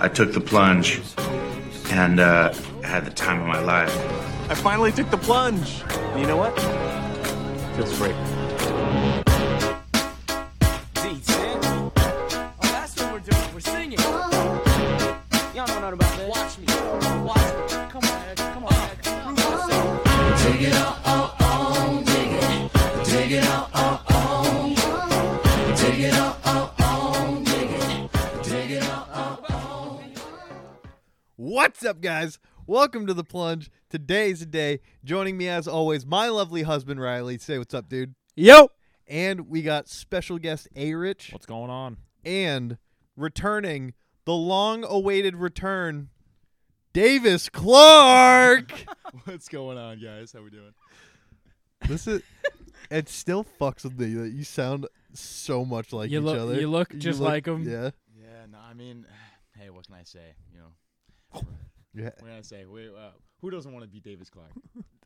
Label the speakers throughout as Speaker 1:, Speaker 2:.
Speaker 1: I took the plunge and uh, had the time of my life.
Speaker 2: I finally took the plunge. And you know what? Feels great.
Speaker 3: Oh, that's what we're doing. We're singing. Y'all know nothing about this. Watch me. Watch me. Come on, Ed. Come on, Ed. Prove yourself.
Speaker 4: oh, oh. oh, What's up, guys? Welcome to the plunge. Today's the day. Joining me, as always, my lovely husband Riley. Say what's up, dude.
Speaker 5: Yo.
Speaker 4: And we got special guest A Rich
Speaker 5: What's going on?
Speaker 4: and returning the long-awaited return, Davis Clark.
Speaker 6: What's going on, guys? How we doing?
Speaker 4: this is. It still fucks with me that you sound so much like
Speaker 5: You
Speaker 4: each
Speaker 5: look-
Speaker 4: other.
Speaker 5: you look just like 'em.
Speaker 4: Yeah.
Speaker 6: Yeah, no, I mean, hey, what can I say? You know,
Speaker 4: Yeah.
Speaker 6: what can I say? We, uh, who doesn't want to be Davis Clark?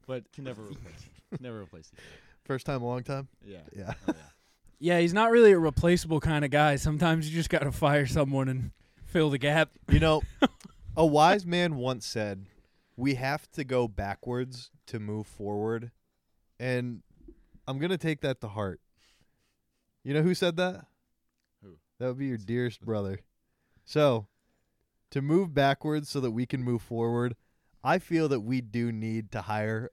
Speaker 6: But can never replace, can never replace it.
Speaker 4: First time, a long time.
Speaker 6: Yeah,
Speaker 4: Yeah.
Speaker 6: oh, yeah.
Speaker 5: Yeah, he's not really a replaceable kind of guy. Sometimes you just got to fire someone and fill the gap.
Speaker 4: You know, a wise man once said, "We have to go backwards to move forward," and I'm gonna take that to heart. You know who said that?
Speaker 6: Who?
Speaker 4: That would be your dearest brother. So, to move backwards so that we can move forward, I feel that we do need to hire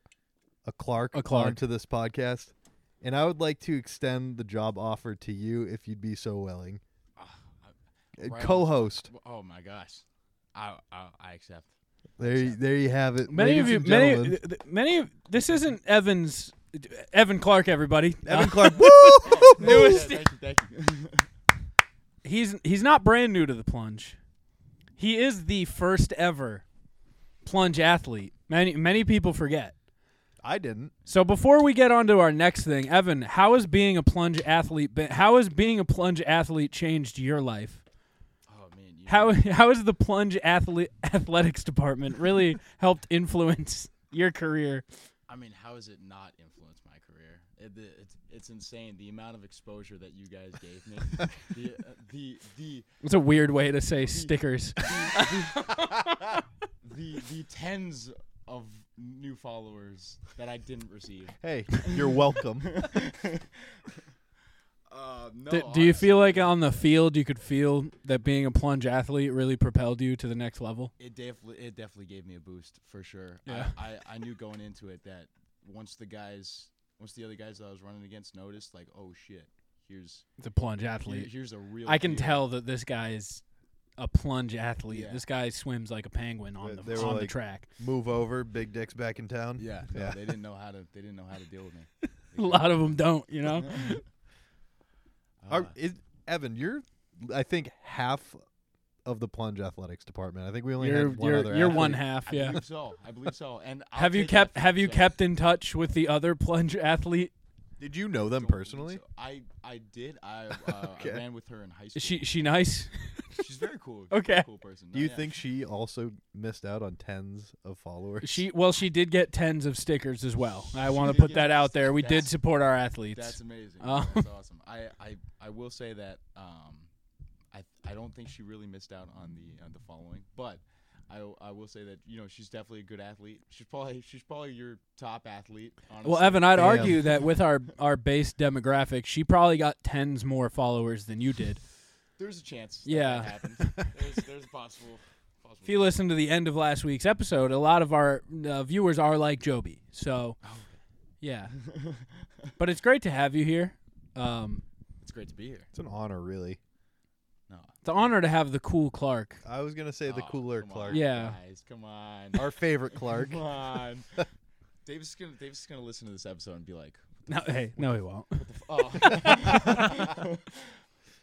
Speaker 4: a Clark,
Speaker 5: A Clark.
Speaker 4: onto this podcast, and I would like to extend the job offer to you if you'd be so willing. Uh,
Speaker 6: right on.
Speaker 4: Co-host.
Speaker 6: W- Oh my gosh, I I, I accept.
Speaker 4: There, you, there you have it.
Speaker 5: Many of
Speaker 4: ladies
Speaker 5: you,
Speaker 4: and
Speaker 5: many,
Speaker 4: gentlemen.
Speaker 5: th- th- many. of- This isn't Evan's. Evan Clark, everybody.
Speaker 4: Evan
Speaker 5: Uh,
Speaker 4: Clark. Woo!
Speaker 6: Yeah,
Speaker 5: Newest.
Speaker 6: thank you, thank you.
Speaker 5: He's he's not brand new to the plunge. He is the first ever plunge athlete. Many many people forget.
Speaker 4: I didn't.
Speaker 5: So before we get on to our next thing, Evan, how has being a plunge athlete been, how has being a plunge athlete changed your life?
Speaker 6: oh man, you
Speaker 5: How how has the plunge athlete athletics department really helped influence your career?
Speaker 6: I mean, how has it not influenced my career? It, the, it's, it's insane the amount of exposure that you guys gave me. the, uh, the the
Speaker 5: It's a weird way to say stickers.
Speaker 6: the the tens of new followers that I didn't receive.
Speaker 4: Hey, you're welcome.
Speaker 6: Uh, no,
Speaker 5: Do, do you
Speaker 6: honestly,
Speaker 5: feel like on the field you could feel that being a plunge athlete really propelled you to the next level?
Speaker 6: it definitely it definitely gave me a boost for sure.
Speaker 5: Yeah.
Speaker 6: I, I, I knew going into it that once the guys once the other guys that I was running against noticed, like, oh shit, here's
Speaker 5: It's a plunge
Speaker 6: here-
Speaker 5: athlete.
Speaker 6: here's a real.
Speaker 5: I can
Speaker 6: deal.
Speaker 5: tell that this guy is a plunge athlete.
Speaker 6: Yeah.
Speaker 5: This guy swims like a penguin on
Speaker 4: They-
Speaker 5: the
Speaker 4: they were
Speaker 5: on the
Speaker 4: like-
Speaker 5: track.
Speaker 4: Move over. Big Dick's back in town.
Speaker 6: Yeah, no,
Speaker 4: Yeah.
Speaker 6: they didn't know how to they didn't know how to deal with me.
Speaker 5: A lot of them don't, you know.
Speaker 4: Are, is, Evan, you're, I think, half of the plunge athletics department. I think we only
Speaker 5: you're
Speaker 4: had one
Speaker 5: you're,
Speaker 4: other.
Speaker 5: you're one
Speaker 4: athlete.
Speaker 5: half,
Speaker 6: I
Speaker 5: yeah.
Speaker 6: believe so. I believe so. And I'll
Speaker 5: Have you
Speaker 6: take that
Speaker 5: kept have you
Speaker 6: 50%.
Speaker 5: kept in touch with the other plunge athlete?
Speaker 4: Did you know them
Speaker 6: Don't believe
Speaker 4: personally?
Speaker 6: so. I I did. I uh,
Speaker 4: Okay.
Speaker 6: I ran with her in high school.
Speaker 5: Is she she nice?
Speaker 6: she's very cool. She's
Speaker 5: Okay.
Speaker 6: a cool person.
Speaker 4: Do
Speaker 6: No,
Speaker 4: you
Speaker 6: yeah.
Speaker 4: think she also missed out on tens of followers?
Speaker 5: She well she did get tens of stickers as well. I want
Speaker 6: did
Speaker 5: to put
Speaker 6: get
Speaker 5: that out there. We did
Speaker 6: that's-
Speaker 5: support our athletes.
Speaker 6: That's amazing.
Speaker 5: Um,
Speaker 6: That's awesome. I, I, I will say that um, I I don't think she really missed out on the on the following, but I, I will say that you know she's definitely a good athlete. She's probably she's probably your top athlete. Honestly.
Speaker 5: well, Evan, I'd
Speaker 4: Damn.
Speaker 5: argue that with our our base demographic, she probably got tens more followers than you did.
Speaker 6: there's a chance. That
Speaker 5: Yeah.
Speaker 6: that happens. there's there's a possible. possible
Speaker 5: If you listen to the end of last week's episode, a lot of our uh, viewers are like Joby. So,
Speaker 6: Oh.
Speaker 5: yeah. but it's great to have you here. Um,
Speaker 6: it's great to be here.
Speaker 4: It's an honor, really.
Speaker 6: No,
Speaker 5: it's an honor to have the cool Clark.
Speaker 4: I was gonna say the
Speaker 6: Aw,
Speaker 4: cooler
Speaker 6: come
Speaker 4: Clark,
Speaker 6: On,
Speaker 5: Yeah.
Speaker 6: guys, come on,
Speaker 4: our favorite Clark.
Speaker 6: come on. Davis is gonna Davis is gonna listen to this episode and be like,
Speaker 5: No, hey, no, he won't.
Speaker 6: oh.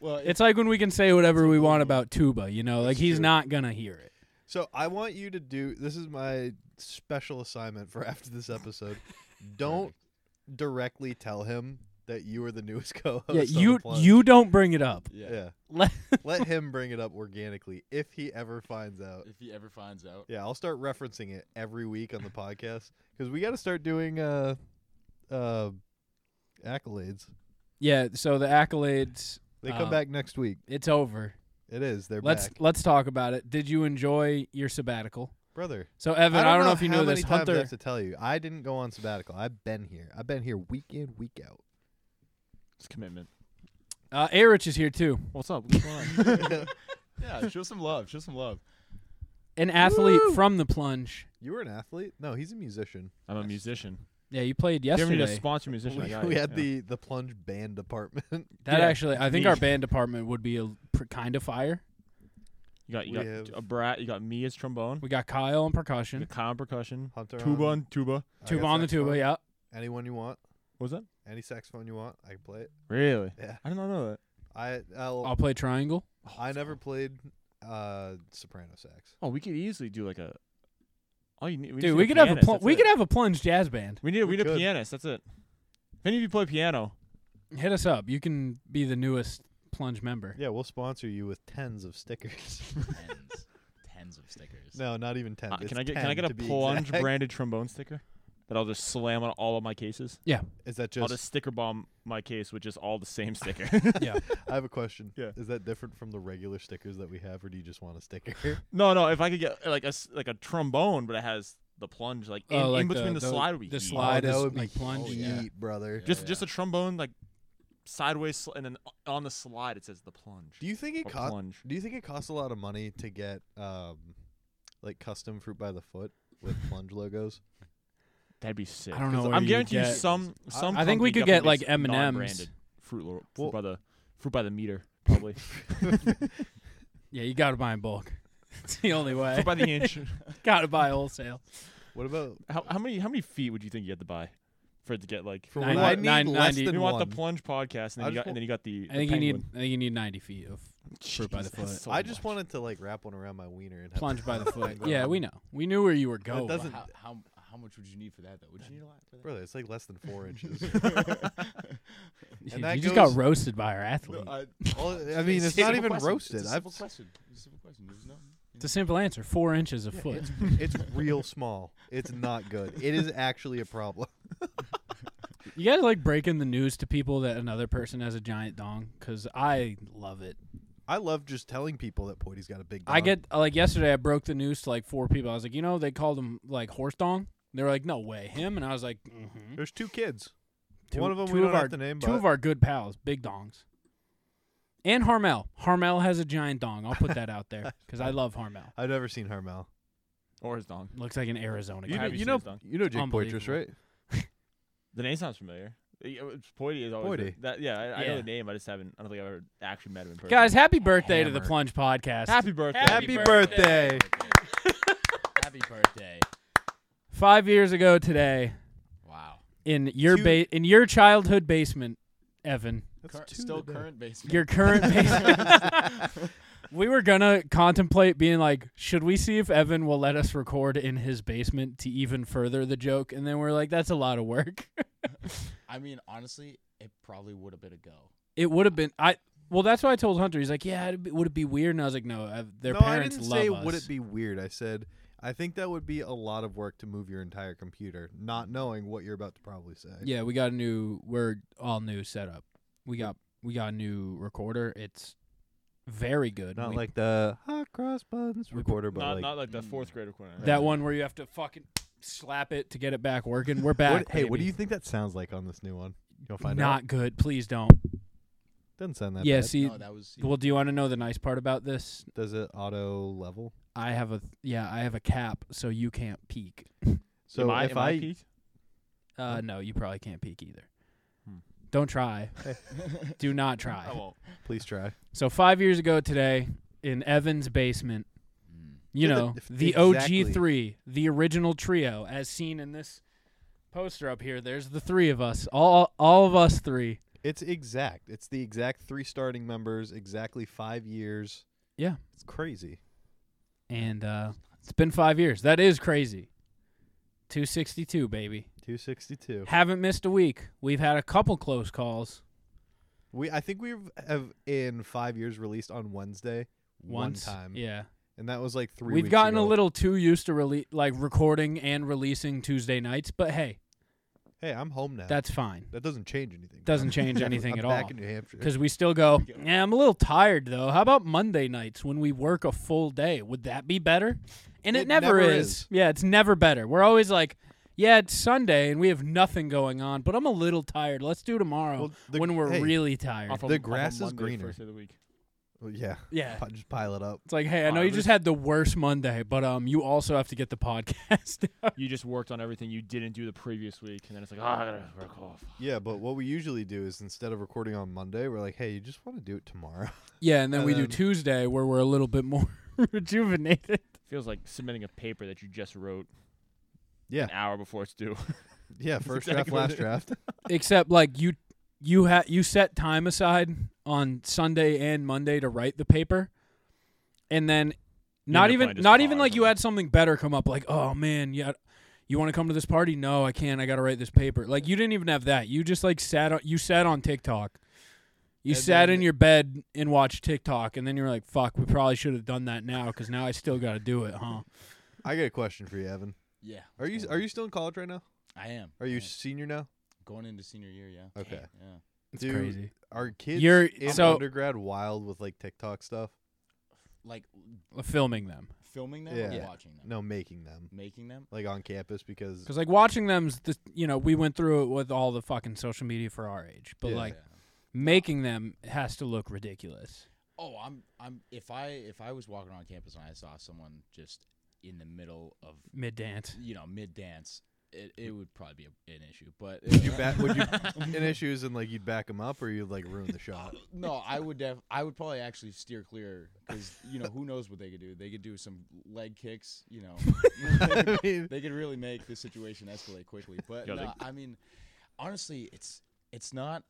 Speaker 6: well,
Speaker 5: It's like when we can say whatever we want about Tuba, you know, like he's
Speaker 6: true.
Speaker 5: not gonna hear it.
Speaker 4: So I want you to do this is my special assignment for after this episode. Don't directly tell him that you are the newest co-host. on
Speaker 5: Yeah,
Speaker 4: the
Speaker 5: you
Speaker 4: plunge.
Speaker 5: you don't bring it up.
Speaker 4: Yeah.
Speaker 5: Let-
Speaker 4: Let him bring it up organically if he ever finds out.
Speaker 6: if he ever finds out.
Speaker 4: Yeah, I'll start referencing it every week on the podcast cuz we got to start doing uh uh accolades.
Speaker 5: yeah, so the accolades
Speaker 4: They come
Speaker 5: Uh,
Speaker 4: back next week.
Speaker 5: it's over.
Speaker 4: It is. They're
Speaker 5: Let's
Speaker 4: back,
Speaker 5: let's talk about it. Did you enjoy your sabbatical?
Speaker 4: brother.
Speaker 5: So Evan, I don't, know, if you
Speaker 4: how
Speaker 5: know
Speaker 4: many
Speaker 5: this.
Speaker 4: times I
Speaker 5: Hunter,
Speaker 4: have to tell you, I didn't go on sabbatical. I've been here. I've been here week in, week out.
Speaker 7: It's commitment.
Speaker 5: uh, Erich is here too.
Speaker 7: What's up? What's going on?
Speaker 6: Yeah, show some love. Show some love.
Speaker 5: An athlete from the plunge.
Speaker 4: You were an athlete? No, he's a musician.
Speaker 7: I'm a musician.
Speaker 5: Yeah, you played
Speaker 7: If you ever need a
Speaker 5: yesterday.
Speaker 7: sponsor musician, I
Speaker 4: We,
Speaker 7: got
Speaker 4: we
Speaker 7: you.
Speaker 4: had
Speaker 7: Yeah.
Speaker 4: the the plunge band department.
Speaker 5: That
Speaker 7: yeah,
Speaker 5: actually, I think
Speaker 7: me.
Speaker 5: our band department would be a pr- kind of fire.
Speaker 7: You got you
Speaker 4: We
Speaker 7: got
Speaker 4: have-
Speaker 7: a brat. You got me as trombone.
Speaker 5: We got Kyle on
Speaker 7: You got
Speaker 5: percussion,
Speaker 7: Kyle on percussion.
Speaker 4: Hunter
Speaker 7: Tuba
Speaker 4: on,
Speaker 7: and tuba.
Speaker 4: I
Speaker 5: tuba
Speaker 4: got
Speaker 5: on the tuba.
Speaker 4: saxophone.
Speaker 5: Yeah,
Speaker 4: Anyone you want,
Speaker 7: What was that?
Speaker 4: any saxophone you want, I can play it.
Speaker 7: Really?
Speaker 4: Yeah.
Speaker 7: I did not know that.
Speaker 4: I I'll,
Speaker 5: I'll play triangle.
Speaker 4: I never played uh soprano sax.
Speaker 7: Oh, we could easily do like a. All you need, we just
Speaker 5: Dude,
Speaker 7: need
Speaker 5: we could have a
Speaker 7: pianist,
Speaker 5: pl-
Speaker 7: that's
Speaker 5: we
Speaker 7: it.
Speaker 5: could have a plunge jazz band.
Speaker 7: We need we,
Speaker 4: We
Speaker 7: need a
Speaker 4: could.
Speaker 7: pianist. That's it. If any of you play piano,
Speaker 5: Hit us up. You can be the newest plunge member.
Speaker 4: Yeah, we'll sponsor you with tens of stickers.
Speaker 6: Tens, tens of stickers.
Speaker 4: no, not even ten.
Speaker 7: uh,
Speaker 4: It's
Speaker 7: can I get
Speaker 4: 10
Speaker 7: can I get a
Speaker 4: to be
Speaker 7: plunge
Speaker 4: exact.
Speaker 7: branded trombone sticker that I'll just slam on all of my cases?
Speaker 5: Yeah,
Speaker 4: Is that
Speaker 7: I'll
Speaker 4: just,
Speaker 7: just sticker bomb my case with just all the same sticker.
Speaker 5: yeah.
Speaker 4: I have a question.
Speaker 7: Yeah.
Speaker 4: Is that different from the regular stickers that we have or do you just want a sticker?
Speaker 7: no, no. If I could get like a s- like a trombone, but it has the plunge like in,
Speaker 5: Oh, like
Speaker 7: in between the, slide, would be
Speaker 5: the
Speaker 7: heat.
Speaker 5: slide
Speaker 4: Oh, that
Speaker 5: is
Speaker 4: would be
Speaker 5: like plunge.
Speaker 4: heat,
Speaker 5: Yeah.
Speaker 4: brother.
Speaker 7: Just just a trombone like sideways sl- and then o- on the slide it says the plunge.
Speaker 4: Do you think it
Speaker 7: or
Speaker 4: cost
Speaker 7: plunge.
Speaker 4: Do you think it costs a lot of money to get um like custom fruit by the foot with plunge logos?
Speaker 7: That'd be sick.
Speaker 5: I don't know
Speaker 7: 'cause
Speaker 5: what
Speaker 7: I'm
Speaker 5: you
Speaker 7: guarantee you
Speaker 5: get.
Speaker 7: some
Speaker 4: I-
Speaker 7: some.
Speaker 5: I think we
Speaker 7: company
Speaker 5: could get,
Speaker 7: definitely
Speaker 5: like,
Speaker 7: makes
Speaker 5: M&Ms.
Speaker 7: non-branded fruit, lo- fruit
Speaker 4: Well-
Speaker 7: by the fruit by the meter probably
Speaker 5: Yeah, you got to buy in bulk. It's the only way.
Speaker 7: fruit by the inch.
Speaker 5: got to buy wholesale.
Speaker 4: What about
Speaker 7: How, how many how many feet would you think you have to buy for it to get like?
Speaker 4: for
Speaker 5: Nine-
Speaker 4: what I
Speaker 5: nine-
Speaker 4: need
Speaker 5: nine
Speaker 4: less
Speaker 5: ninety.
Speaker 7: you
Speaker 4: than
Speaker 7: want
Speaker 4: one?
Speaker 7: the plunge podcast, and
Speaker 4: I
Speaker 7: then you
Speaker 4: just
Speaker 7: got and then you got the.
Speaker 5: I
Speaker 7: the
Speaker 5: think you need
Speaker 7: penguin.
Speaker 5: I think you need 90 feet of fruit by the
Speaker 7: Jeez, that's
Speaker 5: foot.
Speaker 7: so
Speaker 4: I just
Speaker 7: much.
Speaker 4: wanted to like wrap one around my wiener and have
Speaker 5: plunge by the foot.
Speaker 4: penguin
Speaker 5: Yeah,
Speaker 4: on
Speaker 5: we
Speaker 4: it.
Speaker 5: know. We knew where you were
Speaker 4: It
Speaker 5: going.
Speaker 4: doesn't,
Speaker 6: How, how how much would you need for that though? Would you need a lot for that?
Speaker 4: brother. It's like less than four inches.
Speaker 5: Dude,
Speaker 4: that
Speaker 5: you just got
Speaker 4: goes-
Speaker 5: roasted by our athlete.
Speaker 4: All- I mean, it's not even roasted.
Speaker 6: It's a
Speaker 4: I've,
Speaker 6: simple question. It's a simple question. There's no.
Speaker 5: it's a simple answer. Four inches a
Speaker 4: yeah,
Speaker 5: foot.
Speaker 4: it's, it's real small. It's not good. It is actually a problem.
Speaker 5: You guys like breaking the news to people that another person has a giant dong because I love it.
Speaker 4: I love just telling people that Poity's got a big.
Speaker 5: I
Speaker 4: dong.
Speaker 5: get uh, like yesterday I broke the news to like four people. I was like, you know, they called him like horse dong. They were like, no way, him. And I was like, mm-hmm.
Speaker 4: There's two kids.
Speaker 5: Two-
Speaker 4: One of them
Speaker 5: two
Speaker 4: we don't
Speaker 5: our,
Speaker 4: have to name,
Speaker 5: Two
Speaker 4: but-
Speaker 5: of our good pals, big dongs, and Harmel. Harmel has a giant dong. I'll put that out there because I love Harmel.
Speaker 4: I've never seen Harmel.
Speaker 7: Or his dong.
Speaker 5: Looks like an Arizona.
Speaker 7: You
Speaker 5: guy.
Speaker 7: know- you know- Dong.
Speaker 4: you know Jake Poitras,
Speaker 5: Unbelievable.
Speaker 4: right?
Speaker 7: The name sounds familiar. Y- uh, it's Poity is always the-
Speaker 4: Poity.
Speaker 7: that. Yeah, I, I know
Speaker 5: Yeah.
Speaker 7: the name. I just haven't. I don't think I've ever actually met him in person.
Speaker 5: guys, happy birthday to the
Speaker 4: Hammer.
Speaker 5: Plunge Podcast.
Speaker 7: happy birthday!
Speaker 5: Happy
Speaker 4: birthday.
Speaker 6: Happy birthday!
Speaker 5: Five years ago today,
Speaker 6: Wow.
Speaker 5: in your
Speaker 4: Two-
Speaker 5: ba- in your childhood basement, Evan,
Speaker 6: Cur-
Speaker 4: two
Speaker 6: still
Speaker 4: today.
Speaker 6: current basement.
Speaker 5: your current basement. we were gonna contemplate being like, should we see if Evan will let us record in his basement to even further the joke? And then we're like, that's a lot of work.
Speaker 6: I mean, honestly, it probably would have been a go.
Speaker 5: it would have been I. Well, that's why I told Hunter. He's like, yeah, it'd be, would it be weird? And I was like, no, uh, their
Speaker 4: no,
Speaker 5: parents
Speaker 4: I didn't
Speaker 5: love
Speaker 4: say
Speaker 5: us.
Speaker 4: would it be weird. I said I think that would be a lot of work to move your entire computer, not knowing what you're about to probably say.
Speaker 5: Yeah, we got a new. We're all new setup. We got we got a new recorder. It's very good.
Speaker 4: Not
Speaker 5: We-
Speaker 4: like the hot cross buns
Speaker 5: We-
Speaker 4: recorder, but
Speaker 7: Not
Speaker 4: like,
Speaker 7: not like the
Speaker 6: Mm.
Speaker 7: fourth grader corner.
Speaker 5: that one where you have to fucking slap it to get it back working. We're
Speaker 4: What-
Speaker 5: back.
Speaker 4: hey, what do
Speaker 5: baby.
Speaker 4: you think that sounds like on this new one? You'll find
Speaker 5: Not
Speaker 4: out.
Speaker 5: good. Please don't.
Speaker 4: Doesn't sound that
Speaker 5: yeah.
Speaker 4: bad.
Speaker 5: See.
Speaker 6: no, that was.
Speaker 5: well, do you want to know the nice part about this?
Speaker 4: Does it auto level?
Speaker 5: I have a yeah. I have a cap, so you can't peek.
Speaker 4: So
Speaker 7: am I,
Speaker 4: if
Speaker 7: am I, peaked?
Speaker 5: Uh, no, you probably can't peek either.
Speaker 7: Hmm.
Speaker 5: Don't try. do not try.
Speaker 7: I won't.
Speaker 4: please try.
Speaker 5: So five years ago today, in Evan's basement,
Speaker 6: Mm.
Speaker 5: you
Speaker 4: Yeah, the-
Speaker 5: know,
Speaker 4: if-
Speaker 5: the
Speaker 4: exactly.
Speaker 5: OG three, the original trio, as seen in this poster up here. There's the three of us, all all of us three.
Speaker 4: It's exact. It's the exact three starting members, exactly five years.
Speaker 5: Yeah.
Speaker 4: It's crazy.
Speaker 5: And uh, it's been five years. That is crazy. 262, baby.
Speaker 4: 262.
Speaker 5: Haven't missed a week. We've had a couple close calls.
Speaker 4: We I think we've have in five years released on Wednesday
Speaker 5: Once.
Speaker 4: one time.
Speaker 5: Yeah.
Speaker 4: And that was like three
Speaker 5: We've
Speaker 4: weeks
Speaker 5: gotten
Speaker 4: ago.
Speaker 5: a little too used to rele- like recording and releasing Tuesday nights, but hey,
Speaker 4: hey, I'm home now.
Speaker 5: That's fine.
Speaker 4: that doesn't change anything.
Speaker 5: Doesn't
Speaker 4: I'm-
Speaker 5: change
Speaker 4: I'm
Speaker 5: anything at
Speaker 4: back
Speaker 5: all.
Speaker 4: in New Hampshire.
Speaker 5: Because we still go, yeah, I'm a little tired though. How about Monday nights when we work a full day? Would that be better? And it,
Speaker 4: It
Speaker 5: never,
Speaker 4: never
Speaker 5: is.
Speaker 4: is.
Speaker 5: Yeah, it's never better. We're always like, yeah, it's Sunday and we have nothing going on, but I'm a little tired. Let's do tomorrow
Speaker 4: Well, the-
Speaker 5: when we're
Speaker 4: hey,
Speaker 5: really tired.
Speaker 6: Off a-
Speaker 4: The
Speaker 6: off a
Speaker 4: grass is
Speaker 6: Monday,
Speaker 4: greener.
Speaker 6: First day of the week.
Speaker 4: Well, yeah,
Speaker 5: Yeah.
Speaker 4: Pi- just pile it up.
Speaker 5: It's like, hey, I know
Speaker 7: Wow,
Speaker 5: you just
Speaker 7: this-
Speaker 5: had the worst Monday, but um, you also have to get the podcast. out."
Speaker 7: You just worked on everything you didn't do the previous week, and then it's like, oh, I gotta work off.
Speaker 4: Yeah, but what we usually do is instead of recording on Monday, we're like, hey, you just want to do it tomorrow.
Speaker 5: yeah, and then
Speaker 4: And
Speaker 5: we
Speaker 4: then-
Speaker 5: do Tuesday where we're a little bit more rejuvenated.
Speaker 7: Feels like submitting a paper that you just wrote.
Speaker 4: Yeah.
Speaker 7: An hour before it's due.
Speaker 4: yeah, first
Speaker 7: exactly what
Speaker 4: draft,
Speaker 7: it
Speaker 4: last draft.
Speaker 5: except like you you ha- you set time aside on Sunday and Monday to write the paper, and then not
Speaker 7: gonna
Speaker 5: even
Speaker 7: find a
Speaker 5: not
Speaker 7: spot
Speaker 5: even
Speaker 7: or
Speaker 5: like you
Speaker 7: something.
Speaker 5: had something better come up. Like, oh man, yeah, you want to come to this party? No, I can't. I got to write this paper. Like you didn't even have that. You just like sat on you sat on TikTok. You
Speaker 4: And
Speaker 5: sat
Speaker 4: then-
Speaker 5: in your bed and watched TikTok, and then you're like, "Fuck, we probably should have done that now, because now I still got to do it, huh?"
Speaker 4: I got a question for you, Evan.
Speaker 6: Yeah.
Speaker 4: Are you are you still in college right now?
Speaker 6: I am.
Speaker 4: Are
Speaker 6: I
Speaker 4: you
Speaker 6: am.
Speaker 4: senior now?
Speaker 6: going into senior year? Yeah.
Speaker 4: Okay.
Speaker 6: Yeah.
Speaker 5: It's
Speaker 4: Dude,
Speaker 5: crazy.
Speaker 4: Are kids
Speaker 5: You're-
Speaker 4: in
Speaker 5: so-
Speaker 4: undergrad wild with like TikTok stuff?
Speaker 6: Like
Speaker 5: Filming them,
Speaker 6: filming them
Speaker 4: Yeah.
Speaker 6: or watching them?
Speaker 4: No, making them
Speaker 6: Making them?
Speaker 4: like on campus because
Speaker 5: Because like watching them's the you know we went through it with all the fucking social media for our age, but
Speaker 4: Yeah.
Speaker 5: like
Speaker 6: Yeah.
Speaker 5: making them has to look ridiculous.
Speaker 6: Oh, I'm I'm if I if I was walking on campus and I saw someone just in the middle of
Speaker 5: Mid dance.
Speaker 6: you know mid dance, it, it would probably be a, an issue. But
Speaker 4: you back would you an issue is in like you'd back them up or you'd like ruin the shot.
Speaker 6: no, I would def- I would probably actually steer clear because you know who knows what they could do. They could do some leg kicks, you know.
Speaker 4: I mean,
Speaker 6: they could really make the situation escalate quickly. But
Speaker 7: Yeah,
Speaker 6: no,
Speaker 7: they-
Speaker 6: I mean, honestly, it's it's not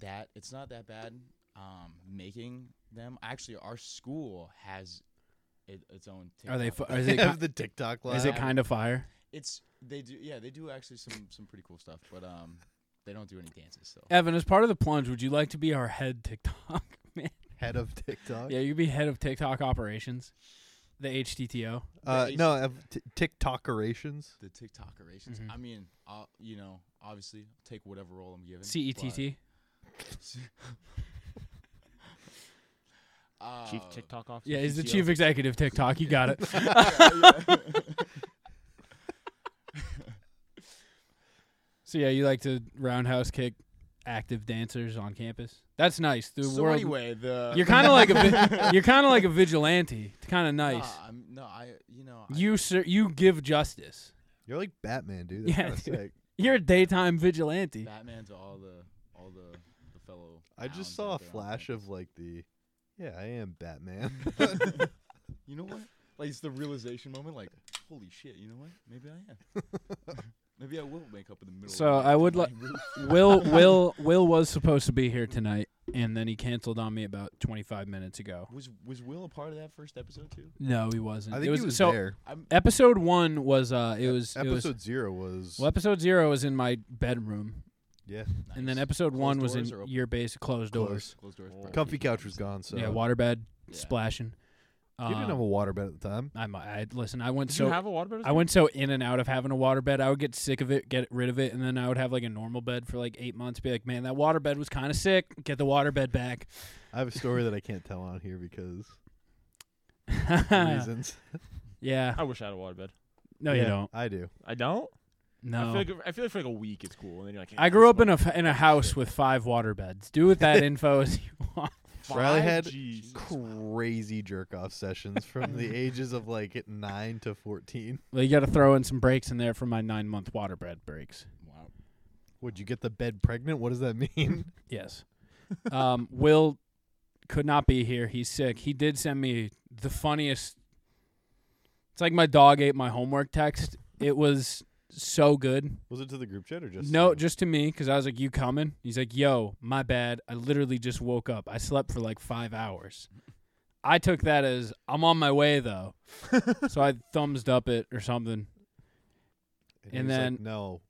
Speaker 6: that it's not that bad. Um, making them actually, our school has it, its own.
Speaker 5: Are they?
Speaker 6: TikTok.
Speaker 5: Fu- is it?
Speaker 4: have
Speaker 5: Ki-
Speaker 4: the TikTok live.
Speaker 5: is it kind of fire?
Speaker 6: it's they do. Yeah, they do actually some some pretty cool stuff, but um, they don't do any dances. So
Speaker 5: Evan, as part of the plunge, would you like to be our head TikTok man?
Speaker 4: head of TikTok?
Speaker 5: Yeah, you'd be head of TikTok operations, the HTTO.
Speaker 4: Uh,
Speaker 6: The
Speaker 4: no, of t- TikTokerations.
Speaker 6: the TikTok orations.
Speaker 5: Mhm.
Speaker 6: I mean, I'll, you know, obviously, I'll take whatever role I'm given.
Speaker 5: CETT.
Speaker 6: but, uh,
Speaker 7: Chief TikTok officer.
Speaker 5: Yeah, he's the
Speaker 7: CTO.
Speaker 5: chief executive TikTok. You got it. So yeah, you like to roundhouse kick active dancers on campus. That's nice. The
Speaker 6: So
Speaker 5: world.
Speaker 6: anyway, uh, the
Speaker 5: You're kind of like a vi- you're kind of like a vigilante. It's kind of nice.
Speaker 6: Nah, I'm, no, I you know I-
Speaker 5: You sir, you give justice.
Speaker 4: You're like Batman, dude. That's
Speaker 5: Yeah,
Speaker 4: kinda
Speaker 5: dude.
Speaker 4: sick.
Speaker 5: You're a daytime vigilante.
Speaker 6: Batman to all the all the, the fellow.
Speaker 4: I just
Speaker 6: hounds
Speaker 4: saw
Speaker 6: out
Speaker 4: a
Speaker 6: there on
Speaker 4: flash
Speaker 6: campus.
Speaker 4: of like the, yeah, I am Batman.
Speaker 5: Mm-hmm.
Speaker 6: You know what? Like it's the realization moment. Like, holy shit! You know what? Maybe I am. Maybe I will wake up in the middle.
Speaker 5: So
Speaker 6: of the
Speaker 5: I
Speaker 6: night
Speaker 5: would
Speaker 6: and
Speaker 5: li-
Speaker 6: I really-
Speaker 5: Will Will Will was supposed to be here tonight, and then he canceled on me about 25 minutes ago.
Speaker 6: was was Will a part of that first episode too?
Speaker 5: No, he wasn't.
Speaker 4: I think
Speaker 5: it was,
Speaker 4: he was
Speaker 5: so
Speaker 4: there.
Speaker 6: I'm
Speaker 5: episode one was uh
Speaker 6: E-,
Speaker 5: it was it was
Speaker 4: Episode zero was
Speaker 5: well episode zero was in my bedroom,
Speaker 4: yeah,
Speaker 5: and then
Speaker 6: nice.
Speaker 5: episode
Speaker 6: Closed
Speaker 5: one was
Speaker 6: doors
Speaker 5: in
Speaker 6: or open?
Speaker 5: your base closed doors.
Speaker 4: Closed.
Speaker 6: Closed doors.
Speaker 7: Oh.
Speaker 6: probably
Speaker 4: comfy
Speaker 6: keeping
Speaker 4: couch was
Speaker 6: themselves.
Speaker 4: gone. So
Speaker 5: Yeah, waterbed
Speaker 6: Yeah.
Speaker 5: splashing.
Speaker 4: you didn't have a
Speaker 5: Um,
Speaker 4: waterbed at the time.
Speaker 5: I, mi- I listen. I went
Speaker 7: Did
Speaker 5: so
Speaker 7: you have a water bed?
Speaker 5: I went so in and out of having a water bed. I would get sick of it, get rid of it, and then I would have like a normal bed for like eight months. Be like, man, that water bed was kind of sick. Get the water bed back.
Speaker 4: I have a story that I can't tell on here because reasons.
Speaker 5: yeah.
Speaker 7: I wish I had a water bed.
Speaker 5: No, you
Speaker 4: Yeah,
Speaker 5: don't.
Speaker 4: I do.
Speaker 7: I don't. I
Speaker 5: No.
Speaker 7: feel like I feel like for like a week it's cool, and then you're like.
Speaker 5: I grew up in a f- in a house with five water beds. Do with that info as you want.
Speaker 4: Riley had
Speaker 7: Jeez.
Speaker 4: crazy jerk off sessions from the ages of like nine to fourteen.
Speaker 5: Well, you got to throw in some breaks in there for my nine month water bed breaks.
Speaker 6: Wow.
Speaker 4: Would you get the bed pregnant? What does that mean?
Speaker 5: Yes. Um, Will could not be here. He's sick. He did send me the funniest. It's like my dog ate my homework text. It was so good.
Speaker 4: Was it to the group chat or just
Speaker 5: no, just to me because I was like, "You coming?" He's like, "Yo, my bad. I literally just woke up. I slept for like five hours." I took that as I'm on my way though, so I thumbsed up it or something.
Speaker 4: he
Speaker 5: and
Speaker 4: was like,
Speaker 5: then-
Speaker 4: no,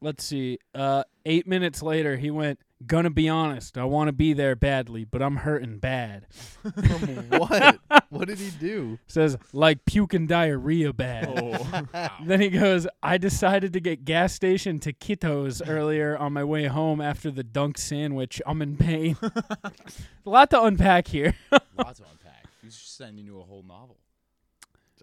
Speaker 5: Let's see. Uh, eight minutes later, he went, Gonna be honest, I want to be there badly, but I'm hurting bad.
Speaker 4: what? What did he do?
Speaker 5: Says, like puke and diarrhea bad.
Speaker 4: Oh,
Speaker 7: Oh.
Speaker 5: Then he goes, I decided to get gas station taquitos earlier on my way home after the dunk sandwich. I'm in pain. a lot to unpack here.
Speaker 6: Lots to unpack. He's just sending you a whole novel.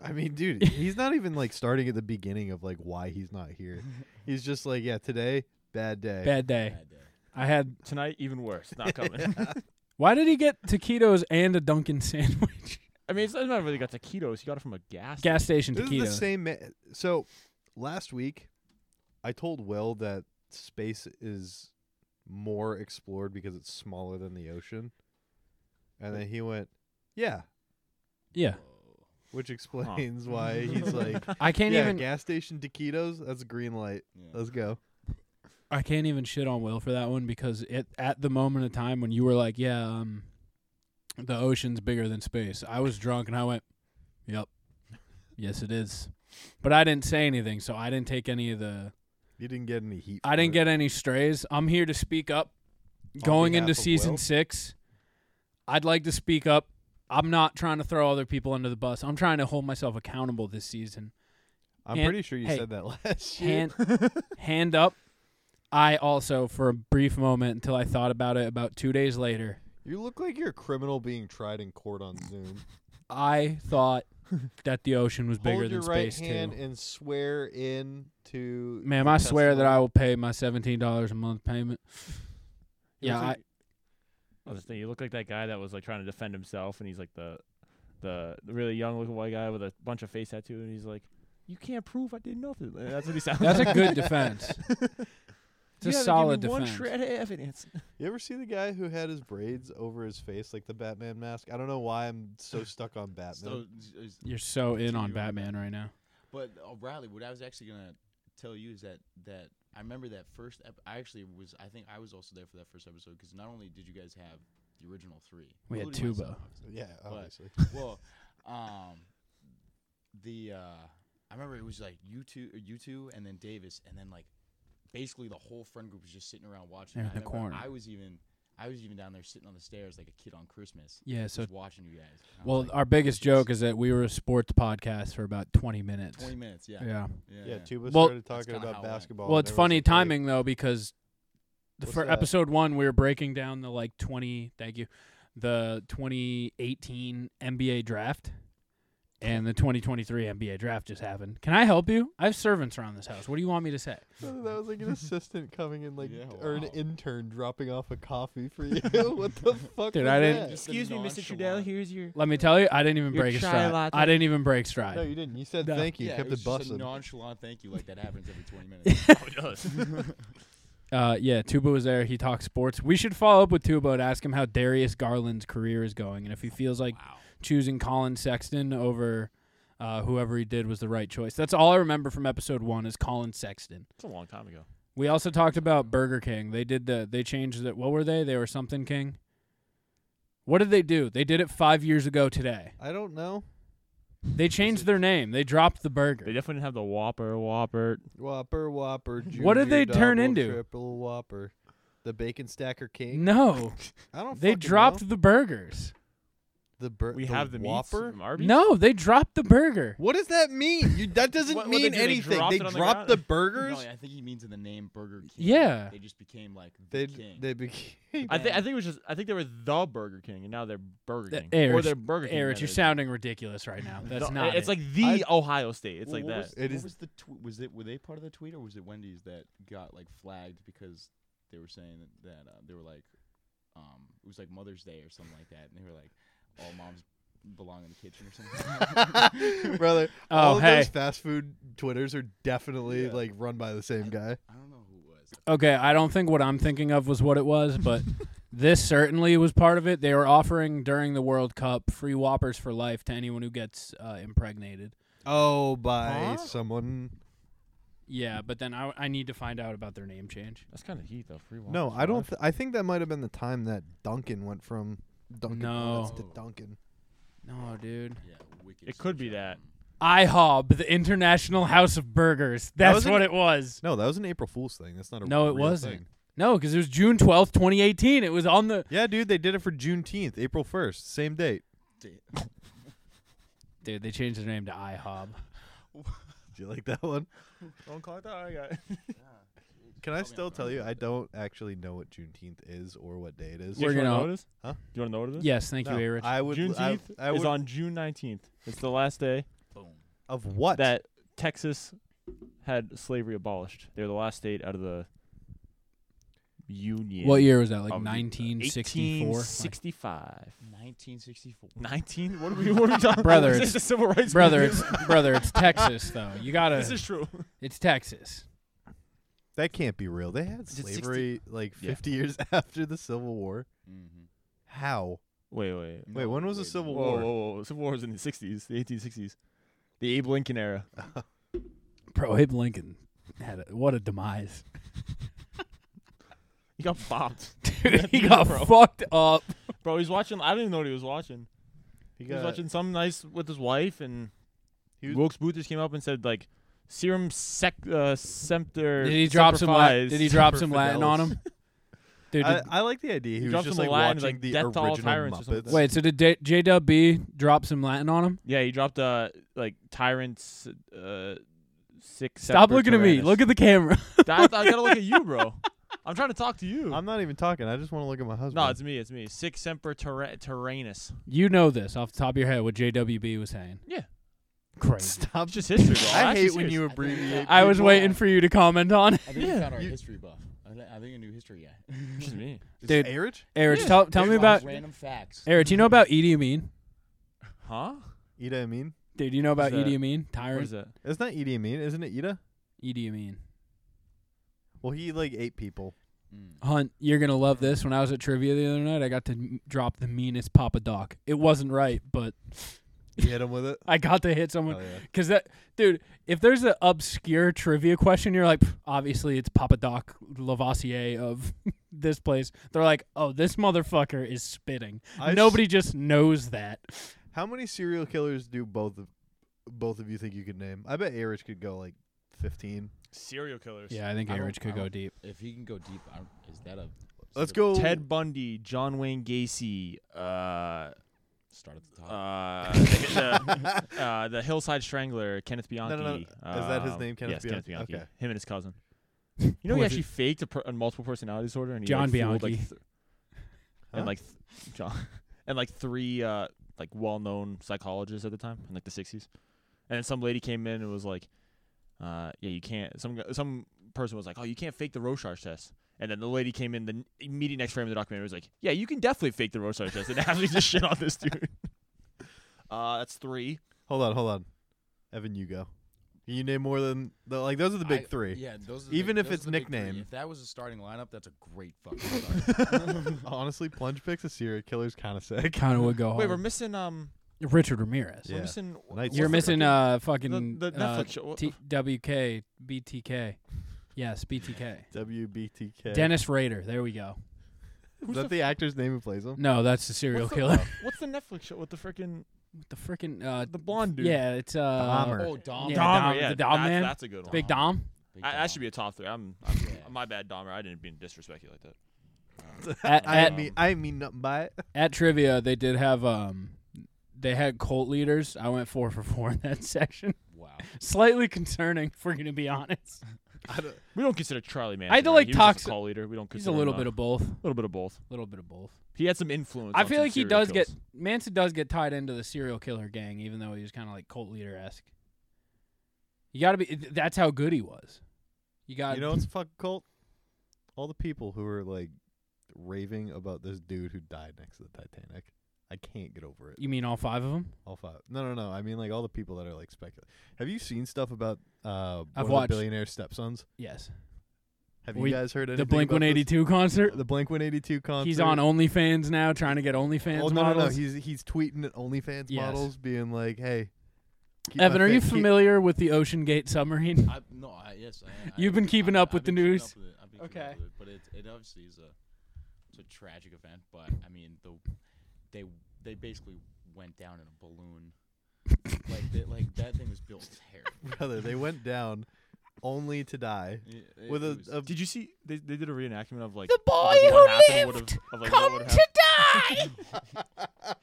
Speaker 4: I mean, dude, he's not even like starting at the beginning of like why he's not here. He's just like, yeah, today, bad day.
Speaker 5: Bad day.
Speaker 6: Bad day.
Speaker 5: I had.
Speaker 7: Tonight, even worse. Not coming.
Speaker 5: Why did he get taquitos and a Dunkin' sandwich?
Speaker 7: I mean, it's it's not really got taquitos. He got it from a gas.
Speaker 5: gas station
Speaker 4: This
Speaker 5: taquitos.
Speaker 4: is the same. Ma- so last week, I told Will that space is more explored because it's smaller than the ocean, and then he went, "Yeah,"
Speaker 5: Yeah,
Speaker 4: which explains why he's like,
Speaker 5: I can't
Speaker 4: "Yeah,
Speaker 5: even.
Speaker 4: gas station taquitos. That's a green light.
Speaker 6: Yeah.
Speaker 4: Let's go."
Speaker 5: I can't even shit on Will for that one because it at the moment of time when you were like, "Yeah, um, the ocean's bigger than space," I was drunk and I went, "Yep, yes, it is," but I didn't say anything, so I didn't take any of the.
Speaker 4: You didn't get any heat.
Speaker 5: I
Speaker 4: for
Speaker 5: didn't
Speaker 4: it.
Speaker 5: get any strays. I'm here to speak up. Going
Speaker 4: behalf
Speaker 5: into
Speaker 4: of
Speaker 5: season
Speaker 4: Will?
Speaker 5: six, I'd like to speak up. I'm not trying to throw other people under the bus. I'm trying to hold myself accountable this season.
Speaker 4: I'm
Speaker 5: hand-
Speaker 4: pretty sure you
Speaker 5: hey,
Speaker 4: said that last year.
Speaker 5: hand, hand up. I also, for a brief moment, until I thought about it, about two days later,
Speaker 4: You look like you're a criminal being tried in court on Zoom.
Speaker 5: I thought that the ocean was bigger
Speaker 4: Hold
Speaker 5: than
Speaker 4: your right
Speaker 5: space
Speaker 4: hand
Speaker 5: too.
Speaker 4: and swear in to.
Speaker 5: Ma'am,
Speaker 4: the
Speaker 5: I swear that I
Speaker 4: testimony.
Speaker 5: will pay my seventeen dollars a month payment. Yeah, I,
Speaker 7: I was thinking, you look like that guy that was like trying to defend himself, and he's like the the the really young looking white guy with a bunch of face tattoo, and he's like, "You can't prove I did nothing." And that's what he sounds.
Speaker 5: that's
Speaker 7: like.
Speaker 5: a good defense. It's a
Speaker 7: You haven't given
Speaker 5: solid
Speaker 7: me
Speaker 5: defense.
Speaker 7: One shred of evidence.
Speaker 4: You ever see the guy who had his braids over his face like the Batman mask? I don't know why I'm so stuck on Batman.
Speaker 6: So, z- is-
Speaker 5: You're so in
Speaker 6: Continue
Speaker 5: on
Speaker 6: on
Speaker 5: Batman right now.
Speaker 6: but uh, Riley, what I was actually gonna tell you is that that I remember that first. Ep- I actually was. I think I was also there for that first episode because not only did you guys have the original three,
Speaker 5: We had
Speaker 6: including
Speaker 5: Tubo.
Speaker 6: myself, obviously,
Speaker 4: yeah, obviously.
Speaker 6: well, um, the uh, I remember it was like you two, or you two, and then Davis, and then like basically the whole friend group was just sitting around watching.
Speaker 5: Yeah,
Speaker 6: I
Speaker 5: in the
Speaker 6: remember
Speaker 5: corner.
Speaker 6: I was even, I was even down there sitting on the stairs like a kid on Christmas,
Speaker 5: Yeah. So,
Speaker 6: just watching you guys. And I was
Speaker 5: well,
Speaker 6: like,
Speaker 5: our biggest
Speaker 6: "This
Speaker 5: joke is that we were a sports podcast for about twenty minutes.
Speaker 6: twenty minutes. Yeah,
Speaker 5: yeah.
Speaker 6: yeah.
Speaker 4: yeah, Tuba
Speaker 5: Well-
Speaker 4: started talking
Speaker 6: kinda how
Speaker 4: about
Speaker 6: it went.
Speaker 4: basketball.
Speaker 5: Well,
Speaker 4: and
Speaker 5: it's
Speaker 4: everyone's
Speaker 5: funny
Speaker 4: like, "Hey,
Speaker 5: timing though because the
Speaker 4: What's
Speaker 5: for
Speaker 4: that?
Speaker 5: episode one we were breaking down the like twenty. Thank you, the 2018 NBA draft and the 2023 NBA draft just happened. Can I help you? I have servants around this house. What do you want me to say?
Speaker 4: oh, that was like an assistant coming in, like,
Speaker 6: Yeah,
Speaker 4: or an
Speaker 6: wow.
Speaker 4: intern dropping off a coffee for you. what the fuck?
Speaker 5: Dude,
Speaker 4: was that?
Speaker 5: I didn't-
Speaker 6: Just the nonchalant-
Speaker 7: Here's your.
Speaker 5: Let me tell you, I didn't even
Speaker 7: Your
Speaker 5: break a
Speaker 7: chai
Speaker 5: stride.
Speaker 7: latte.
Speaker 5: I didn't even break
Speaker 4: No,
Speaker 5: stride.
Speaker 4: you didn't. You said
Speaker 5: No.
Speaker 4: thank you.
Speaker 6: Yeah,
Speaker 4: kept
Speaker 6: it was
Speaker 4: it
Speaker 6: just a
Speaker 4: busted.
Speaker 6: nonchalant thank you like that happens every 20 minutes.
Speaker 5: Oh, Uh, yeah, Tubo was there. He talked sports. We should follow up with Tubo and ask him how Darius Garland's career is going and if he feels like
Speaker 6: wow.
Speaker 5: choosing Colin Sexton over uh, whoever he did was the right choice. That's all I remember from episode one is Colin Sexton.
Speaker 7: It's a long time ago.
Speaker 5: We also talked about Burger King. They did the they changed it. What were they? They were something King. What did they do? They did it five years ago today.
Speaker 4: I don't know.
Speaker 5: They changed their name. They dropped the
Speaker 7: They
Speaker 5: burger.
Speaker 7: definitely didn't have the Whopper, Whopper.
Speaker 4: Whopper, Whopper. Junior,
Speaker 5: What did they turn
Speaker 4: double,
Speaker 5: into?
Speaker 4: Triple Whopper. The Bacon Stacker King.
Speaker 5: No,
Speaker 4: I don't.
Speaker 5: they
Speaker 4: fucking
Speaker 5: dropped
Speaker 4: know.
Speaker 5: the burgers.
Speaker 4: the bur-
Speaker 7: We have the meats
Speaker 4: Whopper.
Speaker 7: from Arby's.
Speaker 5: No, they dropped the burger.
Speaker 4: What does that mean? You that doesn't
Speaker 7: What- what they
Speaker 4: mean
Speaker 7: do, they
Speaker 4: anything.
Speaker 7: dropped
Speaker 4: They
Speaker 7: it on the
Speaker 4: dropped
Speaker 7: ground?
Speaker 4: the,
Speaker 7: No,
Speaker 4: burgers.
Speaker 6: No, I think he means in the name Burger King.
Speaker 5: Yeah.
Speaker 6: They just became like
Speaker 4: They
Speaker 6: the King.
Speaker 4: they became.
Speaker 7: I think I think it was just I think they were the Burger King and now they're Burger
Speaker 5: The-
Speaker 7: King or
Speaker 5: Erich-
Speaker 7: they're Burger King.
Speaker 5: Eric,
Speaker 7: now
Speaker 5: you're
Speaker 7: they're-
Speaker 5: sounding ridiculous right now. That's
Speaker 7: the-
Speaker 5: not.
Speaker 7: It's
Speaker 5: it.
Speaker 7: like the
Speaker 4: I-
Speaker 7: Ohio State. It's
Speaker 6: Well,
Speaker 7: like
Speaker 6: what
Speaker 7: that.
Speaker 6: Was,
Speaker 4: It
Speaker 6: what
Speaker 4: is-
Speaker 6: was the tw- was it were they part of the tweet or was it Wendy's that got like flagged because they were saying that, that uh, they were like um it was like Mother's Day or something like that and they were like all moms belong in the kitchen or something.
Speaker 4: Brother,
Speaker 5: Oh,
Speaker 4: all of those
Speaker 5: hey.
Speaker 4: fast food Twitters are definitely
Speaker 6: Yeah.
Speaker 4: like run by the same guy.
Speaker 6: I don't know who it was.
Speaker 5: Okay, I don't think what I'm thinking of was what it was, but this certainly was part of it. They were offering during the World Cup free Whoppers for life to anyone who gets uh, impregnated.
Speaker 4: Oh, by
Speaker 7: Huh?
Speaker 4: someone.
Speaker 5: Yeah, but then I, I need to find out about their name change.
Speaker 7: That's kind of heat though. Free
Speaker 4: No, I don't. Th- I think that might have been the time that Duncan went from Dunkin' Donuts to
Speaker 6: No.
Speaker 4: Duncan.
Speaker 5: No, dude.
Speaker 6: Yeah, wicked.
Speaker 7: It could be
Speaker 6: social,
Speaker 7: that.
Speaker 6: um,
Speaker 5: IHOB, the International House of Burgers. That's
Speaker 4: was in-
Speaker 5: what it was.
Speaker 4: No, that was an April Fool's thing. That's not a
Speaker 5: No, it
Speaker 4: real
Speaker 5: wasn't.
Speaker 4: thing.
Speaker 5: No, because it was June twelfth, twenty eighteen. It was on the
Speaker 4: Yeah, dude, they did it for Juneteenth, April first, same date.
Speaker 5: dude. They changed their name to IHOB.
Speaker 4: Do you like that one?
Speaker 7: Don't call it that. I got.
Speaker 4: Can I still tell you I don't actually know what Juneteenth is or what day it is?
Speaker 5: We're
Speaker 7: you wanna know
Speaker 5: gonna-
Speaker 7: what it is?
Speaker 4: Huh?
Speaker 7: Do you want to know what it is?
Speaker 5: Yes, thank
Speaker 4: No,
Speaker 5: you, A. Rich.
Speaker 4: I would. I,
Speaker 7: Juneteenth
Speaker 4: I
Speaker 7: is
Speaker 4: would-
Speaker 7: on June 19th. It's the last day
Speaker 6: um,
Speaker 4: of what?
Speaker 7: that Texas had slavery abolished. They were the last state out of the Union.
Speaker 5: What year was that? Like
Speaker 7: of the-
Speaker 5: nineteen uh, sixty four.
Speaker 7: 1865.
Speaker 6: 1964.
Speaker 7: 19? What are we, what are we talking about?
Speaker 5: Brother,
Speaker 7: This
Speaker 5: it's-
Speaker 7: is the civil rights
Speaker 5: brother,
Speaker 7: movement.
Speaker 5: it's brother, it's Texas though. You gotta.
Speaker 7: This is true.
Speaker 5: It's Texas.
Speaker 4: That can't be real. They had
Speaker 6: 60
Speaker 4: slavery like
Speaker 7: Yeah.
Speaker 4: 50 years after the Civil War.
Speaker 6: Mm-hmm.
Speaker 4: How?
Speaker 7: Wait, wait.
Speaker 4: Wait, when was the Civil
Speaker 7: Whoa,
Speaker 4: War?
Speaker 7: whoa, whoa. Civil War was in the 60s, the 1860s. The Abe Lincoln era.
Speaker 5: Bro, Abe Lincoln had a, what a demise.
Speaker 7: He got bopped.
Speaker 5: Dude, he got fucked up.
Speaker 7: Bro, he's watching. I didn't even know what he was watching.
Speaker 4: He
Speaker 7: He,
Speaker 4: got-
Speaker 7: was watching some nice with his wife, and
Speaker 4: He was-
Speaker 7: Wilkes Booth just came up and said like, "Serum sec uh, sempter."
Speaker 5: Did he drop some? La-
Speaker 7: semperfies."
Speaker 5: did he drop some
Speaker 4: Semper
Speaker 5: Latin on
Speaker 4: Fidelis.
Speaker 5: him? Dude,
Speaker 4: I,
Speaker 5: did,
Speaker 4: I like the idea. He,
Speaker 7: He
Speaker 4: was
Speaker 7: dropped
Speaker 4: just
Speaker 7: him
Speaker 4: like
Speaker 7: a line,
Speaker 4: watching
Speaker 7: like,
Speaker 4: the
Speaker 7: "Death to all
Speaker 4: original
Speaker 7: tyrants" or something
Speaker 4: Muppets.
Speaker 7: like
Speaker 5: wait, so did J- JWB drop some Latin on him?
Speaker 7: Yeah, he dropped uh like tyrants uh six.
Speaker 5: Stop looking at me. Look at the camera.
Speaker 7: at. I, I gotta look at you, bro. I'm trying to talk to you.
Speaker 4: I'm not even talking. I just want to look at my husband.
Speaker 7: no, it's me. It's me. Six semper tyra- tyrannus.
Speaker 5: You know this off the top of your head what JWB was saying.
Speaker 7: Yeah.
Speaker 5: Crazy.
Speaker 7: It's just history, bro.
Speaker 4: I
Speaker 7: I'm
Speaker 4: hate
Speaker 7: actually
Speaker 4: when you
Speaker 7: serious.
Speaker 4: abbreviate.
Speaker 5: I was
Speaker 4: people.
Speaker 5: waiting for you to comment on it.
Speaker 6: I think we
Speaker 7: Yeah.
Speaker 6: found our
Speaker 4: You-
Speaker 6: history buff. I, li- I think a new history guy.
Speaker 7: It's just me.
Speaker 5: Dude,
Speaker 4: Erich?
Speaker 5: Erich, tell, tell me about
Speaker 6: random facts.
Speaker 5: Erich. You know about Idi Amin,
Speaker 7: Huh?
Speaker 4: Ida Amin?
Speaker 5: dude? You know
Speaker 7: What's
Speaker 5: about Idi
Speaker 7: that?
Speaker 5: Amin,
Speaker 7: What is
Speaker 5: tyrant
Speaker 7: that?
Speaker 4: It's not Idi Amin, isn't it? Ida?
Speaker 5: Idi Amin.
Speaker 4: Well, he like ate people.
Speaker 6: Mm.
Speaker 5: Hunt, you're gonna love this. When I was at trivia the other night, I got to m- drop the meanest Papa Doc. It wasn't right, but
Speaker 4: You hit him with it.
Speaker 5: I got to hit
Speaker 4: Oh,
Speaker 5: someone
Speaker 4: yeah.
Speaker 5: because that dude. If there's an obscure trivia question, you're like, "Pff, obviously it's Papa Doc Lavoisier of this place. They're like, oh, this motherfucker is spitting.
Speaker 4: I s-
Speaker 5: Nobody just knows that.
Speaker 4: How many serial killers do both of both of you think you could name? I bet Erich could go like 15.
Speaker 7: Serial killers.
Speaker 5: Yeah, I think
Speaker 6: I don't-
Speaker 5: Erich could
Speaker 6: I
Speaker 5: go
Speaker 6: don't-
Speaker 5: deep.
Speaker 6: If he can go deep, I don't- is that a
Speaker 4: Let's go.
Speaker 7: Ted Bundy, John Wayne Gacy, uh,
Speaker 6: start at the
Speaker 7: Uh,
Speaker 6: top?
Speaker 7: the, uh, the Hillside Strangler, Kenneth Bianchi.
Speaker 4: no, no. Is that his
Speaker 7: um,
Speaker 4: name, Kenneth
Speaker 7: yes, Kenneth
Speaker 4: Bianchi?
Speaker 7: Bianchi.
Speaker 4: Okay.
Speaker 7: Him and his cousin. You know, he
Speaker 5: Was
Speaker 7: actually faked a, per- a multiple personality disorder, and he
Speaker 5: John
Speaker 7: like, fooled, like,
Speaker 5: Bianchi.
Speaker 7: th- and
Speaker 4: Huh?
Speaker 7: like th- John, and like three uh, like well-known psychologists at the time in like the '60s, and then some lady came in and was like, uh, "Yeah, you can't." Some gu- some person was like, "Oh, you can't fake the Rorschach test." And then the lady came in the n- immediate next frame of the documentary was like, "Yeah, you can definitely fake the Rorschach test," and actually just shit on this dude. Uh, that's three.
Speaker 4: Hold on, hold on. Evan, you go. Can you name more than the, like those are the big
Speaker 6: I-
Speaker 4: three?
Speaker 6: Yeah, those are the
Speaker 4: Even
Speaker 6: big-
Speaker 4: if
Speaker 6: those
Speaker 4: it's
Speaker 6: are the big three.
Speaker 4: nickname.
Speaker 6: If that was a starting lineup, that's a great fucking start.
Speaker 4: Honestly, plunge picks a serial killer's kind of sick.
Speaker 5: Kind of would go.
Speaker 7: Wait, we're
Speaker 5: hard.
Speaker 7: missing um,
Speaker 5: Richard Ramirez.
Speaker 7: we're
Speaker 4: Yeah.
Speaker 7: missing. wh-
Speaker 4: Night
Speaker 7: what's
Speaker 5: You're
Speaker 7: the
Speaker 5: missing
Speaker 7: fucking-
Speaker 5: uh fucking
Speaker 7: the
Speaker 5: uh,
Speaker 7: Netflix show, what
Speaker 5: T- WK BTK. Yes, BTK.
Speaker 4: WBTK.
Speaker 5: Dennis Rader. There we go.
Speaker 4: Is that the actor's name who plays him?
Speaker 5: No, that's the serial
Speaker 7: what's
Speaker 5: killer.
Speaker 7: The, what's the Netflix show with the freaking
Speaker 5: What the freaking uh
Speaker 7: the blonde dude?
Speaker 5: yeah, it's uh
Speaker 4: Dahmer.
Speaker 6: oh, Dom.
Speaker 5: Yeah,
Speaker 7: Dahmer.
Speaker 5: Dahmer,
Speaker 7: yeah,
Speaker 5: the Dahmer
Speaker 7: that's,
Speaker 5: man.
Speaker 7: That's a good one.
Speaker 5: Big Dom.
Speaker 7: I, that should be a top three. I'm, I'm
Speaker 6: Yeah.
Speaker 7: my bad, Dahmer. I didn't mean to disrespect you like that.
Speaker 5: At,
Speaker 4: I
Speaker 5: at,
Speaker 4: mean, I mean nothing by it.
Speaker 5: at trivia, they did have um they had cult leaders. I went four for four in that section.
Speaker 6: Wow.
Speaker 5: Slightly concerning, if we're gonna be honest.
Speaker 7: We don't consider Charlie Manson.
Speaker 5: I had to, like,
Speaker 7: he was just
Speaker 5: toxic-
Speaker 7: a call leader. We don't
Speaker 5: He's
Speaker 7: consider
Speaker 5: a little
Speaker 7: him
Speaker 5: bit of both. A
Speaker 7: a little bit of both.
Speaker 5: little bit of both.
Speaker 7: He had some influence.
Speaker 5: I
Speaker 7: on
Speaker 5: feel
Speaker 7: some
Speaker 5: like he
Speaker 7: serial
Speaker 5: does
Speaker 7: kills.
Speaker 5: get Manson does get tied into the serial killer gang, even though he was kind of like cult leader esque. You got to be. th- That's how good he was. You got.
Speaker 4: You know what's a fucking cult? All the people who are like raving about this dude who died next to the Titanic. I can't get over it.
Speaker 5: you mean all five of them?
Speaker 4: All five. No, no, no. I mean, like all the people that are like speculating. Have you seen stuff about uh, one
Speaker 5: I've
Speaker 4: of the
Speaker 5: watched-
Speaker 4: billionaire stepsons?
Speaker 5: Yes.
Speaker 4: Have
Speaker 5: We-
Speaker 4: you guys heard
Speaker 5: The
Speaker 4: anything
Speaker 5: Blink
Speaker 4: about
Speaker 5: One
Speaker 4: this?
Speaker 5: Eighty Two concert.
Speaker 4: The Blink One Eighty Two concert.
Speaker 5: He's on OnlyFans now, trying to get OnlyFans
Speaker 4: Oh no, no, no.
Speaker 5: models.
Speaker 4: He's he's tweeting at OnlyFans
Speaker 5: Yes.
Speaker 4: models, being like, "Hey, keep my
Speaker 5: Evan, are
Speaker 4: fa-
Speaker 5: you
Speaker 4: keep-
Speaker 5: familiar with the Ocean Gate submarine?
Speaker 6: I, no, I, yes, I am. I
Speaker 5: You've
Speaker 6: am.
Speaker 5: been keeping
Speaker 6: I've-
Speaker 5: up with
Speaker 6: I've been
Speaker 5: the
Speaker 6: keeping
Speaker 5: news?
Speaker 6: up with it. I've been keeping
Speaker 5: Okay.
Speaker 6: up with it, but it, it obviously is a, it's a tragic event. But I mean, the, they they basically went down in a balloon, like they, like that. that thing was built terrible.
Speaker 4: brother. They went down only to die
Speaker 6: It- it-
Speaker 4: with
Speaker 6: it
Speaker 4: a,
Speaker 6: was-
Speaker 4: a
Speaker 7: Did you see? They, they did a reenactment of like
Speaker 8: The boy
Speaker 7: of, like,
Speaker 8: who
Speaker 7: what happened would've-
Speaker 8: lived
Speaker 7: of, like, what
Speaker 8: Come
Speaker 7: would've
Speaker 8: to die.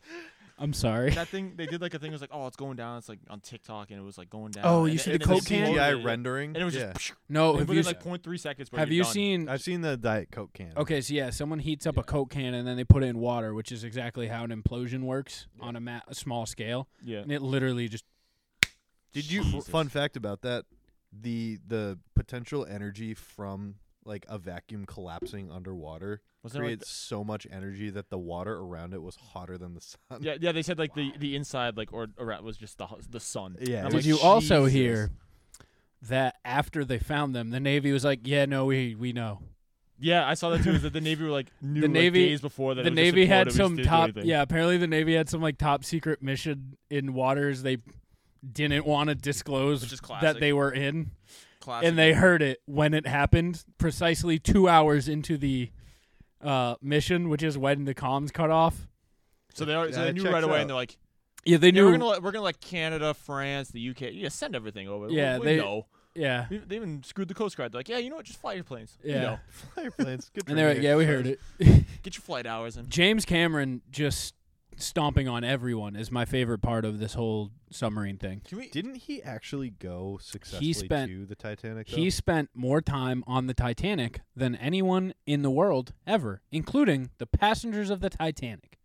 Speaker 5: I'm sorry.
Speaker 7: that thing they did like a thing it was like oh it's going down it's like on TikTok and it was like going down.
Speaker 5: Oh,
Speaker 7: and
Speaker 5: you
Speaker 7: then-
Speaker 5: see
Speaker 7: and
Speaker 5: the
Speaker 7: then they
Speaker 5: Coke can?
Speaker 7: slowed
Speaker 5: Yeah,
Speaker 4: CGI
Speaker 7: it,
Speaker 4: rendering.
Speaker 7: and it was
Speaker 4: yeah.
Speaker 7: just
Speaker 5: No,
Speaker 7: it
Speaker 5: have
Speaker 7: was
Speaker 5: you,
Speaker 7: like 0.3 seconds. bro,
Speaker 5: have
Speaker 7: you're
Speaker 5: you
Speaker 7: done.
Speaker 5: seen?
Speaker 4: I've seen the Diet Coke can.
Speaker 5: Okay, so yeah, someone heats up a Coke can and then they put it in water, which is exactly how an implosion works on a, ma- a small scale,
Speaker 7: Yeah.
Speaker 5: and it literally just
Speaker 4: Did you?
Speaker 7: Jesus.
Speaker 4: Fun fact about that: the the potential energy from like a vacuum collapsing underwater
Speaker 7: Was there, like,
Speaker 4: creates so much energy that the water around it was hotter than the sun.
Speaker 7: Yeah, yeah. They said like the, the inside like or or it was just the hu- the sun. And I'm
Speaker 4: Yeah, it
Speaker 5: Did
Speaker 7: like,
Speaker 4: was
Speaker 5: you also
Speaker 7: Jesus.
Speaker 5: hear that after they found them, the Navy was like, "Yeah, no, we we know."
Speaker 7: Yeah, I saw that too. Is that the Navy were like knew
Speaker 5: The
Speaker 7: like,
Speaker 5: Navy-
Speaker 7: days before that
Speaker 5: the
Speaker 7: it was just
Speaker 5: Navy
Speaker 7: imploded, we
Speaker 5: had
Speaker 7: just
Speaker 5: some
Speaker 7: didn't do
Speaker 5: top.
Speaker 7: anything.
Speaker 5: Yeah, apparently the Navy had some like top secret mission in waters they didn't want to disclose
Speaker 7: Which is
Speaker 5: that
Speaker 7: classic.
Speaker 5: they were in,
Speaker 7: Classic.
Speaker 5: and they heard it when it happened, precisely two hours into the uh, mission, which is when the comms cut off.
Speaker 7: so they already, so
Speaker 4: Yeah,
Speaker 7: they
Speaker 4: it
Speaker 7: knew
Speaker 4: checks
Speaker 7: right away,
Speaker 4: out.
Speaker 7: and they're like,
Speaker 5: Yeah, they
Speaker 7: yeah,
Speaker 5: knew.
Speaker 7: we're gonna let, we're gonna let Canada, France, the UK, yeah, send everything over. We-
Speaker 5: Yeah,
Speaker 7: we
Speaker 5: they-
Speaker 7: know.
Speaker 5: yeah,
Speaker 7: We- They even screwed the Coast Guard. They're like, yeah, you know what? Just fly your planes. You
Speaker 5: Yeah.
Speaker 7: know,
Speaker 4: Fire plants. Good for
Speaker 5: and they were like,
Speaker 4: you.
Speaker 5: "Yeah, we heard it."
Speaker 7: get your flight hours in.
Speaker 5: James Cameron just stomping on everyone is my favorite part of this whole submarine thing.
Speaker 7: Can we?
Speaker 4: Didn't he actually go successfully
Speaker 5: spent-
Speaker 4: to the Titanic? Though?
Speaker 5: He spent more time on the Titanic than anyone in the world ever, including the passengers of the Titanic.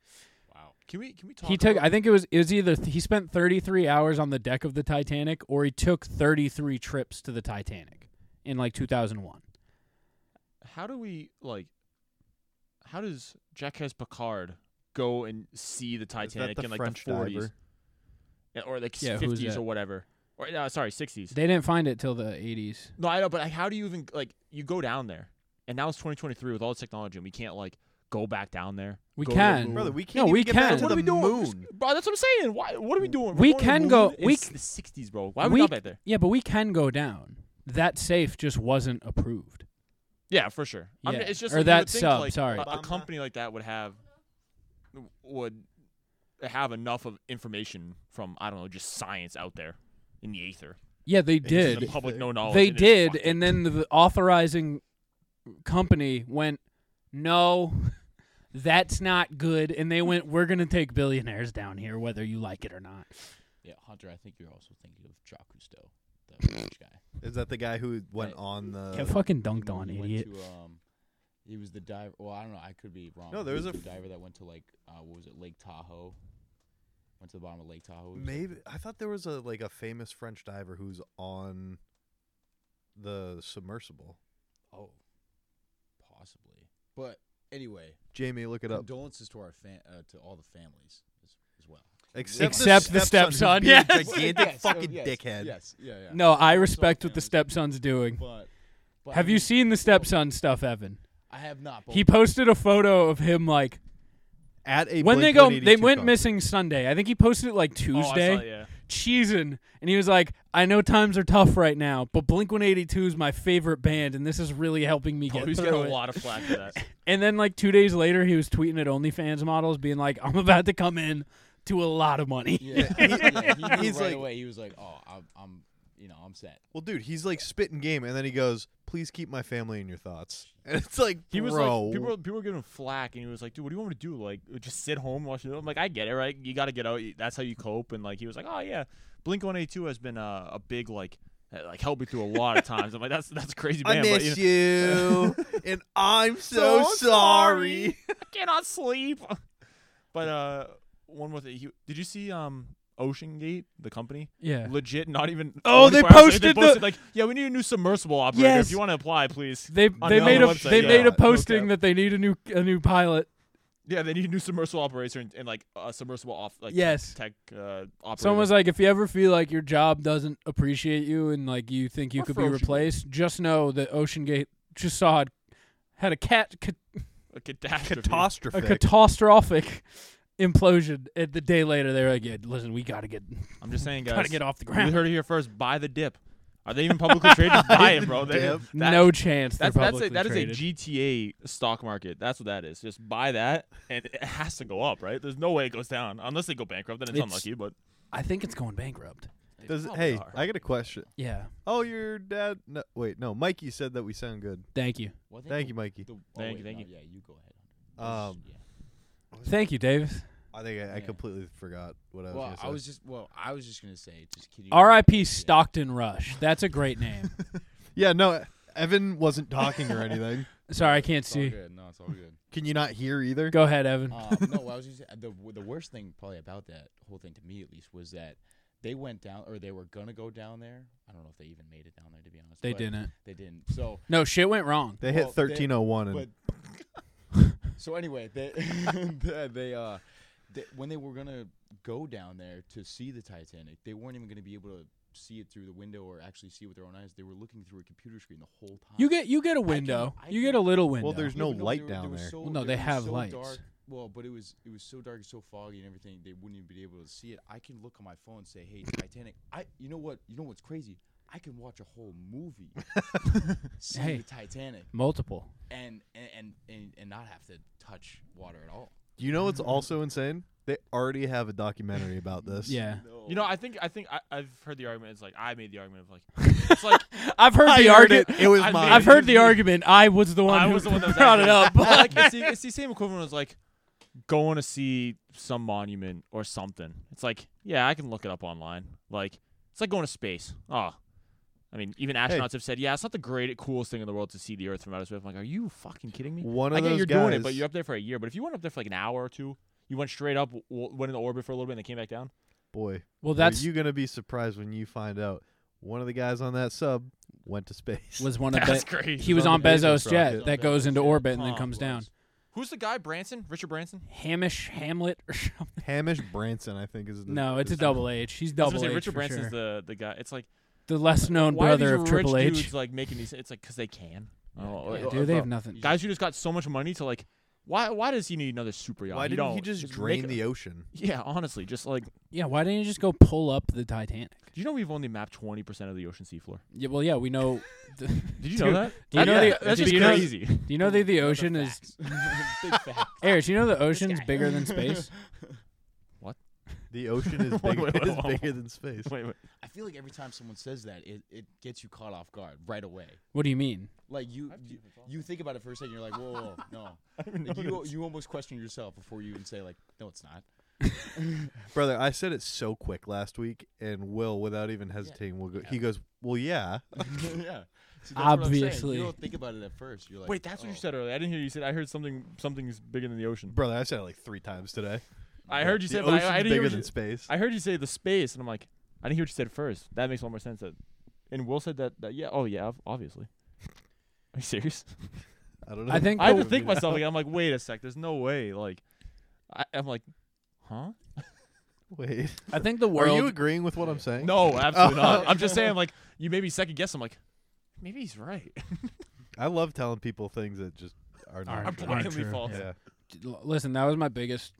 Speaker 7: Wow. Can we? Can we talk?
Speaker 5: He took
Speaker 7: about-
Speaker 5: I think it was it was either he spent 33 hours on the deck of the Titanic or he took 33 trips to the Titanic in like 2001.
Speaker 7: how do we like? How does Jacques Picard go and see the
Speaker 4: Is that
Speaker 7: Titanic
Speaker 4: the
Speaker 7: in like
Speaker 4: French
Speaker 7: the 40s
Speaker 4: diver?
Speaker 7: Yeah, or like
Speaker 5: Yeah, who was
Speaker 7: 50s
Speaker 5: that?
Speaker 7: or whatever? Or no, sorry, 60s.
Speaker 5: They didn't find it till the 80s.
Speaker 7: No, I know, but like, how do you even like you go down there? And now it's 2023 with all this technology, and we can't like go back down there.
Speaker 5: We
Speaker 7: go to the
Speaker 5: can.
Speaker 7: moon.
Speaker 4: Brother, we can't.
Speaker 5: we
Speaker 4: even get back
Speaker 5: can.
Speaker 4: to
Speaker 7: What are we
Speaker 4: the
Speaker 7: doing? We're just-
Speaker 4: Moon.
Speaker 7: bro? That's what I'm saying. Why? What are we doing? We're
Speaker 5: We
Speaker 7: going to the
Speaker 5: can
Speaker 7: moon?
Speaker 5: go- we
Speaker 7: It's
Speaker 5: c-
Speaker 7: the 60s, bro. Why are we,
Speaker 5: We
Speaker 7: not
Speaker 5: c-
Speaker 7: back there?
Speaker 5: Yeah, but we can go down. That safe just wasn't approved.
Speaker 7: Yeah, for sure. I mean,
Speaker 5: Yeah.
Speaker 7: it's just
Speaker 5: Or
Speaker 7: like, you
Speaker 5: that
Speaker 7: would think,
Speaker 5: sub,
Speaker 7: like,
Speaker 5: sorry.
Speaker 7: a, a company like that would have would have enough of information from I don't know, just science out there in the aether.
Speaker 5: Yeah, they
Speaker 7: Just
Speaker 5: did.
Speaker 7: the public no knowledge.
Speaker 5: They
Speaker 7: and
Speaker 5: did,
Speaker 7: fucked
Speaker 5: and
Speaker 7: it.
Speaker 5: then the authorizing company went, "No, that's not good." And they went, "We're gonna take billionaires down here, whether you like it or not."
Speaker 6: yeah, Cousteau, I think you're also thinking of Jacques Cousteau, the French guy.
Speaker 4: Is that the guy who went
Speaker 6: Right.
Speaker 4: on the?
Speaker 5: Get fucking dunked on,
Speaker 6: he
Speaker 5: idiot.
Speaker 6: Went to, um, he was the diver. Well, I don't know. I could be wrong.
Speaker 4: No,
Speaker 6: but
Speaker 4: there
Speaker 6: he
Speaker 4: was a
Speaker 6: the
Speaker 4: f-
Speaker 6: diver that went to like uh, what was it, Lake Tahoe? Went to the bottom of Lake Tahoe. It was, like,
Speaker 4: Maybe I thought there was a like a famous French diver who's on the submersible.
Speaker 6: oh, possibly. But anyway,
Speaker 4: Jamie, look it up.
Speaker 6: condolences to our fan, uh, to all the families as, as well.
Speaker 5: Except the stepson,
Speaker 4: who's being a
Speaker 5: yes.
Speaker 7: Oh,
Speaker 4: gigantic
Speaker 6: Yes,
Speaker 4: fucking
Speaker 6: yes,
Speaker 4: dickhead.
Speaker 6: Yes, yeah,
Speaker 7: uh,
Speaker 6: yeah.
Speaker 5: No, I
Speaker 6: It's all
Speaker 5: respect what the
Speaker 6: families,
Speaker 5: stepson's doing.
Speaker 6: But, but
Speaker 5: Have
Speaker 6: I
Speaker 5: you
Speaker 6: mean,
Speaker 5: seen the stepson stuff, Evan?
Speaker 6: I have not. But
Speaker 5: He posted a photo of him like
Speaker 4: At a
Speaker 5: when they go, they
Speaker 4: Blink-182
Speaker 5: went
Speaker 4: concert.
Speaker 5: missing Sunday. I think he posted it like
Speaker 7: Oh, I saw
Speaker 5: Tuesday.
Speaker 7: it, yeah.
Speaker 5: cheesing and he was like i know times are tough right now but blink 182 is my favorite band and this is really helping me get
Speaker 7: Oh, he's
Speaker 5: through
Speaker 7: getting a
Speaker 5: it."
Speaker 7: lot of flack for that.
Speaker 5: and then like two days later he was tweeting at onlyfans models being like i'm about to come in to a lot of money
Speaker 6: yeah, yeah, he knew
Speaker 4: he's
Speaker 6: right
Speaker 4: like-
Speaker 6: away. He was like, "Oh, I'm, I'm, you know, I'm set."
Speaker 4: Well, dude, he's like spitting game, and then he goes, "Please keep my family in your thoughts." And it's like,
Speaker 7: He was
Speaker 4: bro,
Speaker 7: like, people were, people were giving him flack, and he was like, "Dude, what do you want me to do? Like, just sit home and watch?" it?" I'm like, "I get it, right? You got to get out. you- That's how you cope." And like, he was like, "Oh yeah, Blink One Eight Two has been uh, a big like, uh, like helped me through a lot of times." I'm like, "That's that's a crazy,
Speaker 4: I
Speaker 7: man." but,
Speaker 4: miss
Speaker 7: you, know,
Speaker 4: you, and I'm so,
Speaker 7: So
Speaker 4: sorry.
Speaker 7: I cannot sleep. but uh, one more thing. He, did you see um Ocean Gate, the company?
Speaker 5: yeah
Speaker 7: Legit, not even.
Speaker 5: Oh, they
Speaker 7: 24 hours later,
Speaker 5: posted the-
Speaker 7: they posted like, yeah, we need a new submersible operator.
Speaker 5: Yes.
Speaker 7: If you want to apply, please.
Speaker 5: they
Speaker 7: On
Speaker 5: they
Speaker 7: the
Speaker 5: made a
Speaker 7: website,
Speaker 5: they
Speaker 7: yeah.
Speaker 5: made a
Speaker 7: No
Speaker 5: posting
Speaker 7: cap.
Speaker 5: that they need a new a new pilot
Speaker 7: Yeah, they need a new submersible operator and, and like a submersible off like
Speaker 5: Yes.
Speaker 7: tech uh, operator.
Speaker 5: someone was like if you ever feel like your job doesn't appreciate you and like you think you
Speaker 7: Or
Speaker 5: could
Speaker 7: for
Speaker 5: be
Speaker 7: Ocean Gate.
Speaker 5: replaced just know that ocean gate just saw it had a cat cat
Speaker 7: a catastrophe.
Speaker 5: a
Speaker 4: Catastrophic.
Speaker 5: catastrophic implosion. And the day later, they were like, "Yeah, listen, we gotta get
Speaker 7: I'm just saying, guys.
Speaker 5: gotta get off the
Speaker 7: You
Speaker 5: ground.
Speaker 7: heard it here first. Buy the dip. Are they even publicly traded? Buy it, bro. They-
Speaker 4: Dip.
Speaker 7: that-
Speaker 5: no chance."
Speaker 7: That's
Speaker 5: they're
Speaker 7: that's a,
Speaker 5: publicly
Speaker 7: that is
Speaker 5: traded.
Speaker 7: a GTA stock market. That's what that is. Just buy that, and it has to go up, right? There's no way it goes down unless they go bankrupt. Then it's,
Speaker 5: It's-
Speaker 7: unlucky. But
Speaker 5: I think it's going bankrupt. They
Speaker 4: Does
Speaker 7: probably
Speaker 4: hey,
Speaker 7: are.
Speaker 4: I got a question.
Speaker 5: Yeah.
Speaker 4: Oh, your dad? No, wait, no. Mikey said that we sound good.
Speaker 5: Thank you.
Speaker 6: Well, I think
Speaker 4: Thank
Speaker 6: the-
Speaker 4: you, Mikey.
Speaker 6: the- oh,
Speaker 7: Thank
Speaker 6: wait,
Speaker 7: you, thank
Speaker 6: no,
Speaker 7: you.
Speaker 6: Yeah, you go ahead.
Speaker 4: Um,
Speaker 6: yeah.
Speaker 5: Thank you, Davis.
Speaker 4: I think I, I
Speaker 6: Yeah.
Speaker 4: completely forgot what I was.
Speaker 6: Well,
Speaker 4: gonna say.
Speaker 6: I was just well, I was just gonna say, just kidding.
Speaker 5: R.I.P. Stockton Rush. That's a great name.
Speaker 4: Yeah, no. Evan wasn't talking or anything.
Speaker 5: Sorry, I can't
Speaker 6: It's all
Speaker 5: see.
Speaker 6: good. No, it's all good.
Speaker 4: Can you not hear either?
Speaker 5: Go ahead, Evan.
Speaker 6: um, no, I was just the the worst thing probably about that whole thing to me at least was that they went down or they were gonna go down there. I don't know if they even made it down there to be honest.
Speaker 5: they
Speaker 6: but
Speaker 5: didn't.
Speaker 6: They didn't. So,
Speaker 5: No, shit went wrong.
Speaker 4: They hit
Speaker 6: Well, they-
Speaker 4: thirteen oh one and
Speaker 6: but so anyway, they they- they uh they, when they were gonna go down there to see the Titanic, they weren't even gonna be able to see it through the window or actually see it with their own eyes. They were looking through a computer screen the whole time.
Speaker 5: You get you get a window.
Speaker 6: I
Speaker 5: You get
Speaker 6: can't-
Speaker 5: a little window.
Speaker 4: there's- no
Speaker 6: but
Speaker 4: light
Speaker 6: they
Speaker 4: down
Speaker 6: they
Speaker 4: there.
Speaker 6: So,
Speaker 5: Well, no, they
Speaker 6: were
Speaker 5: have
Speaker 6: so
Speaker 5: lights.
Speaker 6: Dark. Well, but it was it was so dark, and so foggy, and everything. They wouldn't even be able to see it. I can look on my phone and say, "Hey, Titanic." I, you know what? You know what's crazy? I can watch a whole movie, see
Speaker 5: Hey.
Speaker 6: the Titanic,
Speaker 5: multiple.
Speaker 6: and and, and and and not have to touch water at all.
Speaker 4: you know what's also insane? They already have a documentary about this.
Speaker 5: Yeah.
Speaker 7: You know, I think I think I, I've heard the argument. It's like I made the argument of like it's like
Speaker 5: I've heard the argument.
Speaker 4: It was
Speaker 7: I
Speaker 4: mine.
Speaker 7: mean-
Speaker 5: I've heard the argument. I was the one.
Speaker 7: I
Speaker 5: who
Speaker 7: was the one that was
Speaker 5: brought it up.
Speaker 7: But like it's the, it's the same equivalent as like going to see some monument or something. It's like yeah, I can look it up online. Like it's like going to space. Oh. I mean, even astronauts have said, "Yeah, it's not the great, coolest thing in the world to see the Earth from outer space." I'm like, "Are you fucking kidding me?"
Speaker 4: One of
Speaker 7: I get
Speaker 4: those
Speaker 7: you're doing it, but
Speaker 4: guys-
Speaker 7: you're up there for a year. But if you went up there for like an hour or two, you went straight up, w- w- went into orbit for a little bit, and then came back down.
Speaker 4: Boy,
Speaker 5: Well,
Speaker 4: that's
Speaker 5: that's
Speaker 4: you gonna be surprised when you find out one of the guys on that sub went to space.
Speaker 5: was one of
Speaker 7: That's
Speaker 5: the.
Speaker 7: crazy.
Speaker 5: He was
Speaker 4: From
Speaker 5: on
Speaker 4: the Bezos
Speaker 5: Bezos jet
Speaker 4: rocket.
Speaker 5: that goes into
Speaker 6: Bezos jet.
Speaker 5: orbit and then
Speaker 7: Oh,
Speaker 5: comes down.
Speaker 7: Who's the guy? Branson? Richard Branson?
Speaker 5: Hamish Hamlet or something.
Speaker 4: Hamish Branson, I think, is the,
Speaker 5: No, it's a
Speaker 4: is-
Speaker 5: double H.
Speaker 7: I
Speaker 5: He's
Speaker 7: was
Speaker 5: double
Speaker 7: gonna say
Speaker 5: H
Speaker 7: Richard
Speaker 5: for
Speaker 7: Branson's
Speaker 5: sure.
Speaker 7: the the guy. It's like
Speaker 5: the less known
Speaker 7: why are
Speaker 5: brother
Speaker 7: these
Speaker 5: of Triple
Speaker 7: rich
Speaker 5: H.
Speaker 7: Dudes, like making these. It's like because they can. Oh,
Speaker 5: Yeah,
Speaker 7: oh,
Speaker 5: dude,
Speaker 7: oh,
Speaker 5: they
Speaker 7: bro.
Speaker 5: have nothing.
Speaker 7: guys who just got so much money to like. Why? Why does he need another super yacht?
Speaker 4: Why
Speaker 7: You
Speaker 4: didn't he
Speaker 7: don't.
Speaker 4: just,
Speaker 7: make
Speaker 4: drain
Speaker 7: a-
Speaker 4: the ocean?
Speaker 7: Yeah, honestly, just like. Do
Speaker 5: Yeah, why didn't you just go pull up the Titanic?
Speaker 7: you know we've only mapped twenty percent of the ocean seafloor?
Speaker 5: Yeah, well, yeah, we know. Did
Speaker 7: Did you know that?
Speaker 5: Do you know
Speaker 7: Yeah,
Speaker 5: the,
Speaker 7: that's
Speaker 5: do
Speaker 7: just
Speaker 5: you know-
Speaker 7: crazy.
Speaker 5: do you know that the ocean is?
Speaker 6: Big fact.
Speaker 5: Eric, do you know the ocean's
Speaker 6: guy.
Speaker 5: bigger than space?
Speaker 4: The ocean is
Speaker 7: Wait,
Speaker 4: bigger,
Speaker 7: wait,
Speaker 4: is
Speaker 7: wait, wait.
Speaker 4: bigger than space.
Speaker 7: wait, wait.
Speaker 6: I feel like every time someone says that, it, it gets you caught off guard right away.
Speaker 5: What do you mean?
Speaker 6: Like you, you, you think about it for a second, you're like, whoa, whoa, whoa, no. Like, you, you almost question yourself before you even say like, no, it's not.
Speaker 4: Brother, I said it so quick last week, and Will, without even hesitating, will go, he goes, "Well, yeah."
Speaker 6: yeah. See, that's what I'm saying.
Speaker 5: Obviously.
Speaker 6: you don't think about it at first. You're like,
Speaker 7: Wait, that's what you
Speaker 6: oh.
Speaker 7: said earlier. I didn't hear you said. I heard something. Something's bigger than the ocean.
Speaker 4: Brother, I said it like three times today.
Speaker 7: I heard you
Speaker 4: the
Speaker 7: say. but
Speaker 4: ocean's
Speaker 7: I, I didn't hear
Speaker 4: bigger
Speaker 7: what
Speaker 4: than
Speaker 7: you-
Speaker 4: space.
Speaker 7: I heard you say the space, and I'm like, I didn't hear what you said first. That makes a lot more sense. That, and Will said that. that yeah. Oh yeah. ob- Obviously. Are you serious?
Speaker 4: I don't know.
Speaker 5: I think
Speaker 7: I had
Speaker 5: the-
Speaker 7: to think myself. Like, I'm like, wait a sec. There's no way. Like, I, I'm like, huh?
Speaker 4: Wait,
Speaker 5: I think the
Speaker 4: are
Speaker 5: world.
Speaker 4: you agreeing with what I'm saying?
Speaker 7: No, absolutely not. I'm just saying. Like, you maybe second guess. I'm like, maybe he's right.
Speaker 4: I love telling people things that just are
Speaker 5: Aren't
Speaker 4: not.
Speaker 7: I'm
Speaker 5: true.
Speaker 7: blindly
Speaker 5: Aren't
Speaker 7: false.
Speaker 4: Yeah.
Speaker 5: L- listen, that was my biggest.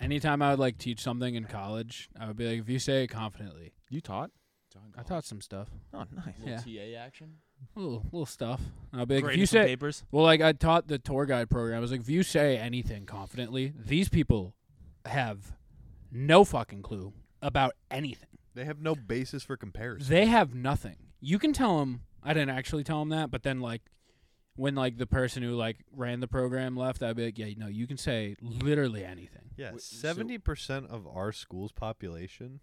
Speaker 5: Anytime I would like teach something in college, I would be like, if you say it confidently,
Speaker 7: You taught?
Speaker 6: John
Speaker 5: I
Speaker 6: Goff,
Speaker 5: taught some stuff,
Speaker 7: Oh, nice.
Speaker 5: yeah.
Speaker 6: little TA action.
Speaker 5: little little stuff. And I'll be like, if
Speaker 7: Graded
Speaker 5: you
Speaker 7: some
Speaker 5: say,
Speaker 7: papers.
Speaker 5: well, like I taught the tour guide program. I was like, if you say anything confidently, these people have no fucking clue about anything.
Speaker 4: They have no basis for comparison.
Speaker 5: They have nothing. You can tell them. I didn't actually tell them that, but then like when like the person who like ran the program left, I'd be like, yeah, no, you can say literally anything.
Speaker 4: yeah,
Speaker 6: Wait, so-
Speaker 4: seventy percent of our school's population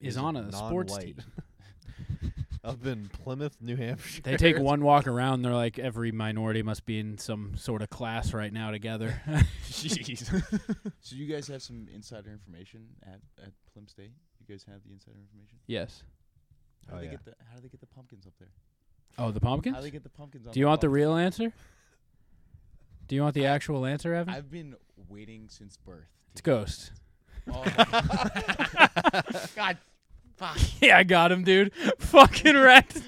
Speaker 5: Is
Speaker 4: Is
Speaker 5: on a sports team.
Speaker 4: non-white. up in Plymouth, New Hampshire.
Speaker 5: They take one walk around. They're like, every minority must be in some sort of class right now together.
Speaker 7: Jeez.
Speaker 6: So you guys have some insider information at at Plymouth State. You guys have the insider information.
Speaker 5: yes.
Speaker 6: How
Speaker 4: Oh,
Speaker 6: do they
Speaker 4: yeah.
Speaker 6: get the How do they get the pumpkins up there?
Speaker 5: Oh, the
Speaker 6: How do
Speaker 5: pumpkins.
Speaker 6: they get the pumpkins? on
Speaker 5: Do you want the
Speaker 6: bus?
Speaker 5: real answer? Do you want the actual answer, Evan?
Speaker 6: I've been waiting since birth.
Speaker 5: it's ghosts.
Speaker 6: Oh, God.
Speaker 5: yeah, I got him, dude. fucking wrecked.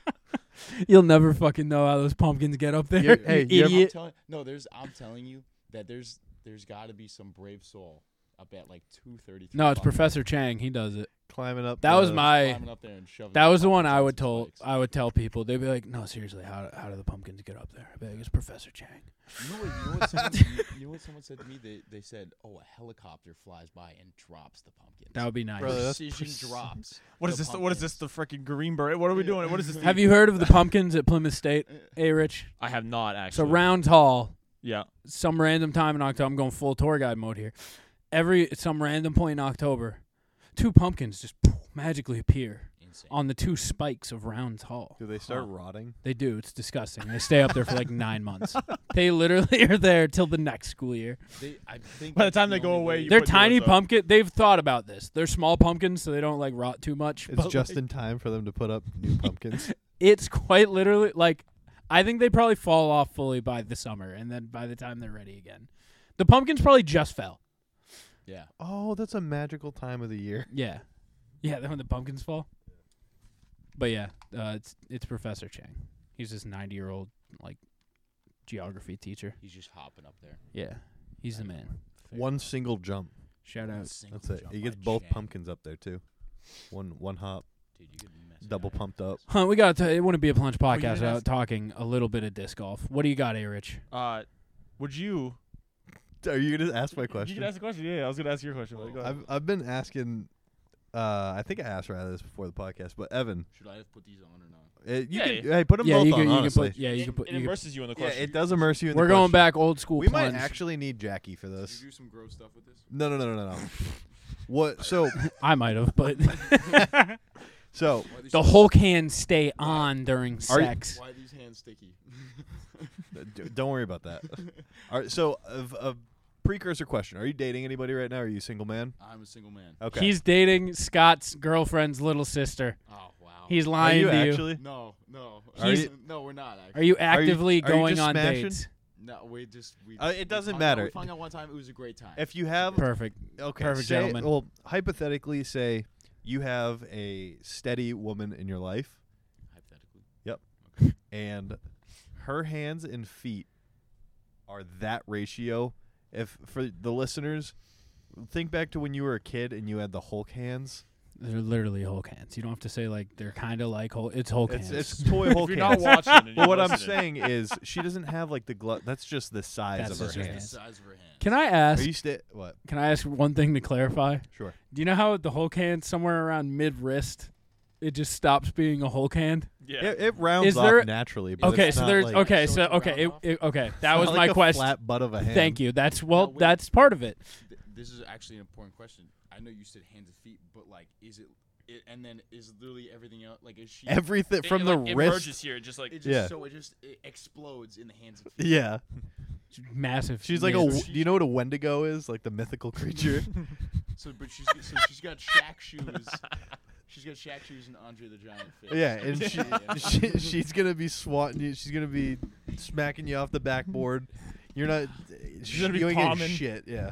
Speaker 5: You'll never fucking know how those pumpkins get up there.
Speaker 4: You're- hey,
Speaker 5: you
Speaker 4: you're-
Speaker 5: idiot.
Speaker 6: no, there's. I'm telling you that there's there's got to be some brave soul up at like two thirty.
Speaker 5: No, it's Professor Chang. He does it.
Speaker 4: climbing up.
Speaker 5: That was
Speaker 4: the-
Speaker 5: my
Speaker 6: climbing up there and shoving
Speaker 5: that
Speaker 6: your
Speaker 5: was the
Speaker 6: fucking
Speaker 5: one I
Speaker 6: tits
Speaker 5: would
Speaker 6: in his
Speaker 5: told
Speaker 6: legs.
Speaker 5: I would tell people. They'd be like, "No, seriously, how how do the pumpkins get up there?" I'd be like, "It's Professor Chang."
Speaker 6: You know what? You know what, someone, you, you know what someone said to me? They, they said, "Oh, a helicopter flies by and drops the pumpkins."
Speaker 5: That would be nice.
Speaker 4: Brother, that's
Speaker 6: precision
Speaker 4: preci-
Speaker 6: drops.
Speaker 7: What is
Speaker 6: the
Speaker 7: this? the- What is this?
Speaker 6: pumpkins.
Speaker 7: The freaking Green Beret? What are we doing? What is this?
Speaker 5: Have you heard of the pumpkins at Plymouth State? Hey, Rich.
Speaker 7: I have not actually.
Speaker 5: So Round Hall,
Speaker 7: Yeah.
Speaker 5: some random time in October. I'm going full tour guide mode here. Every some random point in October, two pumpkins just magically appear
Speaker 6: Insane.
Speaker 5: on the two spikes of Rounds Hall.
Speaker 4: Do they start rotting?
Speaker 5: They do. It's disgusting. They stay up there for like nine months. They literally are there till the next school year.
Speaker 6: They, I think
Speaker 7: By the
Speaker 6: that's
Speaker 7: time they go
Speaker 6: only
Speaker 7: away,
Speaker 6: way-
Speaker 7: you
Speaker 5: They're
Speaker 7: put new
Speaker 5: tiny
Speaker 4: uh,
Speaker 7: ones up.
Speaker 5: pumpkin. They've thought about this. They're small pumpkins, so they don't like rot too much.
Speaker 4: It's
Speaker 5: but,
Speaker 4: just
Speaker 5: like,
Speaker 4: in time for them to put up new pumpkins.
Speaker 5: it's quite literally like I think they probably fall off fully by the summer, and then by the time they're ready again, the pumpkins probably just fell.
Speaker 6: yeah.
Speaker 4: oh, that's a magical time of the year.
Speaker 5: Yeah, yeah. Then when the pumpkins fall. But yeah, uh, it's it's Professor Chang. He's this ninety year old like geography teacher.
Speaker 6: He's just hopping up there.
Speaker 5: Yeah, he's the man.
Speaker 4: One single jump.
Speaker 5: Shout out.
Speaker 6: Single
Speaker 4: That's it.
Speaker 6: jump
Speaker 4: He
Speaker 6: by
Speaker 4: gets both
Speaker 6: Shaq.
Speaker 4: pumpkins up there too. One one hop,
Speaker 6: Dude, you could mess it
Speaker 4: double
Speaker 6: up.
Speaker 4: pumped up.
Speaker 5: Huh, we got to, it wouldn't be a
Speaker 4: Oh,
Speaker 5: plunge
Speaker 7: you
Speaker 5: podcast
Speaker 7: didn't
Speaker 5: without
Speaker 7: ask-
Speaker 5: talking a little bit of disc golf. What do you got, A Rich?
Speaker 7: Uh, would you?
Speaker 4: Are you gonna ask my
Speaker 7: You
Speaker 4: question?
Speaker 7: can ask a question. Yeah, I was gonna ask your question. but go ahead.
Speaker 4: I've I've been asking. Uh, I think I asked rather this before the podcast, but Evan,
Speaker 6: Should I have put these on or not?
Speaker 4: it, you
Speaker 7: Yeah,
Speaker 4: can,
Speaker 7: yeah.
Speaker 4: hey, put them
Speaker 5: yeah,
Speaker 4: both
Speaker 5: you
Speaker 4: on.
Speaker 5: could, you could
Speaker 4: honestly,
Speaker 5: put. Yeah, you could put.
Speaker 7: it
Speaker 5: You could,
Speaker 7: immerses you in the
Speaker 4: yeah,
Speaker 7: question.
Speaker 4: it does immerse you in.
Speaker 5: we're
Speaker 4: the
Speaker 5: going
Speaker 4: question.
Speaker 5: back old school.
Speaker 4: We might
Speaker 5: plunge.
Speaker 4: actually need Jackie for this.
Speaker 6: do some gross stuff with this?
Speaker 4: No, no, no, no, no. no. what? So,
Speaker 5: I might have, but
Speaker 4: so
Speaker 5: the whole can stay on during sex.
Speaker 6: Why are these hands sticky?
Speaker 4: Uh, d- Don't worry about that. All right. So, a, a precursor question: Are you dating anybody right now? Are you a single man?
Speaker 6: I'm a single man.
Speaker 4: Okay.
Speaker 5: He's dating Scott's girlfriend's little sister.
Speaker 6: Oh wow.
Speaker 5: He's
Speaker 4: Are
Speaker 5: lying
Speaker 4: you
Speaker 5: to
Speaker 4: actually?
Speaker 6: no, no,
Speaker 4: Are
Speaker 6: Uh,
Speaker 4: you-
Speaker 6: no. We're not. Actually.
Speaker 5: Are you actively
Speaker 4: are you
Speaker 5: going
Speaker 4: just
Speaker 5: on
Speaker 4: smashing?
Speaker 5: dates?
Speaker 6: No, we just we.
Speaker 4: Uh, it
Speaker 6: we
Speaker 4: doesn't
Speaker 6: hung out-
Speaker 4: matter.
Speaker 6: We hung out one time. It was a great time.
Speaker 4: If you have
Speaker 5: Perfect.
Speaker 4: okay,
Speaker 5: perfect
Speaker 4: say-
Speaker 5: gentleman.
Speaker 4: Well, hypothetically, say you have a steady woman in your life,
Speaker 6: hypothetically,
Speaker 4: and her hands and feet are that ratio. If for the listeners, think back to when you were a kid and you had the Hulk hands.
Speaker 5: They're literally Hulk hands. You don't have to say like they're kind of like Hulk. It's Hulk
Speaker 4: It's
Speaker 5: hands.
Speaker 4: it's toy Hulk
Speaker 7: If you're not
Speaker 4: hands.
Speaker 7: watching, and
Speaker 4: But
Speaker 7: you're
Speaker 4: what I'm
Speaker 7: listening,
Speaker 4: saying is, she doesn't have like the glove. That's just the size
Speaker 5: That's
Speaker 4: of
Speaker 5: just
Speaker 4: her
Speaker 5: her
Speaker 4: hands.
Speaker 6: the
Speaker 5: hands.
Speaker 6: size of her hand.
Speaker 5: Can I
Speaker 4: Are
Speaker 5: ask?
Speaker 4: you sta- what?
Speaker 5: Can I ask one thing to clarify?
Speaker 4: Sure.
Speaker 5: Do you know how the Hulk hand somewhere around mid wrist, it just stops being a Hulk hand?
Speaker 7: yeah,
Speaker 4: It, it rounds
Speaker 5: Is there-
Speaker 4: off naturally. But
Speaker 5: Okay,
Speaker 4: it's
Speaker 5: so
Speaker 4: not
Speaker 5: there's
Speaker 4: like,
Speaker 5: okay,
Speaker 6: so
Speaker 5: so
Speaker 6: it's a
Speaker 5: okay, it,
Speaker 6: round
Speaker 5: it- okay.
Speaker 4: it's
Speaker 5: That
Speaker 4: not
Speaker 5: was
Speaker 4: like
Speaker 5: my
Speaker 4: a
Speaker 5: question.
Speaker 4: Flat butt of a hand.
Speaker 5: Thank you. That's well,
Speaker 6: wait.
Speaker 5: that's part of it.
Speaker 6: Th- this is actually an important question. I know you said hands and feet, but like, is it? it and then is literally everything else like is she?
Speaker 4: Everything
Speaker 7: It,
Speaker 4: from
Speaker 7: like,
Speaker 4: the
Speaker 7: it
Speaker 4: wrist.
Speaker 7: merges here. Just like
Speaker 6: It just,
Speaker 4: Yeah.
Speaker 6: So it just it explodes in the hands and feet.
Speaker 4: Yeah,
Speaker 5: Massive.
Speaker 4: she's like a.
Speaker 5: nips.
Speaker 4: w- Do you know what a Wendigo is? Like the mythical creature.
Speaker 6: So, but she's so she's got Shaq shoes. She's got Shaq shoes and Andre the Giant. Face.
Speaker 4: yeah, and she,
Speaker 6: Yeah.
Speaker 4: she she's gonna be swatting you. She's gonna be smacking you off the backboard. You're not. She's
Speaker 7: gonna be
Speaker 4: you ain't getting
Speaker 7: palming.
Speaker 4: shit. Yeah.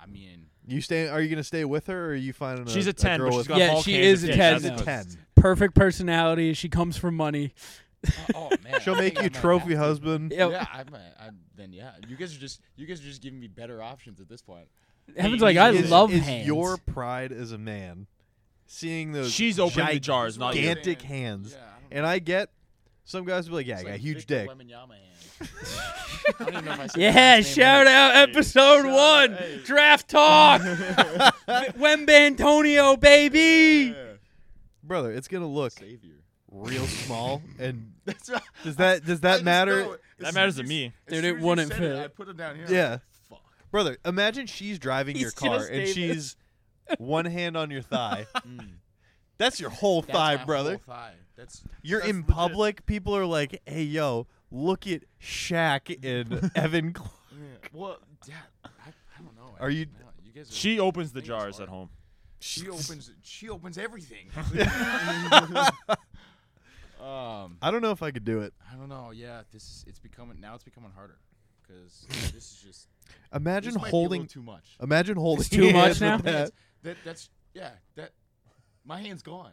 Speaker 6: I mean,
Speaker 4: You stay. Are you gonna stay with her, or are you finding?
Speaker 7: she's
Speaker 4: a,
Speaker 7: a ten,
Speaker 4: girl
Speaker 7: but she's
Speaker 4: with-
Speaker 7: got
Speaker 5: Yeah,
Speaker 7: Hulk
Speaker 5: she
Speaker 7: hands
Speaker 5: is
Speaker 7: and
Speaker 5: a
Speaker 7: feet.
Speaker 5: 10.
Speaker 7: That's
Speaker 4: She's a
Speaker 7: what-
Speaker 4: ten.
Speaker 5: perfect personality. She comes for money.
Speaker 6: oh, oh, man,
Speaker 4: She'll
Speaker 6: I
Speaker 4: make
Speaker 6: think I
Speaker 4: you
Speaker 6: might
Speaker 4: trophy
Speaker 6: have to-
Speaker 4: husband.
Speaker 5: Yeah,
Speaker 6: Yeah, I might. I, then yeah, you guys are just you guys are just giving me better options at this point.
Speaker 5: Heaven's
Speaker 7: Hey,
Speaker 5: like I
Speaker 4: is,
Speaker 5: love
Speaker 4: is
Speaker 5: hands.
Speaker 4: your pride as a man seeing those
Speaker 7: She's opening the jars, not you.
Speaker 4: gigantic hands
Speaker 6: Yeah, I don't-
Speaker 4: and i get some guys will be like yeah
Speaker 6: it's
Speaker 4: i got
Speaker 6: like
Speaker 4: a huge
Speaker 6: Victor
Speaker 4: dick
Speaker 6: Wembanyama hands. I don't even know if I said his
Speaker 5: yeah,
Speaker 6: last name
Speaker 5: shout
Speaker 6: right.
Speaker 5: out episode
Speaker 6: Shout
Speaker 5: one,
Speaker 6: out, hey.
Speaker 5: draft talk, Wembantonio baby.
Speaker 6: Yeah,
Speaker 4: brother it's gonna look
Speaker 6: Savior.
Speaker 4: real small and
Speaker 6: That's right.
Speaker 4: does that does that matter
Speaker 7: That matters to me.
Speaker 5: Dude, it wouldn't fit.
Speaker 6: I put him down here.
Speaker 4: Yeah.
Speaker 6: I'm like, Fuck.
Speaker 4: brother imagine she's driving your
Speaker 5: He's gonna
Speaker 4: car and
Speaker 5: stay
Speaker 4: she's one hand on your thigh that's your whole
Speaker 6: Mm. That's my
Speaker 4: thigh
Speaker 6: whole
Speaker 4: brother
Speaker 6: Thigh. That's
Speaker 4: you're
Speaker 7: That's
Speaker 4: in
Speaker 7: legit.
Speaker 4: public people are like hey yo look at Shaq and evan Clark.
Speaker 6: yeah. well. Yeah, I, I don't know.
Speaker 4: Are you-
Speaker 6: I don't know. You guys are,
Speaker 7: She opens the
Speaker 6: Things
Speaker 7: jars
Speaker 6: are-
Speaker 7: at home.
Speaker 6: She opens. She opens everything. um,
Speaker 4: i don't know if i could do it
Speaker 6: I don't know. Yeah, this is. It's becoming now. It's becoming harder because this is just.
Speaker 4: imagine
Speaker 6: this might be a
Speaker 4: holding
Speaker 6: little too much.
Speaker 4: Imagine holding
Speaker 5: too much
Speaker 4: hands with
Speaker 5: now?
Speaker 4: that.
Speaker 6: That that's yeah. That my hand's gone.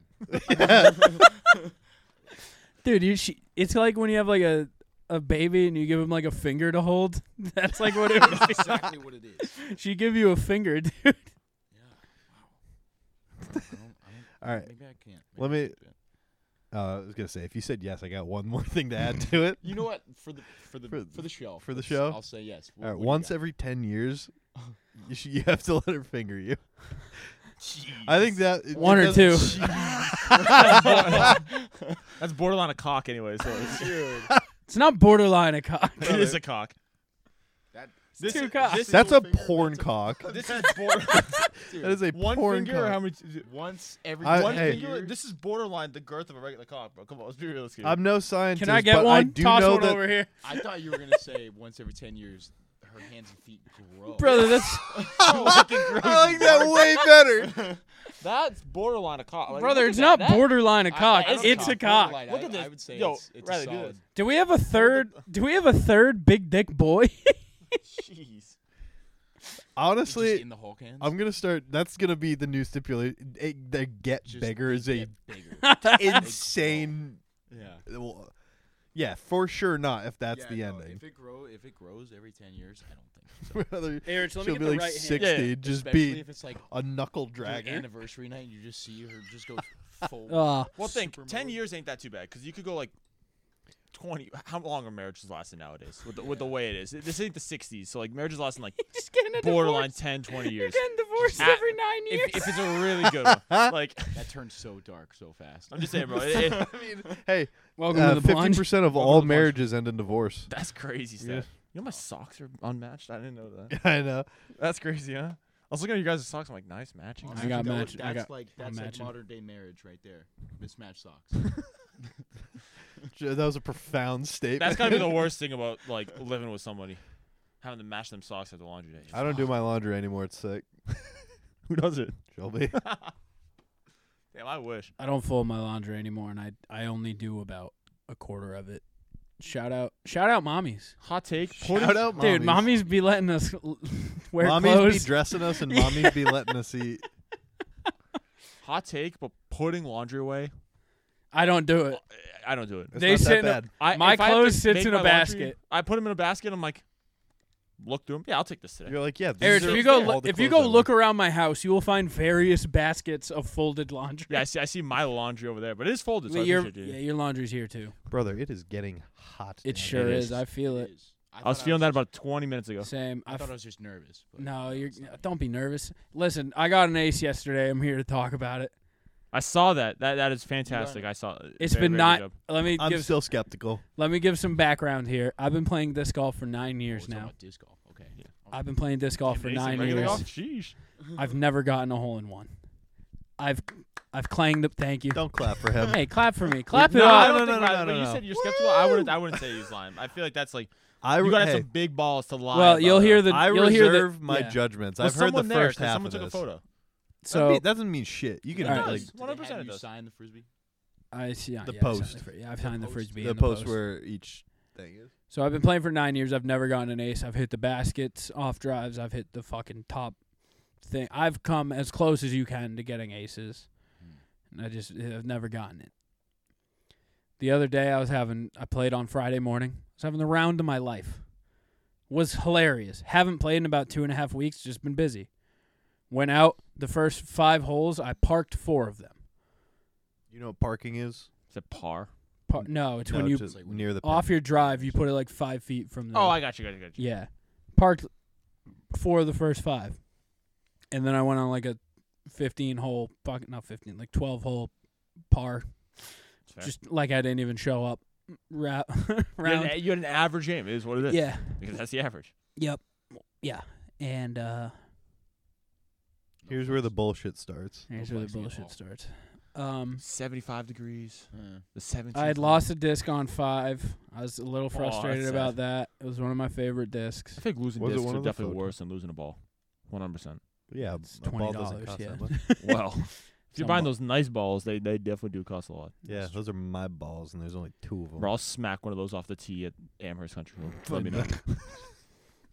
Speaker 5: Dude, you, she, it's like when you have like a a baby and you give him like a finger to hold. That's like what it would
Speaker 6: That's exactly what it is.
Speaker 5: be. She give you a finger, dude.
Speaker 6: I don't,
Speaker 4: All right.
Speaker 6: Maybe I can't. Maybe
Speaker 4: Let
Speaker 6: I
Speaker 4: me-
Speaker 6: can't do it.
Speaker 4: Uh, I was gonna say if you said yes, I got one more thing to add to it.
Speaker 6: You know what? For the for the
Speaker 4: For
Speaker 6: for,
Speaker 4: th-
Speaker 6: the show.
Speaker 4: for the
Speaker 6: let's-
Speaker 4: show?
Speaker 6: I'll say yes.
Speaker 4: All right. Once every ten years, you, should, you have to let her finger you. I think that it-
Speaker 5: One
Speaker 4: it
Speaker 5: or two.
Speaker 4: doesn't-
Speaker 7: That's borderline a cock anyway, so it's,
Speaker 5: It's not borderline a cock.
Speaker 7: it is a cock.
Speaker 5: It's two cocks.
Speaker 4: That's a porn cock.
Speaker 6: This is borderline.
Speaker 4: That is a
Speaker 7: One
Speaker 4: porn
Speaker 7: finger or
Speaker 4: cock.
Speaker 7: how many?
Speaker 6: Once every
Speaker 4: I-
Speaker 7: one
Speaker 6: one
Speaker 4: hey.
Speaker 7: finger?
Speaker 6: year.
Speaker 7: This is borderline the girth of a regular cock, bro. Come on, let's be realistic. here.
Speaker 4: I'm no scientist.
Speaker 5: Can I get
Speaker 4: but
Speaker 5: one?
Speaker 4: I do
Speaker 5: Toss
Speaker 4: know
Speaker 5: one
Speaker 4: that
Speaker 5: over here,
Speaker 6: I thought you were gonna say once every ten years, her hands and feet grow.
Speaker 5: brother. That's
Speaker 4: I like that way better.
Speaker 8: That's borderline a cock. Like,
Speaker 5: brother.
Speaker 8: look
Speaker 5: It's
Speaker 8: at that.
Speaker 5: not
Speaker 8: That-
Speaker 5: borderline a
Speaker 6: I-
Speaker 5: cock.
Speaker 6: I don't
Speaker 5: It's
Speaker 6: know,
Speaker 5: a cock.
Speaker 6: borderline,
Speaker 8: Look
Speaker 6: I-
Speaker 8: at this.
Speaker 6: I would say
Speaker 8: Yo,
Speaker 6: it's, it's
Speaker 8: Riley,
Speaker 6: a
Speaker 8: do
Speaker 6: solid.
Speaker 8: this.
Speaker 5: Do we have a third? Do we have a third big dick boy?
Speaker 8: Jeez.
Speaker 6: Just
Speaker 4: Honestly,
Speaker 6: in the Hulk hands.
Speaker 4: I'm gonna start. That's gonna be the new stipulation. It- The get
Speaker 6: Just
Speaker 4: bigger is a
Speaker 6: get bigger.
Speaker 4: insane.
Speaker 6: yeah.
Speaker 4: well, Yeah, for sure not. If that's
Speaker 6: Yeah,
Speaker 4: the
Speaker 6: no,
Speaker 4: ending.
Speaker 6: If it grow, if it grows every ten years, I don't think. So.
Speaker 4: Rather-
Speaker 5: Erich,
Speaker 4: She'll be like 60,
Speaker 7: Yeah, yeah.
Speaker 4: just
Speaker 6: Especially
Speaker 4: be
Speaker 6: if it's like your
Speaker 4: a knuckle dragger.
Speaker 6: anniversary night, you just see her just go full.
Speaker 5: Uh,
Speaker 7: Well, think
Speaker 6: Super
Speaker 7: ten
Speaker 6: mode.
Speaker 7: years ain't that too bad because you could go like twenty. How long are marriages lasting nowadays? With the, with the way it is, this ain't the '60s, so like marriages lasting like
Speaker 5: just getting a
Speaker 7: borderline
Speaker 5: divorce.
Speaker 7: 10, 20
Speaker 5: You're
Speaker 7: years.
Speaker 5: getting divorced
Speaker 7: Ah,
Speaker 5: every nine years.
Speaker 7: If, if it's a really good one, like
Speaker 6: that turns so dark so fast.
Speaker 7: I'm just saying, bro, it- it-
Speaker 4: Hey,
Speaker 5: Welcome
Speaker 4: uh,
Speaker 5: to the plunge.
Speaker 4: 50% of all marriages end in divorce.
Speaker 7: that's crazy stuff.
Speaker 4: Yeah.
Speaker 7: You know my socks are unmatched. I didn't know that.
Speaker 4: I know.
Speaker 7: That's crazy, huh? I was looking at you guys' socks. I'm like, nice matching.
Speaker 5: I got
Speaker 6: That would-
Speaker 5: match- I
Speaker 6: That's
Speaker 5: got-
Speaker 6: like
Speaker 5: I'm
Speaker 6: that's like
Speaker 5: matching.
Speaker 6: modern day marriage right there. Mismatched socks.
Speaker 4: J- That was a profound statement.
Speaker 7: That's gotta be the worst thing about like living with somebody, having to match them socks at the laundry day.
Speaker 4: I don't do my laundry anymore. It's sick.
Speaker 7: Who does it?
Speaker 4: Shelby.
Speaker 7: Damn, I wish.
Speaker 5: I don't fold my laundry anymore, and I I only do about a quarter of it. Shout out, shout out, mommies,
Speaker 7: Hot take.
Speaker 4: Shout out, mommies.
Speaker 5: dude. Mommies be letting us l- wear
Speaker 4: Mommies be
Speaker 5: clothes.
Speaker 4: dressing us and mommies be letting us eat.
Speaker 7: Hot take, but putting laundry away,
Speaker 5: I don't do it.
Speaker 7: I don't do it.
Speaker 4: It's
Speaker 5: They
Speaker 4: not
Speaker 5: sit
Speaker 4: that
Speaker 5: in a-
Speaker 4: bad.
Speaker 7: I,
Speaker 5: My
Speaker 7: if I have
Speaker 5: clothes
Speaker 7: to
Speaker 5: sits
Speaker 7: make
Speaker 5: in a
Speaker 7: my laundry,
Speaker 5: basket.
Speaker 7: I put them in a basket. I'm like, look through them. Yeah, I'll take this today.
Speaker 4: You're like, yeah. these
Speaker 5: Eric,
Speaker 4: are
Speaker 5: if you go
Speaker 4: all
Speaker 5: lo-
Speaker 4: the
Speaker 5: if you
Speaker 4: clothes
Speaker 5: go
Speaker 4: I
Speaker 5: look
Speaker 4: wear.
Speaker 5: around my house, you will find various baskets of folded laundry.
Speaker 7: yeah, I see. I see my laundry over there, but it is folded. So
Speaker 5: But
Speaker 7: I
Speaker 5: your,
Speaker 7: appreciate you.
Speaker 5: yeah, your laundry's here too.
Speaker 4: brother, it is getting hot.
Speaker 5: It
Speaker 4: down
Speaker 5: sure
Speaker 4: here.
Speaker 5: is. I feel
Speaker 6: It
Speaker 5: it.
Speaker 6: is.
Speaker 7: I was
Speaker 6: thought
Speaker 7: feeling that
Speaker 6: just-
Speaker 7: about 20 minutes ago.
Speaker 5: Same.
Speaker 6: I
Speaker 5: I
Speaker 6: thought I
Speaker 5: f-
Speaker 6: was just nervous. But
Speaker 5: no, you're
Speaker 6: it's not.
Speaker 5: don't be nervous. Listen, I got an ace yesterday. I'm here to talk about it.
Speaker 7: I saw that. That that is fantastic. I saw. it.
Speaker 5: It's
Speaker 7: Very,
Speaker 5: been
Speaker 7: very good
Speaker 5: not.
Speaker 7: job.
Speaker 5: Let me
Speaker 4: I'm
Speaker 5: give
Speaker 4: still skeptical.
Speaker 5: let me give some background here. I've been playing disc golf for nine
Speaker 6: Oh,
Speaker 5: years
Speaker 6: it's talking
Speaker 5: now.
Speaker 6: about disc golf. Okay.
Speaker 5: I've been playing disc golf for
Speaker 7: Amazing.
Speaker 5: nine
Speaker 7: Regular
Speaker 5: years.
Speaker 7: golf? Sheesh.
Speaker 5: I've never gotten a hole in one. I've I've clanged up. Thank you.
Speaker 4: Don't clap for him.
Speaker 5: Hey, clap for me. Clap it
Speaker 7: no, I
Speaker 5: up.
Speaker 7: don't
Speaker 4: no,
Speaker 7: think
Speaker 4: no,
Speaker 7: Riley-
Speaker 4: no,
Speaker 7: but
Speaker 4: no,
Speaker 7: You
Speaker 4: no.
Speaker 7: said you're skeptical. I wouldn't. I wouldn't say he's lying. I feel like that's like
Speaker 4: I
Speaker 7: you gotta have
Speaker 4: hey,
Speaker 7: some big balls to lie.
Speaker 5: Well,
Speaker 7: about
Speaker 5: you'll
Speaker 7: that.
Speaker 5: hear the
Speaker 4: I
Speaker 5: you'll hear the,
Speaker 4: reserve my
Speaker 5: yeah.
Speaker 4: judgments.
Speaker 7: Was
Speaker 4: I've heard the
Speaker 7: someone there,
Speaker 4: first
Speaker 7: 'cause
Speaker 4: half
Speaker 7: Someone
Speaker 4: of
Speaker 7: took a
Speaker 4: this.
Speaker 7: photo.
Speaker 4: that
Speaker 5: So
Speaker 4: mean, doesn't mean shit. You can
Speaker 5: All right.
Speaker 4: like
Speaker 7: One hundred percent
Speaker 6: Have
Speaker 7: it
Speaker 6: you
Speaker 7: does.
Speaker 6: signed the frisbee?
Speaker 5: I see yeah,
Speaker 4: The
Speaker 5: yeah, I've signed
Speaker 4: post.
Speaker 5: fr- yeah, I've signed the
Speaker 6: post.
Speaker 5: frisbee.
Speaker 4: the
Speaker 5: and
Speaker 4: post where each thing is.
Speaker 5: So I've been playing for nine years. I've never gotten an ace. I've hit the baskets, off drives. I've hit the fucking top thing. I've come as close as you can to getting aces, and I just I've never gotten it. The other day I was having I played on Friday morning. I was having the round of my life. Was hilarious. Haven't played in about two and a half weeks. Just been busy. Went out the first five holes. I parked four of them.
Speaker 4: You know what parking is?
Speaker 7: It's a par.
Speaker 5: Par- no, it's when
Speaker 4: No,
Speaker 5: you
Speaker 4: just near the
Speaker 5: off your drive, you put it like five feet from the.
Speaker 7: Oh, I got you. Got you. Got you.
Speaker 5: Yeah. Parked four of the first five. And then I went on like a 15 hole, fuck, not 15, like 12 hole par.
Speaker 7: It's fair.
Speaker 5: Just like I didn't even show up. Ra-
Speaker 7: You had,
Speaker 5: round.
Speaker 7: an, you had an average game. It is what it is.
Speaker 5: Yeah.
Speaker 7: Because that's the average.
Speaker 5: Yep. Yeah. And uh
Speaker 4: Here's where the bullshit starts.
Speaker 5: here's where the
Speaker 6: flexing at all.
Speaker 5: bullshit starts. Um
Speaker 7: 75 degrees.
Speaker 6: Uh,
Speaker 7: The 17.
Speaker 5: I had lost a disc on five. I was a little
Speaker 7: that's
Speaker 5: frustrated
Speaker 7: sad.
Speaker 5: about that. It was one of my favorite discs.
Speaker 7: I think losing
Speaker 4: Was it
Speaker 7: discs
Speaker 4: one
Speaker 7: are
Speaker 4: of the
Speaker 7: definitely
Speaker 4: photos?
Speaker 7: worse than losing a ball. 100%.
Speaker 4: Yeah,
Speaker 7: uh,
Speaker 5: It's
Speaker 4: a ball doesn't
Speaker 5: $20,
Speaker 4: cost
Speaker 5: yeah.
Speaker 4: that much.
Speaker 7: Well, if you're
Speaker 5: Some
Speaker 7: buying
Speaker 5: ball-
Speaker 7: those nice balls, they, they definitely do cost a lot.
Speaker 4: Yeah, those are my balls, and there's only two of them.
Speaker 7: Bro, I'll smack one of those off the tee at Amherst Country Club. Let me know.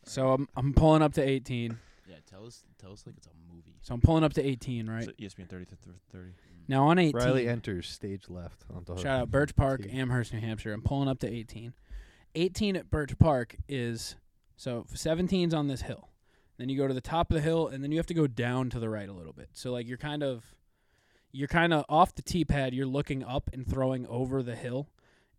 Speaker 5: So I'm I'm pulling up to 18.
Speaker 6: yeah. Tell us. Tell us like it's a movie.
Speaker 5: So I'm pulling up to 18, right?
Speaker 7: So ESPN 30 to 30.
Speaker 5: Now on 18.
Speaker 4: Riley enters stage left onto her.
Speaker 5: Shout out Birch Park,
Speaker 4: Tee.
Speaker 5: Amherst, New Hampshire. I'm pulling up to 18. 18 at Birch Park is so 17's on this hill. Then you go to the top of the hill, and then you have to go down to the right a little bit. So like you're kind of you're kind of off the tee pad. You're looking up and throwing over the hill,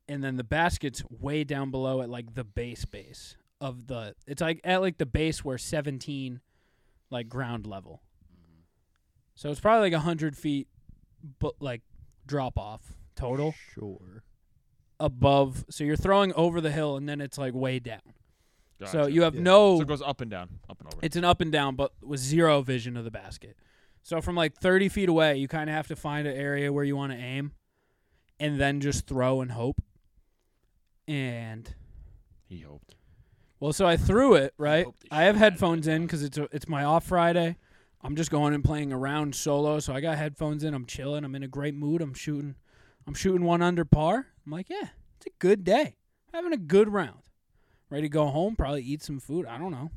Speaker 5: and then the basket's way down below at like the base base of the. It's like at like the base where 17, like ground level.
Speaker 6: Mm-hmm.
Speaker 5: So it's probably like hundred feet, but like drop off total
Speaker 4: Sure.
Speaker 5: above. So you're throwing over the hill, and then it's like way down. So
Speaker 7: Gotcha.
Speaker 5: you have Oh.
Speaker 4: Yeah.
Speaker 5: no.
Speaker 7: So it goes up and down, up and over.
Speaker 5: It's an up and down, but with zero vision of the basket. So from like 30 feet away, you kind of have to find an area where you want to aim, and then just throw and hope. And
Speaker 7: he hoped.
Speaker 5: well, so I threw it right.
Speaker 7: hope they
Speaker 5: I have
Speaker 7: shoot at it
Speaker 5: headphones in because it's a, it's my off Friday. I'm just going and playing around solo, so I got headphones in. I'm chilling. I'm in a great mood. I'm shooting. I'm shooting one under par. I'm like, yeah, it's a good day. Having a good round. Ready to go home. Probably eat some food. I don't know.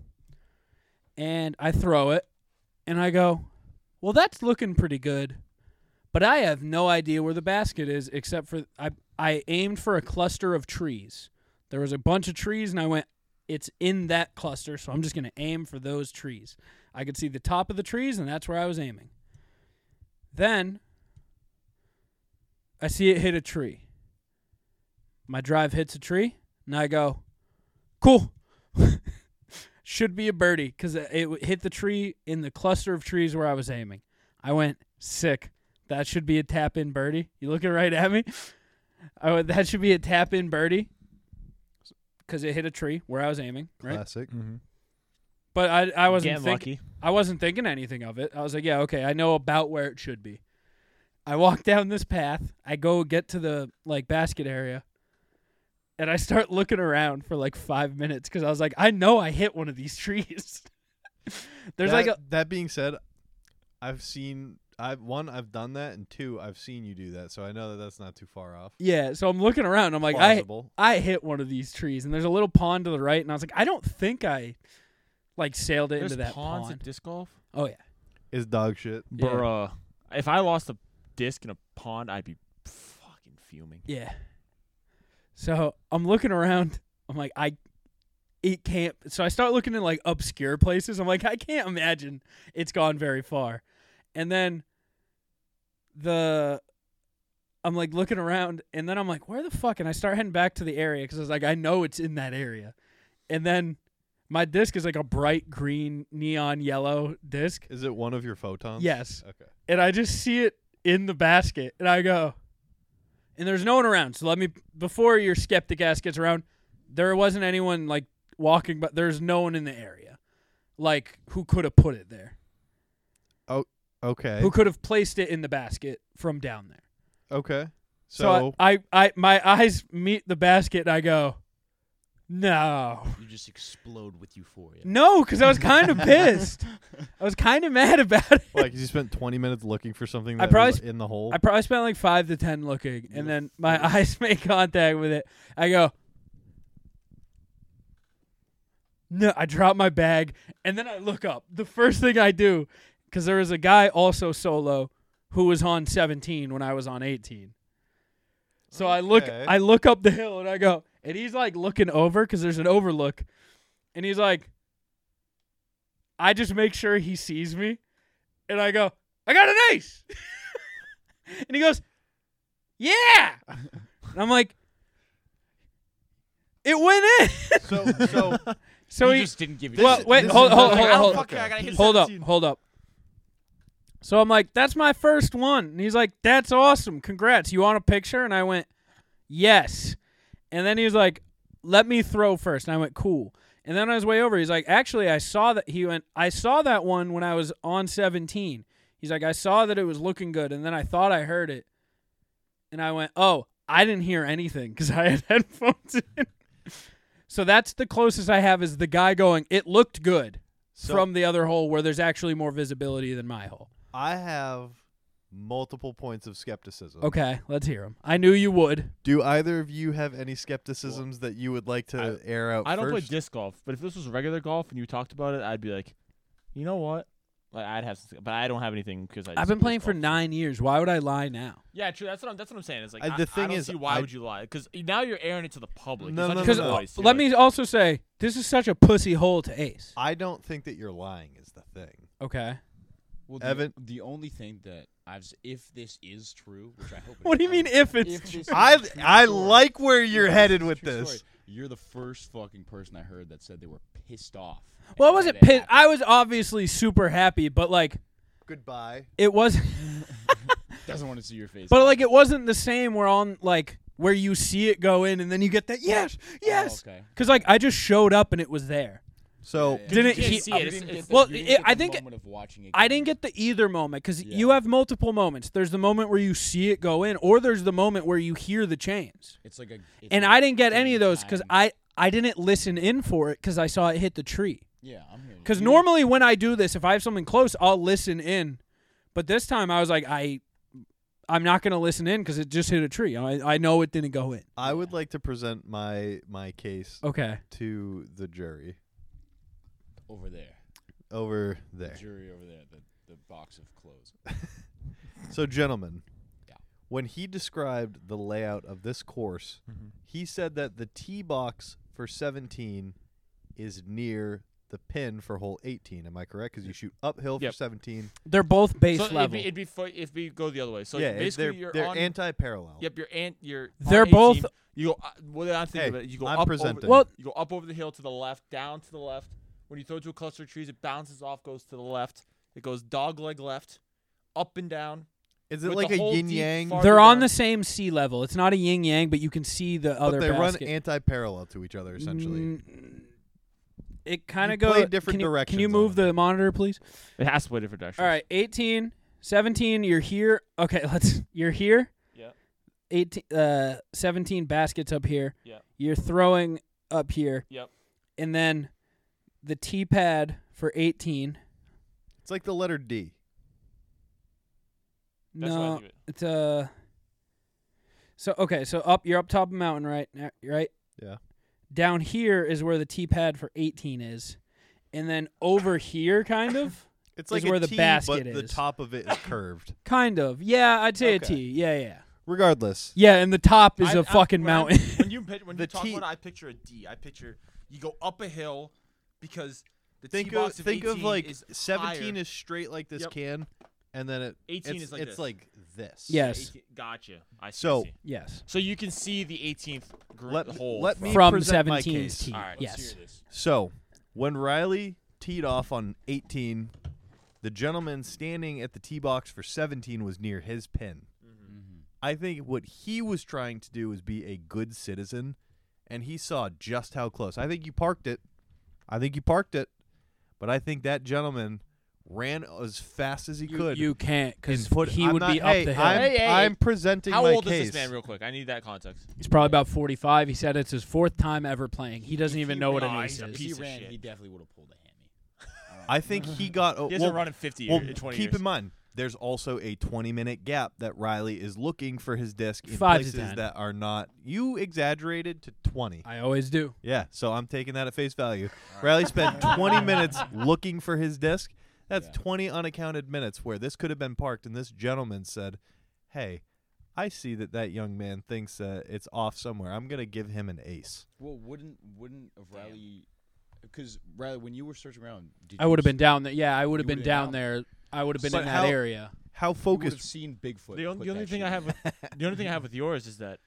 Speaker 5: And I throw it, and I go, well, that's looking pretty good, but I have no idea where the basket is except for I I aimed for a cluster of trees. There was a bunch of trees, and I went, it's in that cluster, so I'm just going to aim for those trees. I could see the top of the trees, and that's where I was aiming. Then I see it hit a tree. My drive hits a tree, and I go, cool. Should be a birdie because it w- hit the tree in the cluster of trees where I was aiming. I went, sick. That should be a tap in birdie. You looking right at me? I went, that should be a tap in birdie because it hit a tree where I was aiming, right? Mm-hmm.
Speaker 4: Classic.
Speaker 5: But I I wasn't
Speaker 7: Getting
Speaker 5: thinking
Speaker 7: lucky.
Speaker 5: I wasn't thinking anything of it. I was like, yeah, okay, I know about where it should be. I walk down this path. I go get to the like basket area, and I start looking around for like five minutes because I was like, I know I hit one of these trees. There's like a
Speaker 4: That- that being said, I've seen I've one I've done that and two I've seen you do that, so I know that that's not too far off.
Speaker 5: yeah. So I'm looking around. I'm like, I
Speaker 4: Plausible.
Speaker 5: I hit one of these trees, and there's a little pond to the right, and I was like, I don't think I like sailed into
Speaker 7: There's
Speaker 5: that
Speaker 7: ponds
Speaker 5: pond.
Speaker 7: at disc golf,
Speaker 5: oh yeah,
Speaker 4: Is dog shit.
Speaker 5: Yeah.
Speaker 7: bruh. If I lost a disc in a pond, I'd be fucking fuming.
Speaker 5: Yeah. So I'm looking around. I'm like, I, it can't. So I start looking in like obscure places. I'm like, I can't imagine it's gone very far. And then the, I'm like looking around and then I'm like, where the fuck? And I start heading back to the area because I was like, I know it's in that area. And then my disc is like a bright green, neon yellow disc.
Speaker 4: Is it one of your photons?
Speaker 5: Yes
Speaker 4: Okay.
Speaker 5: and I just see it in the basket, and I go, and there's no one around. So let me before your skeptic ass gets around, there wasn't anyone like walking, but there's no one in the area, like who could have put it there,
Speaker 4: Okay.
Speaker 5: who could have placed it in the basket from down there.
Speaker 4: Okay. So,
Speaker 5: So, I, I, I, my eyes meet the basket, and I go, no,
Speaker 6: You just explode with euphoria.
Speaker 5: no, because I was kind of pissed. I was kind of mad about it.
Speaker 4: like you spent 20 minutes looking for something
Speaker 5: I
Speaker 4: that
Speaker 5: probably
Speaker 4: was
Speaker 5: sp-
Speaker 4: in the hole.
Speaker 5: I probably spent like five to ten looking, and then my eyes make contact with it. I go, no, I drop my bag, and then I look up. The first thing I do, because there was a guy also solo who was on 17 when I was on 18. So I look,
Speaker 4: Okay.
Speaker 5: I look up the hill, and I go, and he's like looking over because there's an overlook, and he's like, I just make sure he sees me, and I go, I got an ace. And he goes, Yeah. and I'm like, It went in.
Speaker 4: so so
Speaker 5: so he.
Speaker 8: just didn't give you.
Speaker 5: well,
Speaker 4: is-
Speaker 5: wait,
Speaker 4: this
Speaker 5: hold,
Speaker 4: is
Speaker 5: hold,
Speaker 4: not-
Speaker 5: hold,
Speaker 4: I don't
Speaker 5: hold,
Speaker 4: fucking- I gotta
Speaker 5: hold, up, hold up. So I'm like, That's my first one. And he's like, That's awesome. Congrats. You want a picture? And I went, Yes. And then he was like, Let me throw first. And I went, Cool. And then on his way over, he's like, Actually, I saw that. He went, I saw that one when I was on 17. He's like, I saw that it was looking good, and then I thought I heard it, and I went, "Oh, I didn't hear anything because I had headphones in." so that's the closest I have is the guy going, "It looked good"
Speaker 4: So-
Speaker 5: from the other hole where there's actually more visibility than my hole.
Speaker 4: I have multiple points of skepticism.
Speaker 5: Okay, let's hear him. I knew you would.
Speaker 4: Do either of you have any skepticisms that you would like to air out
Speaker 7: I don't
Speaker 4: first?
Speaker 7: play disc golf, but if this was regular golf and you talked about it, I'd be like, you know what? Like I'd have, some, but I don't have anything because
Speaker 5: I've been playing for nine years. Why would I lie now?
Speaker 7: Yeah, true. That's what I'm. That's what I'm saying. It's like I,
Speaker 4: I- Uh, the
Speaker 7: the
Speaker 4: thing
Speaker 7: thing
Speaker 4: is,
Speaker 7: is, why
Speaker 4: I-
Speaker 7: would you lie? Because now you're airing it to the public.
Speaker 4: No,
Speaker 7: It's not
Speaker 4: no,
Speaker 7: just
Speaker 5: Because
Speaker 4: no,
Speaker 7: your
Speaker 4: no.
Speaker 7: voice.
Speaker 5: let
Speaker 7: You're like-
Speaker 5: me also say this is such a pussy hole to ace.
Speaker 4: I don't think that you're lying is the thing.
Speaker 5: Okay.
Speaker 6: Well, the,
Speaker 4: Evan?
Speaker 6: the only thing that I've s- if this is true, which I hope. it
Speaker 5: What do you
Speaker 6: is,
Speaker 5: mean
Speaker 6: I-
Speaker 5: if it's
Speaker 6: if
Speaker 5: true?
Speaker 6: this is
Speaker 4: I
Speaker 6: a true
Speaker 4: I
Speaker 6: story-
Speaker 4: like where you're
Speaker 6: if
Speaker 4: headed
Speaker 6: is a
Speaker 4: with
Speaker 6: true
Speaker 4: this.
Speaker 6: story, You're the first fucking person I heard that said they were pissed off. at
Speaker 5: Well, I
Speaker 6: how
Speaker 5: wasn't
Speaker 6: that
Speaker 5: pissed.
Speaker 6: happened.
Speaker 5: I was obviously super happy, but like
Speaker 4: Goodbye.
Speaker 5: it was,
Speaker 6: doesn't want to see your face.
Speaker 5: but like it wasn't the same. Where on like where you see it go in, and then you get that yes,
Speaker 4: Oh,
Speaker 5: yes.
Speaker 6: Oh, okay.
Speaker 5: Because like I just showed up and it was there.
Speaker 4: So
Speaker 6: Yeah, yeah.
Speaker 5: Didn't
Speaker 7: You can't
Speaker 5: he?
Speaker 7: see
Speaker 6: You
Speaker 7: it.
Speaker 6: didn't
Speaker 7: It's-
Speaker 6: get
Speaker 7: it's-
Speaker 6: the-
Speaker 5: well,
Speaker 6: you didn't
Speaker 5: it-
Speaker 6: get
Speaker 5: I
Speaker 6: the
Speaker 5: think-
Speaker 6: moment of watching it
Speaker 5: I
Speaker 6: go.
Speaker 5: didn't get the either moment because
Speaker 6: Yeah.
Speaker 5: you have multiple moments. There's the moment where you see it go in, or there's the moment where you hear the chains.
Speaker 6: It's like a. It's
Speaker 5: And
Speaker 6: a
Speaker 5: I didn't get any of those because
Speaker 6: time.
Speaker 5: I I didn't listen in for it because I saw it hit the tree.
Speaker 6: Yeah, I'm hearing. you.
Speaker 5: Because normally when I do this, if I have something close, I'll listen in. But this time I was like, I, I'm not gonna listen in because it just hit a tree. I I know it didn't go in.
Speaker 4: I would like to present my my case
Speaker 7: Oh.
Speaker 5: Okay.
Speaker 4: to the jury
Speaker 6: over there,
Speaker 4: over there.
Speaker 6: jury over there, the, the box of clothes.
Speaker 4: So, gentlemen,
Speaker 6: Yeah.
Speaker 4: when he described the layout of this course,
Speaker 7: Mm-hmm.
Speaker 4: he said that the tee box for 17 is near the pin for hole 18. Am I correct? Because you shoot uphill
Speaker 7: Yep.
Speaker 4: for 17.
Speaker 5: They're both base
Speaker 7: So
Speaker 5: level.
Speaker 7: it'd be, it'd be fu- if we go the other way. So
Speaker 4: yeah, it-
Speaker 7: basically
Speaker 4: they're,
Speaker 7: you're
Speaker 4: they're
Speaker 7: on.
Speaker 4: anti-parallel.
Speaker 7: yep, you're ant. You're. on
Speaker 5: They're both-
Speaker 7: 18, You go. uh, What did I think
Speaker 4: Hey,
Speaker 7: of it? You go
Speaker 4: I'm
Speaker 7: up
Speaker 4: presenting.
Speaker 7: Over,
Speaker 5: Well-
Speaker 7: you go up over the hill to the left, down to the left. When you throw to a cluster of trees, it bounces off, goes to the left. It goes dog leg left, up and down.
Speaker 4: Is it
Speaker 7: with
Speaker 4: like
Speaker 7: the
Speaker 4: a
Speaker 7: whole
Speaker 4: yin
Speaker 7: deep
Speaker 4: yang?
Speaker 7: farther
Speaker 5: They're on
Speaker 7: down.
Speaker 5: the same sea level. It's not a yin yang, but you can see the
Speaker 4: But
Speaker 5: other.
Speaker 4: they
Speaker 5: basket.
Speaker 4: run anti-parallel to each other essentially.
Speaker 5: Mm, It kind
Speaker 4: You
Speaker 5: of goes
Speaker 4: play different
Speaker 5: can you, Can
Speaker 4: directions
Speaker 5: you
Speaker 4: on
Speaker 5: move
Speaker 4: it.
Speaker 5: the monitor, please?
Speaker 7: It has to play different directions.
Speaker 5: All right, 18, 17, you're here. Okay, let's you're here.
Speaker 7: Yeah.
Speaker 5: 18 uh 17 baskets up here.
Speaker 7: Yeah.
Speaker 5: You're throwing up here.
Speaker 7: Yep.
Speaker 5: And then the T pad for 18.
Speaker 4: It's like the letter D.
Speaker 7: That's what I
Speaker 5: no,
Speaker 7: do it.
Speaker 5: it's uh So okay, so up you're up top of the mountain right now, right?
Speaker 4: Yeah.
Speaker 5: Down here is where the T pad for 18 is. And then over here kind of
Speaker 4: It's
Speaker 5: Is
Speaker 4: like
Speaker 5: where
Speaker 4: a
Speaker 5: the
Speaker 4: T,
Speaker 5: basket
Speaker 4: but the
Speaker 5: is.
Speaker 4: top of it is curved.
Speaker 5: kind of. Yeah, I'd say
Speaker 4: Okay.
Speaker 5: a T. Yeah, yeah.
Speaker 4: Regardless,
Speaker 5: Yeah, and the top is
Speaker 7: I-
Speaker 5: a
Speaker 7: I-
Speaker 5: fucking
Speaker 7: when I-
Speaker 5: mountain.
Speaker 7: when you pit- when
Speaker 4: The
Speaker 7: you talk
Speaker 4: T-
Speaker 7: about it, I picture a D. I picture you go up a hill because the
Speaker 4: think
Speaker 7: tee box
Speaker 4: of think of
Speaker 7: 18
Speaker 4: like
Speaker 7: is
Speaker 4: 17
Speaker 7: higher.
Speaker 4: is straight like this
Speaker 7: Yep.
Speaker 4: can, and then it
Speaker 7: 18
Speaker 4: it's,
Speaker 7: is like
Speaker 4: it's
Speaker 7: this.
Speaker 4: like this.
Speaker 5: Yeah.
Speaker 7: Yeah,
Speaker 5: Yes.
Speaker 7: 18 Gotcha. I see,
Speaker 4: So-
Speaker 7: see.
Speaker 5: yes.
Speaker 7: so you can see the 18th gr-
Speaker 4: Let,
Speaker 7: hole.
Speaker 4: let
Speaker 7: from-
Speaker 4: me
Speaker 5: From
Speaker 4: present my
Speaker 5: 17's
Speaker 4: case.
Speaker 5: team.
Speaker 7: All right, let's
Speaker 5: yes.
Speaker 7: hear this.
Speaker 4: So, when Riley teed off on 18, the gentleman standing at the tee box for 17 was near his pin. I think what he was trying to do is be a good citizen, and he saw just how close. I think you parked it. I think you parked it, but I think that gentleman ran as fast as he
Speaker 5: You,
Speaker 4: could.
Speaker 5: you can't because
Speaker 4: and put
Speaker 5: he
Speaker 4: I'm
Speaker 5: would
Speaker 4: not-
Speaker 5: be
Speaker 4: hey,
Speaker 5: up the hill.
Speaker 4: I'm,
Speaker 7: Hey, hey.
Speaker 4: I'm presenting
Speaker 7: How
Speaker 4: my
Speaker 7: old
Speaker 4: case.
Speaker 7: is this man, real quick? I need that context.
Speaker 5: He's probably about 45. He said it's his fourth time ever playing. He doesn't
Speaker 6: If
Speaker 5: even
Speaker 6: he
Speaker 5: know what
Speaker 7: ran-
Speaker 5: an ace
Speaker 7: he's a
Speaker 5: is.
Speaker 6: If he
Speaker 7: piece of
Speaker 6: ran,
Speaker 7: shit.
Speaker 6: he definitely would have pulled a hammy.
Speaker 4: I think he got.
Speaker 7: He hasn't
Speaker 4: well,
Speaker 7: run in 50
Speaker 4: Well,
Speaker 7: or 20
Speaker 4: keep
Speaker 7: years.
Speaker 4: in mind, there's also a 20 minute gap that Riley is looking for his disc in
Speaker 5: Five to
Speaker 4: places
Speaker 5: 10.
Speaker 4: that are not. You exaggerated to 20.
Speaker 5: I always do.
Speaker 4: Yeah, so I'm taking that at face value. Riley spent 20 minutes looking for his disc. That's 20 unaccounted minutes where this could have been parked, and this gentleman said, "Hey." I see that that young man thinks that it's off somewhere. I'm gonna give him an ace.
Speaker 6: Well, wouldn't wouldn't have Riley? Because Riley, when you were searching around, did
Speaker 5: I
Speaker 6: you
Speaker 5: would have
Speaker 6: s-
Speaker 5: been down there. Yeah, I would have
Speaker 6: You
Speaker 5: been
Speaker 6: would've
Speaker 5: down
Speaker 6: been
Speaker 5: there. I would have been
Speaker 4: But
Speaker 5: in
Speaker 4: how-
Speaker 5: that area.
Speaker 4: How
Speaker 6: You would have
Speaker 4: focused?
Speaker 6: seen Bigfoot.
Speaker 7: The, on-
Speaker 6: put
Speaker 7: the only
Speaker 6: that
Speaker 7: thing
Speaker 6: shit
Speaker 7: I
Speaker 6: in.
Speaker 7: have with the only thing I have with yours is that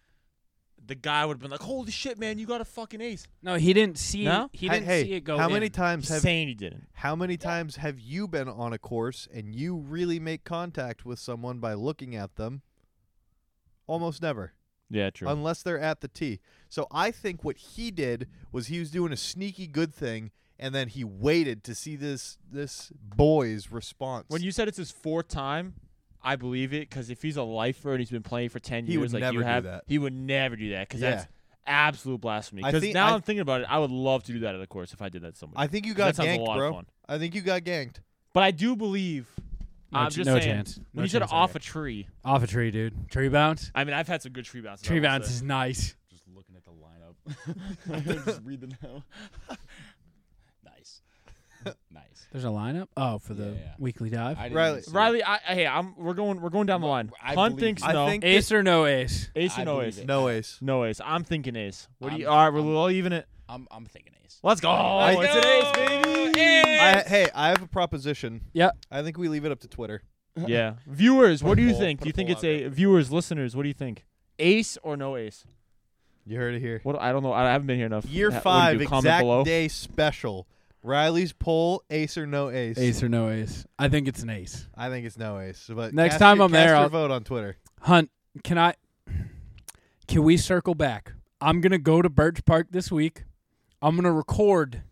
Speaker 7: the guy would have been like, "Holy shit, man, you got a fucking ace!"
Speaker 5: No, he didn't see.
Speaker 7: No?
Speaker 5: He
Speaker 4: Hey-
Speaker 5: didn't
Speaker 4: hey,
Speaker 5: see it go.
Speaker 4: how
Speaker 5: in.
Speaker 4: many times have
Speaker 7: Saying he didn't.
Speaker 4: How many times have you been on a course and you really make contact with someone by looking at them? Almost never,
Speaker 7: Yeah, true.
Speaker 4: unless they're at the tee. So I think what he did was he was doing a sneaky good thing, and then he waited to see this this boy's response.
Speaker 7: When you said it's his fourth time, I believe it because if he's a lifer and he's been playing for ten
Speaker 4: He would
Speaker 7: years, like
Speaker 4: never
Speaker 7: you
Speaker 4: do
Speaker 7: have,
Speaker 4: that.
Speaker 7: he would never do that because
Speaker 4: Yeah.
Speaker 7: that's absolute blasphemy.
Speaker 4: I
Speaker 7: Because
Speaker 4: think-
Speaker 7: now
Speaker 4: I-
Speaker 7: I'm thinking about it, I would love to do that at a course if I did that to somebody.
Speaker 4: I think you
Speaker 7: That
Speaker 4: got
Speaker 7: sounds a
Speaker 4: ganked,
Speaker 7: lot of
Speaker 4: bro.
Speaker 7: fun.
Speaker 4: I think you got ganked.
Speaker 7: but I do believe.
Speaker 5: No
Speaker 7: I'm
Speaker 5: ch-
Speaker 7: just
Speaker 5: no
Speaker 7: saying,
Speaker 5: chance.
Speaker 7: When
Speaker 5: No
Speaker 7: you said
Speaker 5: chance I
Speaker 7: off
Speaker 5: get.
Speaker 7: a tree,
Speaker 5: Off a tree, dude. Tree bounce.
Speaker 7: I mean, I've had some good tree bounces. I
Speaker 5: Tree
Speaker 7: will
Speaker 5: bounce
Speaker 7: say.
Speaker 5: is nice.
Speaker 6: Just looking at the lineup. I'm just read the now. nice, nice.
Speaker 5: There's a lineup. Oh, for the
Speaker 6: Yeah, yeah.
Speaker 5: weekly dive.
Speaker 6: I didn't
Speaker 4: Riley-
Speaker 6: see it.
Speaker 7: Riley, I, I- hey, I'm we're going we're going down the line.
Speaker 6: I
Speaker 7: Hunt
Speaker 6: believe
Speaker 7: thinks
Speaker 6: you.
Speaker 7: no.
Speaker 4: I think
Speaker 5: ace or no ace?
Speaker 7: ace
Speaker 6: I
Speaker 7: or no
Speaker 6: believe
Speaker 7: ace.
Speaker 6: it.
Speaker 4: no ace.
Speaker 7: No ace. I'm thinking ace. What do
Speaker 6: I'm-
Speaker 7: you? All right, we're
Speaker 6: I'm-
Speaker 7: all even it.
Speaker 6: I'm I'm thinking ace.
Speaker 7: Let's go. it's an ace, baby.
Speaker 4: I, hey, I have a proposition.
Speaker 5: Yeah.
Speaker 4: I think we leave it up to Twitter.
Speaker 7: yeah. Viewers,
Speaker 6: Put
Speaker 7: what
Speaker 6: a
Speaker 7: do you
Speaker 6: poll-
Speaker 7: think?
Speaker 6: put
Speaker 7: Do you
Speaker 6: a
Speaker 7: think
Speaker 6: poll
Speaker 7: it's
Speaker 6: out
Speaker 7: a
Speaker 6: there.
Speaker 7: viewers, listeners? What do you think? Ace or no ace?
Speaker 4: You heard it here.
Speaker 7: What I don't know. I haven't been here enough.
Speaker 4: Year
Speaker 7: Ha- what do you
Speaker 4: five,
Speaker 7: do, comment
Speaker 4: exact
Speaker 7: below.
Speaker 4: day special. Riley's poll, ace or no ace.
Speaker 5: Ace or no ace? I think it's an ace.
Speaker 4: I think it's no ace. But
Speaker 5: Next
Speaker 4: cast
Speaker 5: time
Speaker 4: your,
Speaker 5: I'm
Speaker 4: cast
Speaker 5: there,
Speaker 4: your
Speaker 5: I'll-
Speaker 4: vote on Twitter.
Speaker 5: Hunt, can I? Can we circle back? I'm gonna go to Birch Park this week. I'm gonna record.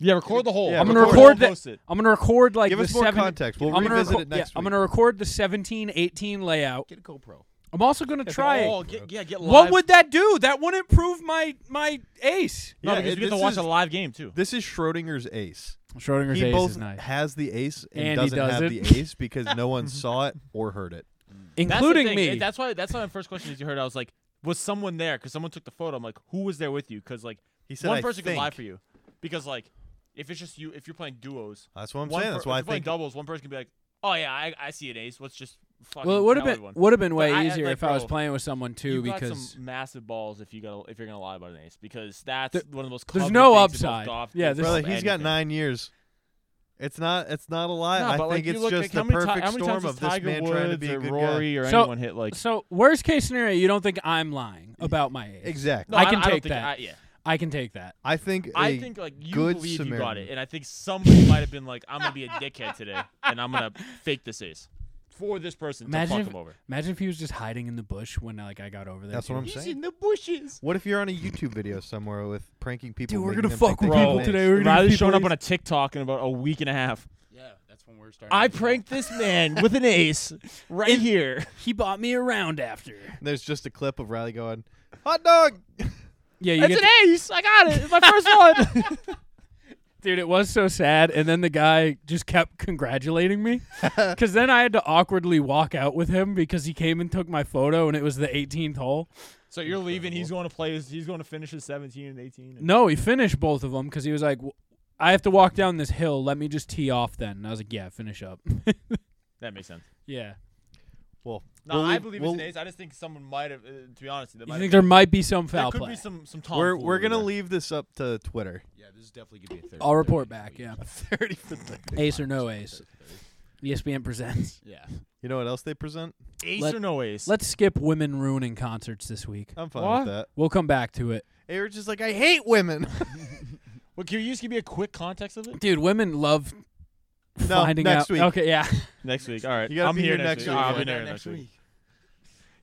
Speaker 7: Yeah, record the whole.
Speaker 4: Yeah,
Speaker 5: I'm gonna
Speaker 4: record it.
Speaker 5: record
Speaker 7: Post
Speaker 5: that.
Speaker 7: it.
Speaker 5: I'm gonna record like
Speaker 4: Give
Speaker 5: the
Speaker 4: us more
Speaker 5: seven.
Speaker 4: context. We'll
Speaker 5: I'm gonna
Speaker 4: revisit
Speaker 5: reco-
Speaker 4: it next
Speaker 5: yeah, I'm
Speaker 4: week.
Speaker 5: gonna record the 17, 18 layout.
Speaker 6: Get a GoPro.
Speaker 5: I'm also gonna try
Speaker 6: Oh,
Speaker 5: it.
Speaker 6: get, yeah, get live.
Speaker 5: What would that do? That wouldn't prove my my ace.
Speaker 7: No,
Speaker 4: Yeah,
Speaker 7: because you
Speaker 4: this
Speaker 7: get to watch
Speaker 4: is-
Speaker 7: a live game too.
Speaker 4: This is Schrodinger's ace.
Speaker 5: Schrodinger's
Speaker 4: he
Speaker 5: ace
Speaker 4: both
Speaker 5: is nice,
Speaker 4: has the ace and,
Speaker 5: And he
Speaker 4: doesn't
Speaker 5: does
Speaker 4: have
Speaker 5: it.
Speaker 4: the ace because no one saw it or heard it.
Speaker 7: That's the
Speaker 5: including
Speaker 7: thing.
Speaker 5: me.
Speaker 7: That's why. That's why my first question is you heard. I was like, was someone there? Because someone took the photo. I'm like, who was there with you? Because like
Speaker 4: He said,
Speaker 7: one
Speaker 4: "I
Speaker 7: person can lie
Speaker 4: think."
Speaker 7: for you. Because like if it's just you, if you're playing duos,
Speaker 4: That's what I'm
Speaker 7: one
Speaker 4: saying.
Speaker 7: per-
Speaker 4: That's why I
Speaker 7: if you're playing
Speaker 4: think
Speaker 7: doubles. One person can be like, oh yeah, I, I see an ace. Let's just fucking.
Speaker 5: well, it would have
Speaker 7: nail
Speaker 5: been
Speaker 7: everyone."
Speaker 5: would have been way
Speaker 7: I- I-
Speaker 5: easier
Speaker 7: like,
Speaker 5: if I was
Speaker 7: bro,
Speaker 5: playing with someone too
Speaker 7: you
Speaker 5: because
Speaker 7: got some massive balls if you got to if you're gonna lie about an ace because that's
Speaker 5: There-
Speaker 7: one of the most.
Speaker 5: there's
Speaker 7: coveted
Speaker 5: no
Speaker 7: things in both
Speaker 5: upside.
Speaker 7: golf-
Speaker 5: Yeah,
Speaker 7: both
Speaker 5: this-
Speaker 4: Brother,
Speaker 7: golf
Speaker 4: he's got
Speaker 7: anything.
Speaker 4: nine years. It's not. It's not a lie.
Speaker 7: No,
Speaker 4: I
Speaker 7: but,
Speaker 4: think
Speaker 7: like, you
Speaker 4: it's
Speaker 7: look,
Speaker 4: just
Speaker 7: like,
Speaker 4: the
Speaker 7: how many ti-
Speaker 4: perfect
Speaker 7: how many
Speaker 4: storm
Speaker 7: times
Speaker 4: of
Speaker 7: has
Speaker 4: this
Speaker 7: Tiger
Speaker 4: man
Speaker 7: Woods
Speaker 4: trying to be a
Speaker 7: or
Speaker 4: good
Speaker 7: Rory
Speaker 4: guy.
Speaker 7: or
Speaker 5: So-
Speaker 7: anyone hit like.
Speaker 5: So worst case scenario, you don't think I'm lying about my age.
Speaker 4: Exactly.
Speaker 7: No,
Speaker 5: I can
Speaker 7: don't
Speaker 5: take
Speaker 7: think-
Speaker 5: that.
Speaker 7: I- yeah,
Speaker 5: I can take that.
Speaker 4: I think.
Speaker 7: I
Speaker 4: a-
Speaker 7: think like you
Speaker 4: good
Speaker 7: believe you got
Speaker 4: Samaritan.
Speaker 7: it, and I think somebody might have been like, "I'm gonna be a dickhead today, and I'm gonna fake this ace for this person
Speaker 5: Imagine
Speaker 7: to
Speaker 5: if,
Speaker 7: fuck him over."
Speaker 5: imagine if he was just hiding in the bush when like I got over there.
Speaker 4: That's
Speaker 5: too.
Speaker 4: what I'm
Speaker 6: He's
Speaker 4: saying.
Speaker 6: in the bushes.
Speaker 4: What if you're on a YouTube video somewhere with pranking people?
Speaker 5: Dude, we're
Speaker 4: making
Speaker 5: gonna
Speaker 4: them
Speaker 5: fuck
Speaker 4: think
Speaker 5: with
Speaker 4: they got
Speaker 5: people
Speaker 4: an
Speaker 5: today.
Speaker 4: ace?
Speaker 5: We're gonna
Speaker 7: Riley's
Speaker 5: see
Speaker 7: showing up
Speaker 5: boys-
Speaker 7: on a TikTok in about a week and a half.
Speaker 6: Yeah, that's when we're starting.
Speaker 7: I
Speaker 6: to-
Speaker 7: pranked this man with an ace right
Speaker 5: In-
Speaker 7: here.
Speaker 5: He bought me around after.
Speaker 4: There's just a clip of Riley going, "Hot dog."
Speaker 5: Yeah, you
Speaker 7: It's
Speaker 5: get
Speaker 7: an ace. I got it. It's my first one.
Speaker 5: dude. It was so sad, and then the guy just kept congratulating me, because then I had to awkwardly walk out with him because he came and took my photo, and it was the 18th hole.
Speaker 7: so you're leaving. He's going to play. His, he's going to finish his 17 and 18. and-
Speaker 5: No, he finished both of them because he was like, "W- "I have to walk down this hill. Let me just tee off then." And I was like, "Yeah, finish up."
Speaker 7: That makes sense.
Speaker 5: yeah.
Speaker 4: Well,
Speaker 7: No,
Speaker 4: we'll
Speaker 7: I
Speaker 4: leave-
Speaker 7: believe
Speaker 4: we'll-
Speaker 7: it's an ace. I just think someone might have. Uh, to be honest, there
Speaker 5: You
Speaker 7: might
Speaker 5: think
Speaker 7: have
Speaker 5: there might be some
Speaker 7: been- there
Speaker 5: foul
Speaker 7: could
Speaker 5: play?
Speaker 7: be some some
Speaker 4: We're
Speaker 7: tomfoolery
Speaker 4: we're gonna
Speaker 7: there.
Speaker 4: leave this up to Twitter.
Speaker 6: Yeah, this is definitely gonna be a third.
Speaker 5: I'll report
Speaker 6: third
Speaker 5: back.
Speaker 6: week.
Speaker 5: Yeah.
Speaker 4: Thirty for thirty.
Speaker 5: Ace or no ace? E ESPN presents.
Speaker 6: Yeah.
Speaker 4: You know what else they present?
Speaker 7: ace
Speaker 5: Let-
Speaker 7: or no ace.
Speaker 5: Let's skip women ruining concerts this week.
Speaker 4: I'm fine
Speaker 7: What?
Speaker 4: with that.
Speaker 5: We'll come back to it.
Speaker 4: They were just like, "I hate women."
Speaker 7: Well, can you just give me a quick context of it?
Speaker 5: Dude, women love
Speaker 4: No,
Speaker 5: finding
Speaker 4: next
Speaker 5: out.
Speaker 4: week.
Speaker 5: Okay, yeah.
Speaker 7: Next week. All right.
Speaker 4: You gotta
Speaker 7: I'm
Speaker 4: be
Speaker 7: here
Speaker 4: here next week.
Speaker 7: All right, I'll
Speaker 4: Yeah,
Speaker 7: be there next week.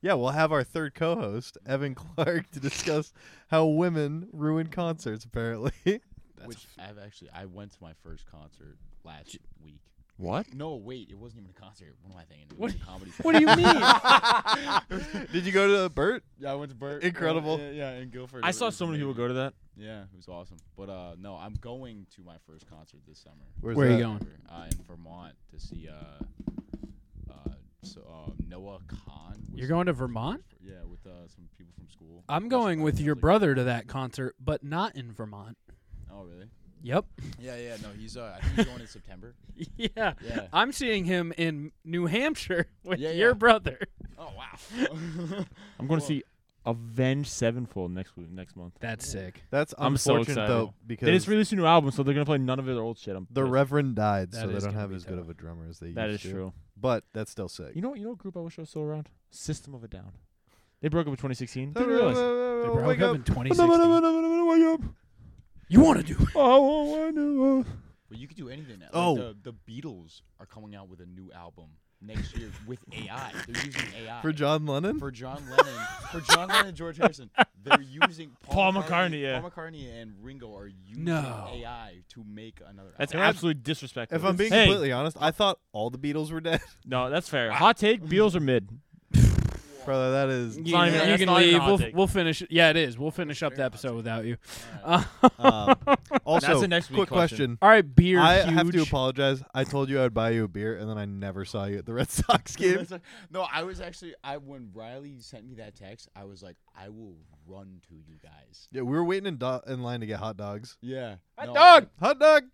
Speaker 4: Yeah, we'll have our third co-host, Evan Clark, to discuss how women ruin concerts. Apparently,
Speaker 6: Which I've actually I went to my first concert last week.
Speaker 7: What?
Speaker 6: No, wait, it wasn't even a concert. What am I thinking? It
Speaker 5: What-
Speaker 6: was a comedy.
Speaker 5: What do you mean?
Speaker 4: did you go to Bert?
Speaker 6: Yeah, I went to Bert.
Speaker 4: Incredible.
Speaker 6: Yeah, yeah, in Guilford.
Speaker 7: I
Speaker 6: It
Speaker 7: saw
Speaker 6: was
Speaker 7: so many people
Speaker 6: amazing.
Speaker 7: go to that.
Speaker 6: Yeah, it was awesome. But uh, no, I'm going to my first concert this summer.
Speaker 4: Where's
Speaker 5: Where are you
Speaker 4: that?
Speaker 5: going?
Speaker 6: Uh, in Vermont to see uh, uh, so, uh, Noah Khan. was
Speaker 5: You're going to
Speaker 6: the
Speaker 5: Vermont?
Speaker 6: first- Yeah, with uh, some people from school.
Speaker 5: I'm
Speaker 6: That's
Speaker 5: going
Speaker 6: about
Speaker 5: with
Speaker 6: it. I
Speaker 5: your
Speaker 6: was like,
Speaker 5: brother to that concert, but not in Vermont.
Speaker 6: Oh, really?
Speaker 5: Yep.
Speaker 6: Yeah, yeah. No, he's uh, I think he's going in September.
Speaker 5: Yeah.
Speaker 6: Yeah.
Speaker 5: I'm seeing him in New Hampshire with
Speaker 6: Yeah,
Speaker 5: your
Speaker 6: yeah.
Speaker 5: brother.
Speaker 6: Oh wow.
Speaker 7: I'm going to
Speaker 6: Cool.
Speaker 7: see Avenged Sevenfold next week, next month.
Speaker 5: That's sick.
Speaker 4: That's
Speaker 7: I'm so
Speaker 4: unfortunate
Speaker 7: excited.
Speaker 4: though because
Speaker 7: They just released a new album, so they're going to play none of their old shit. I'm
Speaker 4: the
Speaker 7: pissed.
Speaker 4: Reverend died,
Speaker 5: That
Speaker 4: so they
Speaker 5: is
Speaker 4: don't
Speaker 5: gonna
Speaker 4: have
Speaker 5: be
Speaker 4: as good
Speaker 5: tough.
Speaker 4: of a drummer as they
Speaker 7: That is
Speaker 4: used to.
Speaker 7: true.
Speaker 4: But that's still sick.
Speaker 7: You know, you know, what group I wish I was still around. System of a Down. They broke up in 2016. Didn't realize.
Speaker 5: They
Speaker 4: Wake
Speaker 5: broke up
Speaker 4: up.
Speaker 5: in 2016. You want to do it.
Speaker 6: Well, you could do anything now.
Speaker 4: Oh.
Speaker 6: Like the, the Beatles are coming out with a new album next year with AI. They're using AI
Speaker 4: For John Lennon?
Speaker 6: For John Lennon. for John Lennon and George Harrison. They're using Paul,
Speaker 7: Paul McCartney, yeah.
Speaker 6: Paul McCartney and Ringo are using
Speaker 5: No.
Speaker 6: AI to make another.
Speaker 7: That's
Speaker 6: album.
Speaker 7: absolutely disrespectful.
Speaker 4: if I'm being
Speaker 7: Hey,
Speaker 4: completely honest, I thought all the Beatles were dead.
Speaker 7: no, that's fair. Hot take: Beatles are mid.
Speaker 4: Brother, that is.
Speaker 5: You,
Speaker 7: not even-
Speaker 5: you
Speaker 7: that's
Speaker 5: can
Speaker 7: not even a
Speaker 5: leave.
Speaker 7: hot
Speaker 5: We'll,
Speaker 7: take.
Speaker 5: we'll finish. it. Yeah, it is. We'll finish up the episode without you. Uh,
Speaker 4: Um, also,
Speaker 7: That's a next week
Speaker 4: quick
Speaker 7: question.
Speaker 4: question.
Speaker 5: All right, beer.
Speaker 4: I
Speaker 5: huge.
Speaker 4: have to apologize. I told you I would buy you a beer, and then I never saw you at the Red Sox game.
Speaker 6: That's like- no, I was actually I when Riley sent me that text, I was like, I will run to you guys.
Speaker 4: yeah, we were waiting in, do- in line to get hot dogs.
Speaker 6: Yeah. no,
Speaker 4: Hot dog!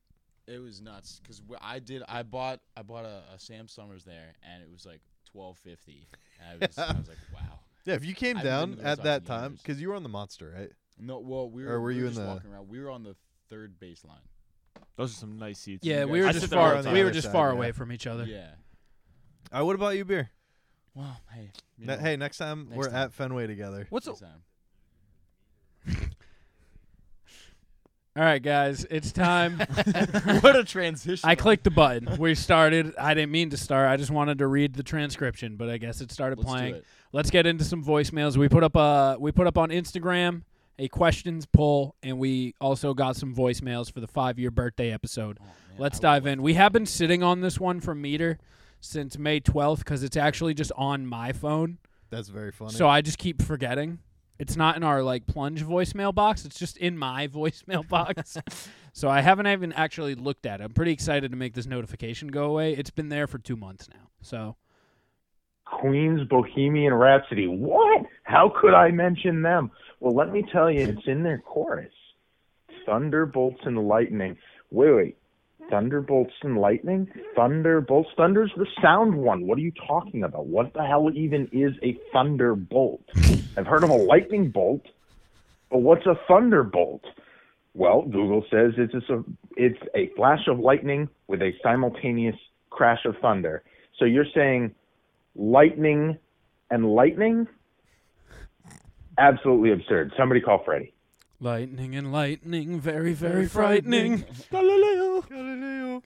Speaker 6: It was nuts because I did. I bought. I bought a, a Sam Summers there, and it was like twelve fifty. And I was, I was like, wow.
Speaker 4: Yeah, if you came
Speaker 6: I've been
Speaker 4: down
Speaker 6: to the Red
Speaker 4: at
Speaker 6: Sox
Speaker 4: that
Speaker 6: in
Speaker 4: time,
Speaker 6: years.
Speaker 4: because you were on the monster, right?
Speaker 6: No, well, we were.
Speaker 4: Or were
Speaker 6: we
Speaker 4: you
Speaker 6: were
Speaker 4: in
Speaker 6: just
Speaker 4: the-
Speaker 6: walking around. We were on the third baseline.
Speaker 7: Those are some nice seats.
Speaker 5: Yeah,
Speaker 6: guys-
Speaker 5: we were
Speaker 7: I
Speaker 5: just
Speaker 7: sit there all
Speaker 5: far.
Speaker 7: the
Speaker 5: We
Speaker 7: time.
Speaker 5: were
Speaker 4: Other
Speaker 5: just
Speaker 4: side,
Speaker 5: far
Speaker 4: yeah.
Speaker 5: away from each other.
Speaker 6: Yeah.
Speaker 4: I would have bought you beer.
Speaker 6: Well, hey, you
Speaker 4: Ne-
Speaker 6: know,
Speaker 4: hey, next time
Speaker 6: next
Speaker 4: we're
Speaker 6: time.
Speaker 4: at Fenway together.
Speaker 5: What's
Speaker 6: next time.
Speaker 5: all right, guys? It's time.
Speaker 6: what a transition!
Speaker 5: I clicked the button. We started. I didn't mean to start. I just wanted to read the transcription, but I guess it started
Speaker 6: Let's do
Speaker 5: playing.
Speaker 6: it.
Speaker 5: Let's get into some voicemails. We put up a we put up on Instagram a questions poll, and we also got some voicemails for the five year birthday episode.
Speaker 6: Oh,
Speaker 5: Let's dive in. We have been sitting on this one from Meter since May twelfth because it's actually just on my phone,
Speaker 4: That's very funny.
Speaker 5: so I just keep forgetting. It's not in our like plunge voicemail box. It's just in my voicemail box. so I haven't even actually looked at it. I'm pretty excited to make this notification go away. It's been there for two months now. So
Speaker 9: Queen's Bohemian Rhapsody. What? How could I mention them? Well, let me tell you, it's in their chorus. Thunderbolts and lightning. Wait, wait. Thunderbolts and lightning? Thunderbolts? Thunder's the sound one. What are you talking about? What the hell even is a thunderbolt? I've heard of a lightning bolt, but what's a thunderbolt? Well, Google says it's just a, it's a flash of lightning with a simultaneous crash of thunder. So you're saying lightning and lightning? Absolutely absurd. Somebody call Freddie.
Speaker 5: Lightning and lightning, very, very frightening.
Speaker 7: Galileo.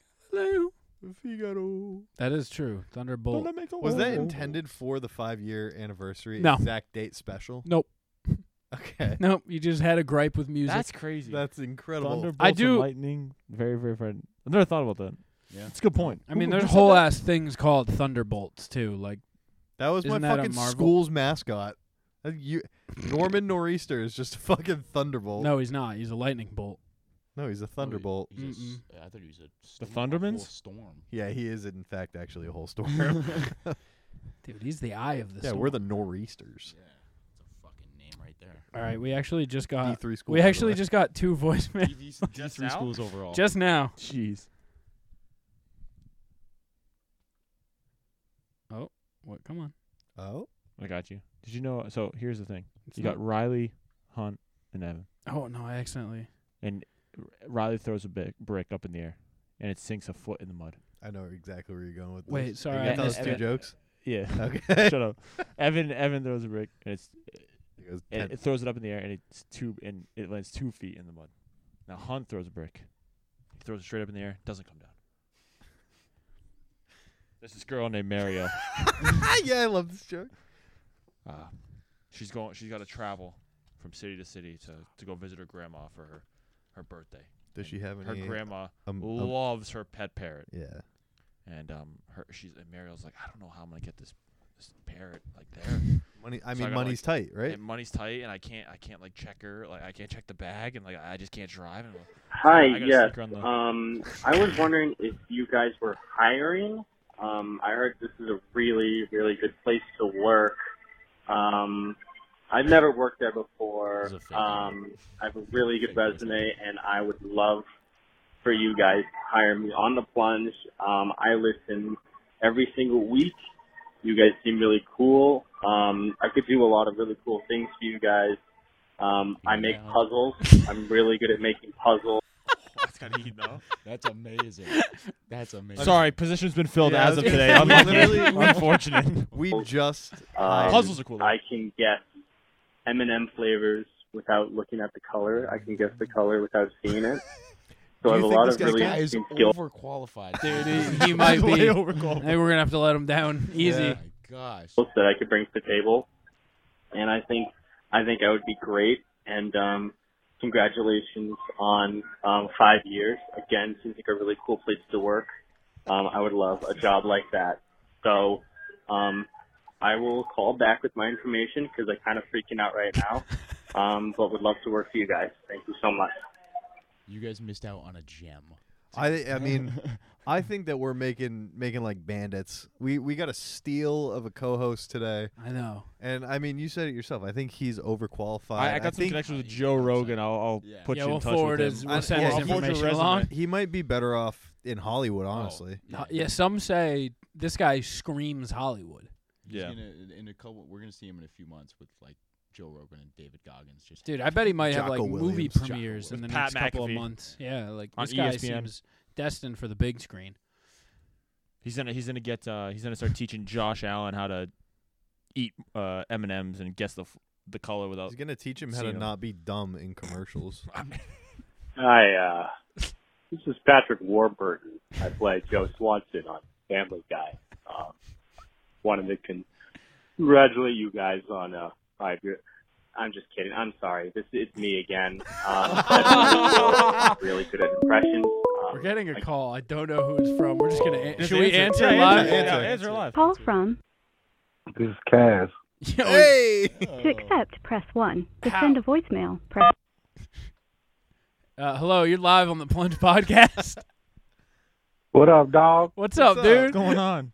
Speaker 5: That is true. Thunderbolt.
Speaker 4: was that intended for the five year anniversary
Speaker 5: Oh. No.
Speaker 4: exact date special?
Speaker 5: Nope.
Speaker 4: Okay.
Speaker 5: Nope. You just had a gripe with music.
Speaker 7: That's crazy.
Speaker 4: That's incredible.
Speaker 7: Thunderbolts
Speaker 5: I
Speaker 7: and
Speaker 5: do-
Speaker 7: lightning. Very, very fun. I've never thought about that.
Speaker 6: Yeah.
Speaker 7: It's a good point.
Speaker 5: I mean,
Speaker 7: Who-
Speaker 5: there's
Speaker 7: who said
Speaker 5: whole
Speaker 7: that?
Speaker 5: ass things called thunderbolts too. Like,
Speaker 4: That was
Speaker 5: Isn't
Speaker 4: my
Speaker 5: that a
Speaker 4: fucking
Speaker 5: marvel?
Speaker 4: school's mascot. Uh, You, Norman Nor'easter is just a fucking thunderbolt.
Speaker 5: no, he's not. He's a lightning bolt.
Speaker 4: no, he's a
Speaker 6: Oh, he-
Speaker 4: thunderbolt.
Speaker 6: he's a s- I thought he was a storm, a whole
Speaker 7: Thundermans?
Speaker 6: storm.
Speaker 4: Yeah, he is in fact actually a whole storm.
Speaker 5: Dude, he's the eye of the
Speaker 4: yeah,
Speaker 5: storm.
Speaker 4: we're the Nor'easters.
Speaker 6: Yeah, it's a fucking name right there.
Speaker 5: All right, we actually just got.
Speaker 4: D3 school.
Speaker 5: Uh, We
Speaker 4: by the
Speaker 5: actually
Speaker 4: way.
Speaker 5: just got two voicemails
Speaker 6: D- D- D three schools overall.
Speaker 5: just now.
Speaker 7: Jeez.
Speaker 5: What? Come on.
Speaker 4: Oh,
Speaker 7: I got you. Did you know? So here's the thing.
Speaker 5: It's
Speaker 7: You
Speaker 5: not-
Speaker 7: got Riley, Hunt, and Evan.
Speaker 5: Oh no! I accidentally.
Speaker 7: And R- Riley throws a bi- brick up in the air, and it sinks a foot in the mud.
Speaker 4: I know exactly where you're going with.
Speaker 5: Wait,
Speaker 4: this.
Speaker 5: sorry,
Speaker 4: You
Speaker 7: I
Speaker 4: thought those
Speaker 7: missed
Speaker 4: two
Speaker 7: it.
Speaker 4: jokes.
Speaker 7: Yeah.
Speaker 4: Okay.
Speaker 7: Shut up. Evan Evan throws a brick, and it's
Speaker 4: It goes
Speaker 7: and
Speaker 4: ten-
Speaker 7: it throws it up in the air, and it's two and it lands two feet in the mud. Now Hunt throws a brick. He throws it straight up in the air. Doesn't come down. There's this girl named Mario.
Speaker 4: Ah, yeah, I love this joke.
Speaker 7: uh, she's going. She's got to travel from city to city to, to go visit her grandma for her, her birthday.
Speaker 4: Does she have
Speaker 7: Her
Speaker 4: any?
Speaker 7: grandma
Speaker 4: um, um,
Speaker 7: loves her pet parrot,
Speaker 4: yeah.
Speaker 7: and um, her she's and Mario's like, I don't know how I'm gonna get this this parrot like there.
Speaker 4: Money. I
Speaker 7: So
Speaker 4: mean,
Speaker 7: I got,
Speaker 4: money's tight, right?
Speaker 7: and money's tight, and I can't I can't like check her, like I can't check the bag, and like I just can't drive. And I'm like,
Speaker 10: Hi,
Speaker 7: I gotta
Speaker 10: yes.
Speaker 7: sneak around the-
Speaker 10: Um, I was wondering if you guys were hiring. Um, I heard this is a really, really good place to work. Um, I've never worked there before.
Speaker 6: This is a fake
Speaker 10: Um, I have a really good
Speaker 6: Fake voice.
Speaker 10: resume, and I would love for you guys to hire me on the plunge. Um, I listen every single week. You guys seem really cool. Um, I could do a lot of really cool things for you guys. Um, I make
Speaker 6: Yeah.
Speaker 10: puzzles. I'm really good at making puzzles.
Speaker 7: That's gotta eat, no?
Speaker 6: That's amazing. That's amazing.
Speaker 7: Sorry, position's been filled
Speaker 4: Yeah, I
Speaker 7: as
Speaker 4: was
Speaker 7: of
Speaker 4: gonna
Speaker 7: today.
Speaker 4: say, we
Speaker 7: Unlucky.
Speaker 4: literally- we-
Speaker 7: Unfortunate.
Speaker 4: We just
Speaker 10: Um,
Speaker 7: Puzzles are cool.
Speaker 10: I can guess M&M flavors without looking at the color. I can guess the color without seeing it.
Speaker 4: Do you
Speaker 10: So I have a
Speaker 4: think
Speaker 10: lot
Speaker 4: this
Speaker 10: of
Speaker 4: guy's
Speaker 10: really
Speaker 6: guy is
Speaker 10: interesting skills.
Speaker 6: overqualified.
Speaker 5: Dude,
Speaker 6: Oh
Speaker 5: he, he might
Speaker 7: Way
Speaker 5: be. I
Speaker 7: overqualified.
Speaker 5: think we're gonna have to let him down easy.
Speaker 4: Yeah.
Speaker 6: my gosh.
Speaker 10: that I could bring to the table, and I think I think I would be great. And um, congratulations on um, five years. Again, seems like a really cool place to work. Um, I would love a job like that. So um, I will call back with my information because I'm kind of freaking out right now. Um, but would love to work for you guys. Thank you so much.
Speaker 6: You guys missed out on a gem.
Speaker 4: I I mean, I think that we're making making like bandits. We we got a steal of a co-host today,
Speaker 5: I know.
Speaker 4: and I mean, you said it yourself. I think he's overqualified.
Speaker 7: I, I got some
Speaker 4: think
Speaker 7: connections with Joe Rogan. I'll, I'll
Speaker 6: Yeah.
Speaker 7: put
Speaker 5: yeah,
Speaker 7: you
Speaker 5: we'll
Speaker 7: in touch
Speaker 5: forward
Speaker 7: with
Speaker 5: his.
Speaker 7: him.
Speaker 5: We'll
Speaker 4: I-
Speaker 5: send
Speaker 4: yeah,
Speaker 5: his
Speaker 4: I'll forward
Speaker 7: your
Speaker 5: information
Speaker 7: resume.
Speaker 5: along.
Speaker 4: he might be better off in
Speaker 7: Oh.
Speaker 4: Hollywood, honestly.
Speaker 5: Uh, Yeah, some say this guy screams Hollywood.
Speaker 6: He's
Speaker 7: Yeah.
Speaker 6: gonna- in- in a couple, we're gonna see him in a few months with like Joe Rogan and David Goggins. Just
Speaker 5: Dude, I bet he might have
Speaker 4: Jocko
Speaker 5: like movie
Speaker 4: Williams. Jocko
Speaker 5: premieres in the
Speaker 7: Williams.
Speaker 5: next
Speaker 7: Pat
Speaker 5: couple of
Speaker 7: McAfee.
Speaker 5: months. Yeah, like
Speaker 7: On E
Speaker 5: this guy
Speaker 7: ESPN.
Speaker 5: seems destined for the big screen.
Speaker 7: He's gonna he's gonna get uh, he's gonna start teaching Josh Allen how to eat uh, M and M's and guess the f- the color without.
Speaker 4: He's gonna teach him how to
Speaker 7: Cena.
Speaker 4: not be dumb in commercials.
Speaker 11: I uh this is Patrick Warburton. I play Joe Swanson on Family Guy. Um wanted to con- congratulate you guys on uh five year I'm just kidding. I'm sorry. This it's me again. Um, I'm really good at impressions.
Speaker 5: We're getting a call. I don't know who it's from. We're just gonna. An-
Speaker 7: Just
Speaker 5: should we
Speaker 7: answer.
Speaker 5: answer
Speaker 7: Yeah,
Speaker 5: live?
Speaker 7: answer, yeah, answer live.
Speaker 12: Call from
Speaker 13: This is Kaz.
Speaker 5: Hey.
Speaker 12: to accept, press one. To send a voicemail, press.
Speaker 5: Uh, hello, you're live on the Plunge Podcast.
Speaker 13: What up, dog?
Speaker 5: What's, up, dude?
Speaker 7: on?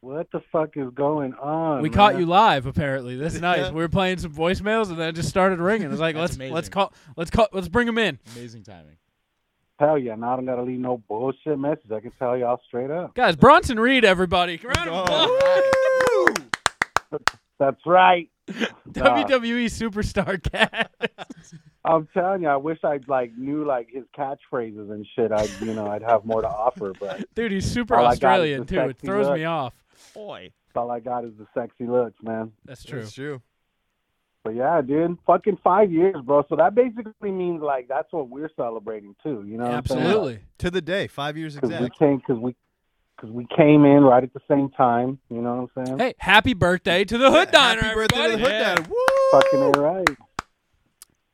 Speaker 13: What the fuck is going on?
Speaker 5: We
Speaker 13: man?
Speaker 5: caught you live. Apparently, that's nice.
Speaker 13: Yeah.
Speaker 5: We were playing some voicemails, and then it just started ringing. It's like
Speaker 13: That's
Speaker 5: let's let's
Speaker 13: amazing.
Speaker 5: call let's call let's bring him in.
Speaker 6: Amazing timing.
Speaker 13: Hell yeah! Now I don't gotta leave no bullshit message. I can tell y'all straight up.
Speaker 5: Guys, Bronson Reed, everybody. Round
Speaker 13: Oh,
Speaker 5: of applause.
Speaker 13: That's right. Nah.
Speaker 5: WWE E superstar cat.
Speaker 13: I'm telling you, I wish I like knew like his catchphrases and shit. I you know I'd have more to offer, but
Speaker 5: Dude, he's super
Speaker 13: all I got is
Speaker 5: Australian
Speaker 13: the
Speaker 5: too. It
Speaker 13: sexy
Speaker 5: throws
Speaker 13: look.
Speaker 5: me off.
Speaker 7: Boy.
Speaker 13: All I got is the sexy looks, man.
Speaker 5: That's true. That's
Speaker 4: true.
Speaker 13: But yeah, dude, fucking five years, bro. So that basically means like that's what we're celebrating too. You know, what I'm saying?
Speaker 4: To the day, five years
Speaker 13: Cause we
Speaker 4: exact.
Speaker 13: came because we because we came in right at the same time. You know what I'm saying?
Speaker 5: Hey, happy birthday to the Hood Diner,
Speaker 4: Happy birthday to the
Speaker 5: everybody.
Speaker 4: Hood Dad. Woo!
Speaker 13: fucking all right.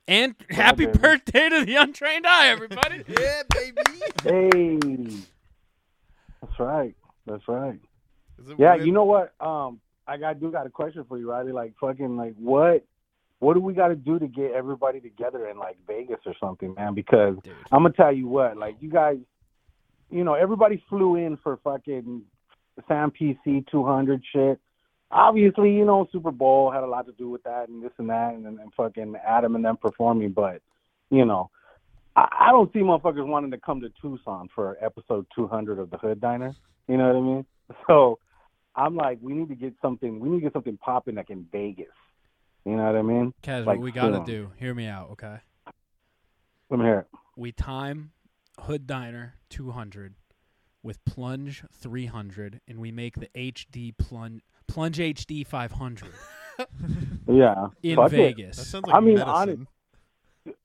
Speaker 5: And happy
Speaker 13: baby.
Speaker 5: birthday to the untrained eye, everybody.
Speaker 4: yeah, baby.
Speaker 13: Hey, that's right. That's right. Yeah, you know what? Um, I got do got a question for you, Riley. Like fucking like what? What do we got to do to get everybody together in like Vegas or something, man? Because I'm gonna tell you what, like you guys, you know, everybody flew in for fucking Sam PC 200 shit. Obviously, you know, Super Bowl had a lot to do with that and this and that and, and, fucking Adam and them performing, but you know, I, I don't see motherfuckers wanting to come to Tucson for episode 200 of the Hood Diner. You know what I mean? So I'm like, we need to get something. We need to get something popping like in Vegas. You know what I mean?
Speaker 5: Kaz,
Speaker 13: Like,
Speaker 5: what we gotta
Speaker 13: soon.
Speaker 5: do. Hear me out, okay?
Speaker 13: Let me hear it.
Speaker 5: We time Hood Diner 200 with Plunge 300, and we make the HD Plunge Plunge HD 500.
Speaker 13: Yeah,
Speaker 5: In
Speaker 13: fuck it.
Speaker 5: Vegas. That sounds like
Speaker 13: I mean,
Speaker 5: medicine.
Speaker 13: honest.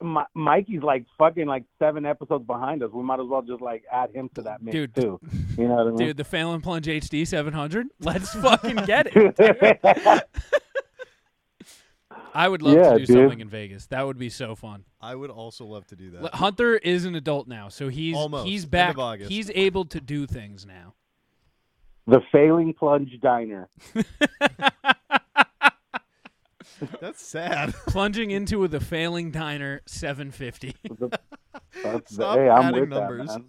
Speaker 13: Mi- Mikey's like fucking like seven episodes behind us. We might as well just like add him to that mix
Speaker 5: Dude.
Speaker 13: too. You know what I mean?
Speaker 5: Dude, the Phelan Plunge HD 700. Let's fucking get it. dude. I would love
Speaker 4: Yeah,
Speaker 5: to do
Speaker 4: dude.
Speaker 5: something in Vegas. That would be so fun.
Speaker 4: I would also love to do that.
Speaker 5: L- Hunter is an adult now, so he's
Speaker 4: Almost.
Speaker 5: he's
Speaker 4: End of
Speaker 5: back.
Speaker 4: August.
Speaker 5: He's able to do things now.
Speaker 13: The failing plunge diner.
Speaker 4: That's sad.
Speaker 5: Plunging into the failing diner 750.
Speaker 13: That's the, hey, I'm with that. Man.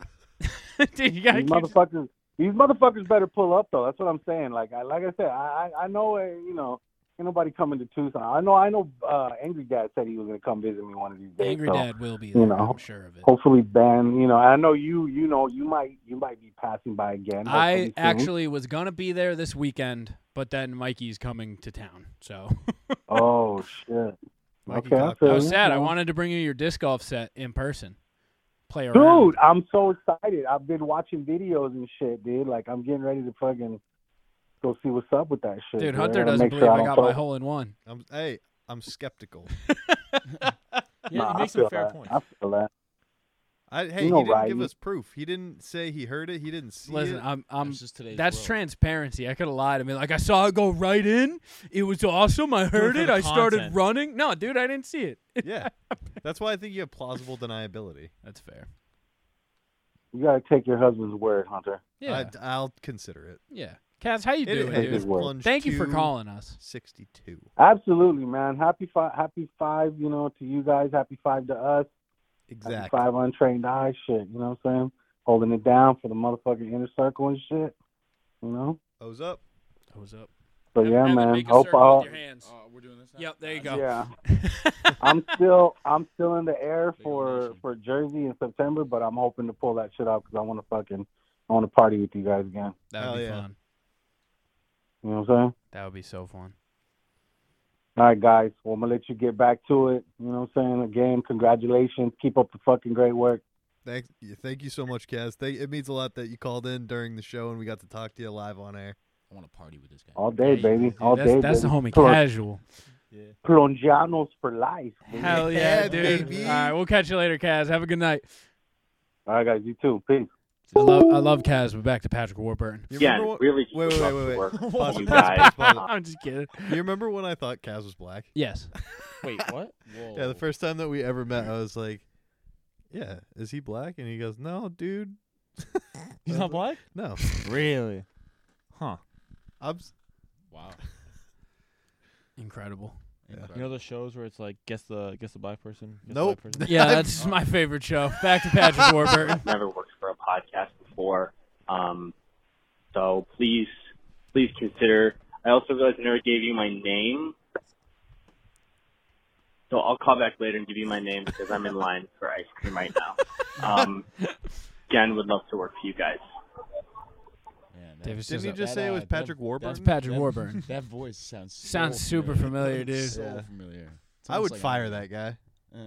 Speaker 5: Dude, you gotta keep-
Speaker 13: these motherfuckers. These motherfuckers better pull up though. That's what I'm saying. Like I like I said, I I, I know uh, you know ain't nobody coming to Tucson. I know I know uh, Angry Dad said he was gonna come visit me one of these days.
Speaker 5: Angry
Speaker 13: so,
Speaker 5: Dad will be
Speaker 13: you
Speaker 5: there,
Speaker 13: know,
Speaker 5: I'm sure of it.
Speaker 13: Hopefully Ben, you know, I know you you know you might you might be passing by again. hopefully
Speaker 5: I
Speaker 13: soon.
Speaker 5: actually was gonna be there this weekend, but then Mikey's coming to town, so
Speaker 13: Oh shit. Okay, I
Speaker 5: I
Speaker 13: feel
Speaker 5: was
Speaker 13: you.
Speaker 5: sad. I wanted to bring you your disc golf set in person. Play around.
Speaker 13: Dude, I'm so excited. I've been watching videos and shit, dude. Like I'm getting ready to fucking go see what's up with that shit.
Speaker 5: Dude,
Speaker 13: dude.
Speaker 5: Hunter
Speaker 13: I gotta
Speaker 5: doesn't
Speaker 13: make sure
Speaker 5: believe I
Speaker 13: don't
Speaker 5: got my
Speaker 13: fuck-
Speaker 5: hole in one.
Speaker 4: I'm, hey, I'm skeptical.
Speaker 13: Nah, I feel that. I feel that.
Speaker 4: I, hey,
Speaker 13: You know,
Speaker 4: he didn't give
Speaker 13: Riley.
Speaker 4: us proof. He didn't say he heard it. He didn't see
Speaker 5: Listen,
Speaker 4: it.
Speaker 5: I'm, I'm.
Speaker 4: That's just today's
Speaker 5: that's
Speaker 4: world.
Speaker 5: transparency. I could have lied. I mean, like I saw it go right in. It was awesome. I heard
Speaker 4: for
Speaker 5: it.
Speaker 4: the
Speaker 5: I started
Speaker 4: content.
Speaker 5: running. No, dude, I didn't see it.
Speaker 4: yeah, that's why I think you have plausible deniability.
Speaker 5: That's fair.
Speaker 13: You gotta take your husband's word, Hunter.
Speaker 5: Yeah.
Speaker 4: I, will consider it.
Speaker 5: Yeah. Kaz, how you
Speaker 4: It
Speaker 5: doing,
Speaker 4: is
Speaker 5: dude?
Speaker 4: Plunge
Speaker 5: Thank you for
Speaker 4: to
Speaker 5: calling us.
Speaker 4: Sixty-two.
Speaker 13: Absolutely, man. Happy five, happy five, you know, to you guys. Happy five to us.
Speaker 4: Exactly.
Speaker 13: Happy five untrained eye shit. You know what I'm saying? Holding it down for the motherfucking inner circle and shit. You know.
Speaker 4: O's up. Oh,
Speaker 5: O's up.
Speaker 13: But yeah, man. Hope all.
Speaker 5: hands. we're doing this. Yep. There you go.
Speaker 13: Yeah. I'm still I'm still in the air for for Jersey in September, but I'm hoping to pull that shit out because I want to fucking I want to party with you guys again.
Speaker 5: That would be fun.
Speaker 13: You know what I'm saying?
Speaker 5: That would be so fun.
Speaker 13: All right, guys. Well, I'm gonna let you get back to it. You know what I'm saying? Again, congratulations. Keep up the fucking great work.
Speaker 4: Thank you, thank you so much, Kaz. Thank, it means a lot that you called in during the show and we got to talk to you live on air.
Speaker 6: I want to party with this guy.
Speaker 13: All day, baby. All
Speaker 5: that's,
Speaker 13: day.
Speaker 5: That's
Speaker 13: baby.
Speaker 5: the homie,
Speaker 13: Plon-
Speaker 5: casual.
Speaker 13: Plongianos for life. baby.
Speaker 5: Hell yeah, dude. All right, we'll catch you later, Kaz. Have a good night.
Speaker 13: All right, guys. You too. Peace.
Speaker 5: I love, I love Kaz, but back to Patrick Warburton.
Speaker 11: Um,
Speaker 4: You remember what- Wait, wait, wait, wait, wait. Pause it, pause it, pause it.
Speaker 5: I'm just kidding.
Speaker 4: You remember when I thought Kaz was black?
Speaker 5: Yes.
Speaker 7: Wait, what?
Speaker 4: yeah, the first time that we ever met, I was like, "Yeah, is he black?" And he goes, "No, dude,
Speaker 7: He's not black?
Speaker 4: No,
Speaker 7: really? Huh.
Speaker 4: I'm s-
Speaker 6: Wow.
Speaker 5: Incredible.
Speaker 7: You know those shows where it's like guess the guess the black person. Guess
Speaker 5: Nope.
Speaker 7: The black person?
Speaker 5: Yeah, that's my favorite show. Back to Patrick Warburton.
Speaker 10: Never worked for a podcast before. Um, so please, please consider. I also realized I never gave you my name. So I'll call back later and give you my name because I'm in line for ice cream right now. Um, again, would love to work for you guys.
Speaker 5: David
Speaker 4: Didn't
Speaker 5: Sousa.
Speaker 4: you just say it was Patrick Warburton?
Speaker 5: That's Patrick Warburton.
Speaker 6: That voice sounds so
Speaker 5: Sounds super familiar, dude.
Speaker 6: So familiar.
Speaker 4: I would
Speaker 6: Sounds like eh. I
Speaker 4: fire
Speaker 6: know.
Speaker 4: that guy.
Speaker 6: Yeah.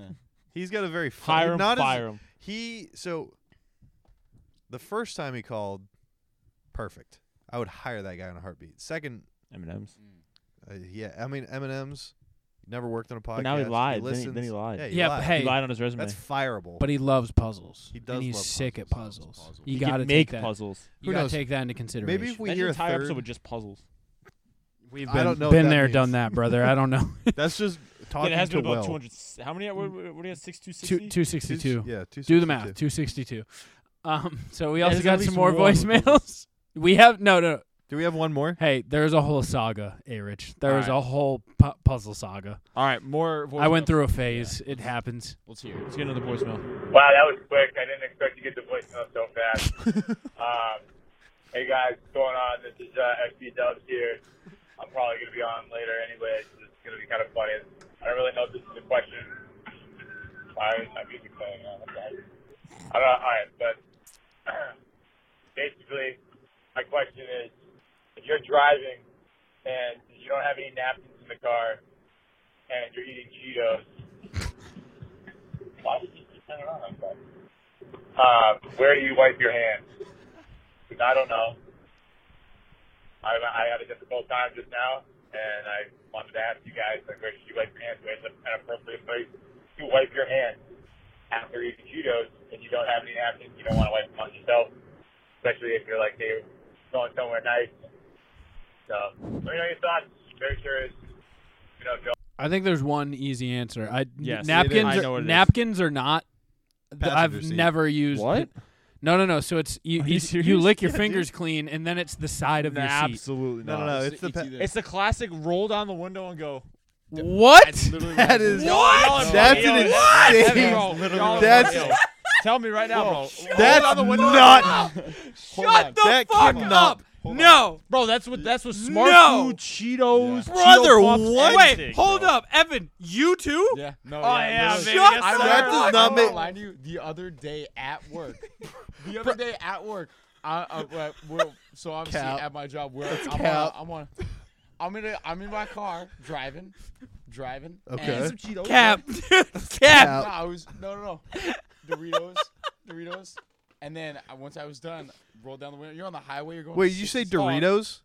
Speaker 4: He's got a very
Speaker 7: Hire him,
Speaker 4: not as-
Speaker 7: fire him.
Speaker 4: He so the first time he called, perfect. I would hire that guy in a heartbeat. Second,
Speaker 7: M&M's.
Speaker 4: Uh, yeah, I mean M&M's. Never worked on a podcast.
Speaker 7: But now he lied. Then he-
Speaker 4: listens.
Speaker 7: then he lied.
Speaker 4: Yeah,
Speaker 5: Yeah, but hey,
Speaker 7: He lied on his resume.
Speaker 4: That's fireable.
Speaker 5: But he loves puzzles.
Speaker 4: He does
Speaker 5: And he's
Speaker 4: love
Speaker 5: sick at puzzles. You
Speaker 7: He
Speaker 5: got to
Speaker 7: can make
Speaker 5: take that.
Speaker 7: puzzles.
Speaker 5: You
Speaker 7: Who
Speaker 5: got
Speaker 7: knows?
Speaker 5: to take that into consideration.
Speaker 4: Maybe if we
Speaker 7: Imagine
Speaker 4: hear
Speaker 7: an
Speaker 4: a
Speaker 7: entire episode
Speaker 4: third-
Speaker 7: with just puzzles.
Speaker 5: We've
Speaker 4: I don't
Speaker 5: been-
Speaker 4: know
Speaker 5: been
Speaker 4: what that
Speaker 5: there,
Speaker 4: means.
Speaker 5: done that, brother. I don't know.
Speaker 4: That's just talking
Speaker 7: Then it has
Speaker 4: to
Speaker 7: to be about
Speaker 4: Will.
Speaker 7: 200. How many? What, what, what do you have? Six, two,
Speaker 5: Two,
Speaker 7: sixty.
Speaker 5: 262.
Speaker 4: yeah,
Speaker 5: Do the math. 262. Um, so we
Speaker 7: Yeah,
Speaker 5: also
Speaker 7: there's at
Speaker 5: got some
Speaker 7: least
Speaker 5: more
Speaker 7: one with
Speaker 5: voicemails. We have no, no.
Speaker 4: Do we have one more?
Speaker 5: Hey, there's a whole saga, A. Rich. There
Speaker 7: All
Speaker 5: is
Speaker 7: right.
Speaker 5: a whole pu- puzzle saga.
Speaker 7: All right, more.
Speaker 5: I went
Speaker 7: voicemails.
Speaker 5: through a phase. It happens.
Speaker 7: Let's hear. Let's get another voicemail.
Speaker 14: Wow, that was quick. I didn't expect to get the voicemail so fast. um, hey guys, what's going on? This is uh, XB Dubs here. I'm probably going to be on later anyway. So it's going to be kind of funny. I don't really know if this is a question. Why is my music playing? Uh, what the heck? I don't know. All right, but basically, my question is: if you're driving and you don't have any napkins in the car, and you're eating Cheetos, why would you turn it on? I'm sorry. Uh, where do you wipe your hands? 'Cause I don't know. I, I had a difficult time just now, and I wanted to ask you guys, like, where should you wipe your hands? Where's the- an appropriate place to wipe your hands after eating Cheetos? If you don't have any napkins, you don't want to wipe them on yourself, especially if you're like, hey, going somewhere nice. So, let me know your thoughts. Very curious. You know, Joe.
Speaker 5: I think there's one easy answer. I
Speaker 7: Yes, it is.
Speaker 5: napkins.
Speaker 7: I
Speaker 5: Are,
Speaker 7: know what it is.
Speaker 5: napkins are not. th-
Speaker 7: Passenger
Speaker 5: I've
Speaker 7: seat.
Speaker 5: never used.
Speaker 7: What?
Speaker 5: No, no, no. So it's
Speaker 7: Are
Speaker 5: you.
Speaker 7: you
Speaker 5: you, you
Speaker 7: serious?
Speaker 5: lick your
Speaker 7: Yeah,
Speaker 5: fingers clean, and then it's the side of your seat.
Speaker 7: Absolutely
Speaker 4: No, no, no, it's the pa-
Speaker 7: It's the classic roll down the window and go.
Speaker 5: What?
Speaker 7: That's literally
Speaker 4: That
Speaker 7: what
Speaker 4: is-
Speaker 7: Y'all- y'all
Speaker 4: What?
Speaker 7: are
Speaker 4: That's
Speaker 7: bro.
Speaker 4: an
Speaker 7: Yo, that's
Speaker 4: insane-
Speaker 7: heavy, bro.
Speaker 4: Literally
Speaker 7: Y'all are
Speaker 4: that's-
Speaker 7: bro. Yo, Tell me right now, bro. Roll
Speaker 4: That's
Speaker 7: down the window and
Speaker 4: not-
Speaker 7: go.
Speaker 5: Shut the fuck up. No,
Speaker 7: bro. That's what. That's what smart
Speaker 5: No.
Speaker 7: food, Cheetos,
Speaker 5: brother.
Speaker 7: Cheeto puffs,
Speaker 5: What?
Speaker 7: anything,
Speaker 5: Wait, hold up, Evan. You too?
Speaker 6: Yeah. No.
Speaker 5: Oh, yeah,
Speaker 6: literally.
Speaker 5: baby, Shut yes,
Speaker 6: I
Speaker 5: sir.
Speaker 6: remember-
Speaker 5: That does
Speaker 6: I
Speaker 5: not
Speaker 6: won't
Speaker 5: make-
Speaker 6: lie to you. The other day at work. the other day at work. I, I, uh, we're, so obviously
Speaker 7: Cap.
Speaker 6: at my job, we're,
Speaker 7: That's
Speaker 6: I'm, on,
Speaker 7: cap.
Speaker 6: I'm on. I'm in. A, I'm in my car driving, driving.
Speaker 7: Okay.
Speaker 6: And some Cheetos.
Speaker 7: Cap,
Speaker 6: right?
Speaker 7: dude, cap.
Speaker 6: No, I was no, no, no. Doritos, Doritos, and then I, once I was done, rolled down the window. You're on the highway. You're going.
Speaker 4: Wait, you say
Speaker 6: 60. Oh,
Speaker 4: Doritos?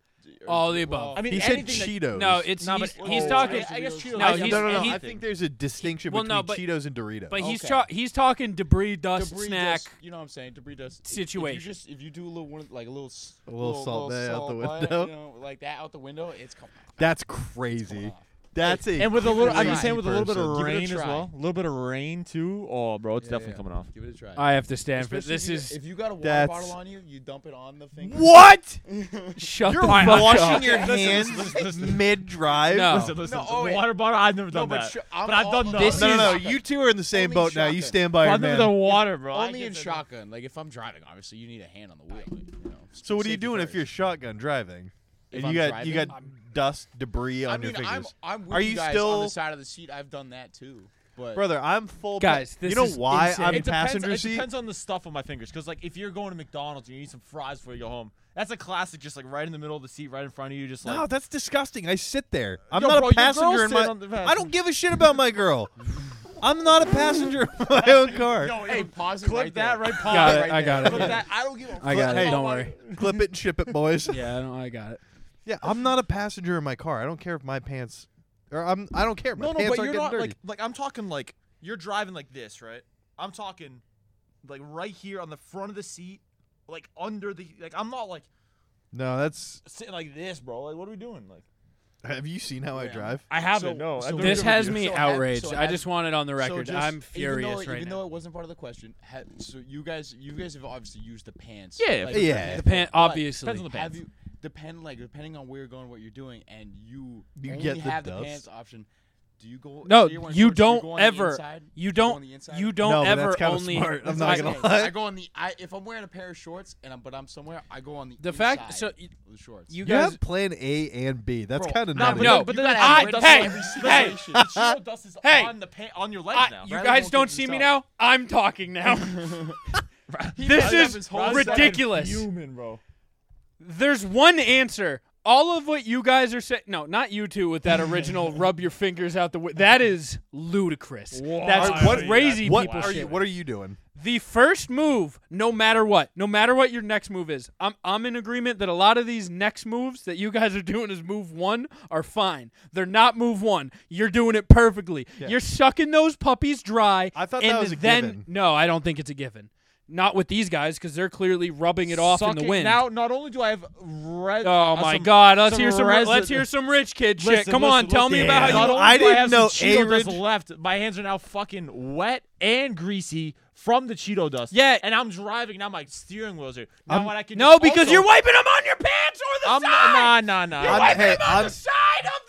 Speaker 5: All the above.
Speaker 6: I mean,
Speaker 4: he said
Speaker 6: anything
Speaker 4: Cheetos.
Speaker 6: that-
Speaker 5: No, it's
Speaker 6: No,
Speaker 5: he's,
Speaker 6: but-
Speaker 5: he's
Speaker 6: oh,
Speaker 5: talking.
Speaker 6: I- I guess Cheetos-
Speaker 5: no,
Speaker 6: I-
Speaker 5: he's,
Speaker 4: no, no, no.
Speaker 5: he-
Speaker 4: I think there's a distinction
Speaker 5: well,
Speaker 4: between
Speaker 5: no, but-
Speaker 4: Cheetos and Doritos.
Speaker 5: But he's
Speaker 6: Okay.
Speaker 5: tra- he's talking debris dust
Speaker 6: Debris
Speaker 5: snack.
Speaker 6: dust, you know what I'm saying? Debris dust. If-
Speaker 5: situation.
Speaker 6: If you, just, if you do a little one, like a little, s-
Speaker 4: A little salt bay out the
Speaker 6: salt
Speaker 4: window.
Speaker 6: you know, like that out the window, it's coming.
Speaker 4: That's crazy. That's a
Speaker 7: And with a little, I'm
Speaker 4: crazy
Speaker 7: just saying, with a little bit of
Speaker 4: person.
Speaker 7: rain as
Speaker 6: try.
Speaker 7: well. A little bit of rain too. Oh, bro, it's definitely coming off.
Speaker 6: Give it a try.
Speaker 5: I have to stand for
Speaker 6: Especially
Speaker 5: this.
Speaker 6: if you- if
Speaker 5: Is
Speaker 6: you got a water
Speaker 5: that's-
Speaker 6: bottle on you, you dump it on the finger.
Speaker 5: What? Shut
Speaker 4: You're
Speaker 5: the fuck
Speaker 4: washing
Speaker 5: up.
Speaker 4: your
Speaker 5: Listen,
Speaker 4: hands
Speaker 5: listen, listen.
Speaker 4: mid-drive.
Speaker 5: No.
Speaker 7: Listen, listen.
Speaker 5: No,
Speaker 6: oh, wait.
Speaker 7: water bottle. I've never
Speaker 6: No,
Speaker 7: done
Speaker 6: but
Speaker 7: that.
Speaker 6: sh- I'm
Speaker 7: but I've
Speaker 6: all
Speaker 7: done
Speaker 6: about
Speaker 7: those.
Speaker 6: it.
Speaker 4: no, no, no.
Speaker 6: is-
Speaker 4: You two are in the same
Speaker 6: Only
Speaker 4: boat now.
Speaker 6: shotgun.
Speaker 4: You stand by your
Speaker 7: Under
Speaker 4: man.
Speaker 7: the water, bro. I
Speaker 6: Only
Speaker 7: get
Speaker 6: in
Speaker 7: that.
Speaker 6: shotgun. Like if I'm driving, obviously you need a hand on the wheel. You know.
Speaker 4: So what are you
Speaker 6: Safety
Speaker 4: doing if
Speaker 6: first.
Speaker 4: you're shotgun driving?
Speaker 6: If
Speaker 4: and
Speaker 6: I'm
Speaker 4: you got you
Speaker 6: driving?
Speaker 4: got dust, debris on
Speaker 6: I mean,
Speaker 4: your
Speaker 6: I'm,
Speaker 4: fingers.
Speaker 6: I'm with
Speaker 4: are
Speaker 6: you,
Speaker 4: you,
Speaker 6: guys
Speaker 4: still
Speaker 6: on the side of the seat. I've done that too. But
Speaker 4: Brother, I'm full pa-
Speaker 5: Guys, this
Speaker 4: You know
Speaker 5: is
Speaker 4: why
Speaker 5: insane.
Speaker 4: I'm
Speaker 5: It
Speaker 7: depends-
Speaker 4: passenger
Speaker 7: It
Speaker 4: seat?
Speaker 7: depends on the stuff on my fingers. Because like, if you're going to McDonald's and you need some fries before you go home, that's a classic. Just like right in the middle of the seat, right in front of you, just like.
Speaker 4: No, that's disgusting. I sit there. I'm
Speaker 7: Yo,
Speaker 4: not
Speaker 7: bro,
Speaker 4: a
Speaker 7: your
Speaker 4: passenger
Speaker 7: girl's
Speaker 4: in my
Speaker 7: sitting on the
Speaker 4: I don't give a shit about my girl. I'm not a passenger of my own car.
Speaker 6: No, hey, pause it
Speaker 3: clip
Speaker 6: right that
Speaker 3: right-
Speaker 5: Got pause it, right I
Speaker 4: I
Speaker 5: there. got
Speaker 4: got
Speaker 5: it.
Speaker 4: it.
Speaker 5: Clip that. I don't give a I got fuck. it, don't worry.
Speaker 4: Clip it and ship it, boys.
Speaker 5: yeah, I, don't, I got it.
Speaker 4: Yeah, I'm not a passenger in my car. I don't care if my pants, or I'm. I don't care. My
Speaker 7: no, no,
Speaker 4: pants
Speaker 7: but
Speaker 4: aren't
Speaker 7: you're
Speaker 4: getting
Speaker 7: not
Speaker 4: dirty.
Speaker 7: like like I'm talking like you're driving like this, right? I'm talking like right here on the front of the seat, like under the like I'm not like
Speaker 4: no, that's.
Speaker 7: sitting like this, bro. Like what are we doing? Like
Speaker 4: Have you seen how I drive?
Speaker 7: I haven't, no. I don't
Speaker 5: this
Speaker 7: agree with
Speaker 5: has
Speaker 7: you.
Speaker 5: me
Speaker 7: So ha-
Speaker 5: outraged.
Speaker 7: so
Speaker 5: I
Speaker 7: ha-
Speaker 5: just want it on the
Speaker 7: so
Speaker 5: record.
Speaker 7: just-
Speaker 5: I'm
Speaker 6: even
Speaker 5: furious
Speaker 6: though, it-
Speaker 5: right
Speaker 6: even
Speaker 5: now.
Speaker 6: though it wasn't part of the question, ha- so you guys, you guys have obviously used the pants.
Speaker 5: Yeah,
Speaker 6: like,
Speaker 5: yeah. Yeah. The pant-
Speaker 6: but
Speaker 5: obviously. Depends on the
Speaker 6: Have
Speaker 5: pants.
Speaker 6: you depend like depending on where you're going, what you're doing, and you
Speaker 5: You
Speaker 6: only
Speaker 5: get the
Speaker 6: have
Speaker 5: doves?
Speaker 6: the pants option. Do you go?
Speaker 5: No,
Speaker 6: so you're wearing
Speaker 5: you
Speaker 6: shorts,
Speaker 5: don't
Speaker 6: go on the
Speaker 5: ever-
Speaker 6: inside?
Speaker 5: you
Speaker 6: go on
Speaker 5: don't-
Speaker 6: the inside?
Speaker 5: you don't No, but that's ever kinda only- smart. I'm not
Speaker 6: I-
Speaker 5: gonna
Speaker 6: I-
Speaker 5: lie.
Speaker 6: I go on the. I, if I'm wearing a pair of shorts and I'm, but I'm somewhere, I go on the.
Speaker 5: The fact-
Speaker 6: inside
Speaker 5: so y-
Speaker 6: of the shorts.
Speaker 5: you
Speaker 4: You have plan A and B. That's
Speaker 6: Bro,
Speaker 4: kind of
Speaker 6: no,
Speaker 4: not
Speaker 6: but
Speaker 5: no,
Speaker 6: but
Speaker 5: then
Speaker 6: then
Speaker 5: I,
Speaker 6: I-
Speaker 5: hey,
Speaker 6: every
Speaker 5: hey,
Speaker 6: situation. The shield dust is
Speaker 5: hey,
Speaker 6: on the pa- on your leg
Speaker 5: I-
Speaker 6: now.
Speaker 5: You
Speaker 6: Rather
Speaker 5: guys
Speaker 6: won't
Speaker 5: don't
Speaker 6: give
Speaker 5: see me
Speaker 6: himself.
Speaker 5: now. I'm talking now.
Speaker 6: He
Speaker 5: this
Speaker 6: does have his
Speaker 5: is
Speaker 6: whole second
Speaker 5: ridiculous.
Speaker 6: fuming, bro.
Speaker 5: There's one answer. All of what you guys are saying, no, not you two with that original rub your fingers out the wi- That is ludicrous. That's
Speaker 4: what
Speaker 5: crazy
Speaker 4: What
Speaker 5: people
Speaker 4: are
Speaker 5: shit.
Speaker 4: you? What are you doing?
Speaker 5: The first move, no matter what, no matter what your next move is, I'm I'm in agreement that a lot of these next moves that you guys are doing as move one are fine. They're not move one. You're doing it perfectly.
Speaker 4: Yeah.
Speaker 5: You're sucking those puppies dry. I
Speaker 4: thought that
Speaker 5: and
Speaker 4: was a
Speaker 5: then
Speaker 4: given.
Speaker 5: no, I don't think it's a given. Not with these guys because they're clearly rubbing it off in the
Speaker 7: Sucking-
Speaker 5: wind.
Speaker 7: Now, not only do I have uh, red.
Speaker 5: Oh my God! Let's hear some. let's hear some rich kid shit. Come on, tell me about how you.
Speaker 7: I didn't I have know
Speaker 5: a
Speaker 7: Cheeto dust left. My hands are now fucking wet and greasy from the Cheeto dust.
Speaker 5: Yeah,
Speaker 7: and I'm driving now. My steering wheels are now.
Speaker 5: I'm-
Speaker 7: what I can
Speaker 5: No,
Speaker 7: just
Speaker 5: because
Speaker 7: also-
Speaker 5: you're wiping 'em on your pants or the
Speaker 7: I'm
Speaker 5: side!
Speaker 7: Nah, nah, nah.
Speaker 5: You're
Speaker 7: I'm-
Speaker 5: wiping
Speaker 7: hey,
Speaker 5: 'em on the
Speaker 7: I'm-
Speaker 5: side of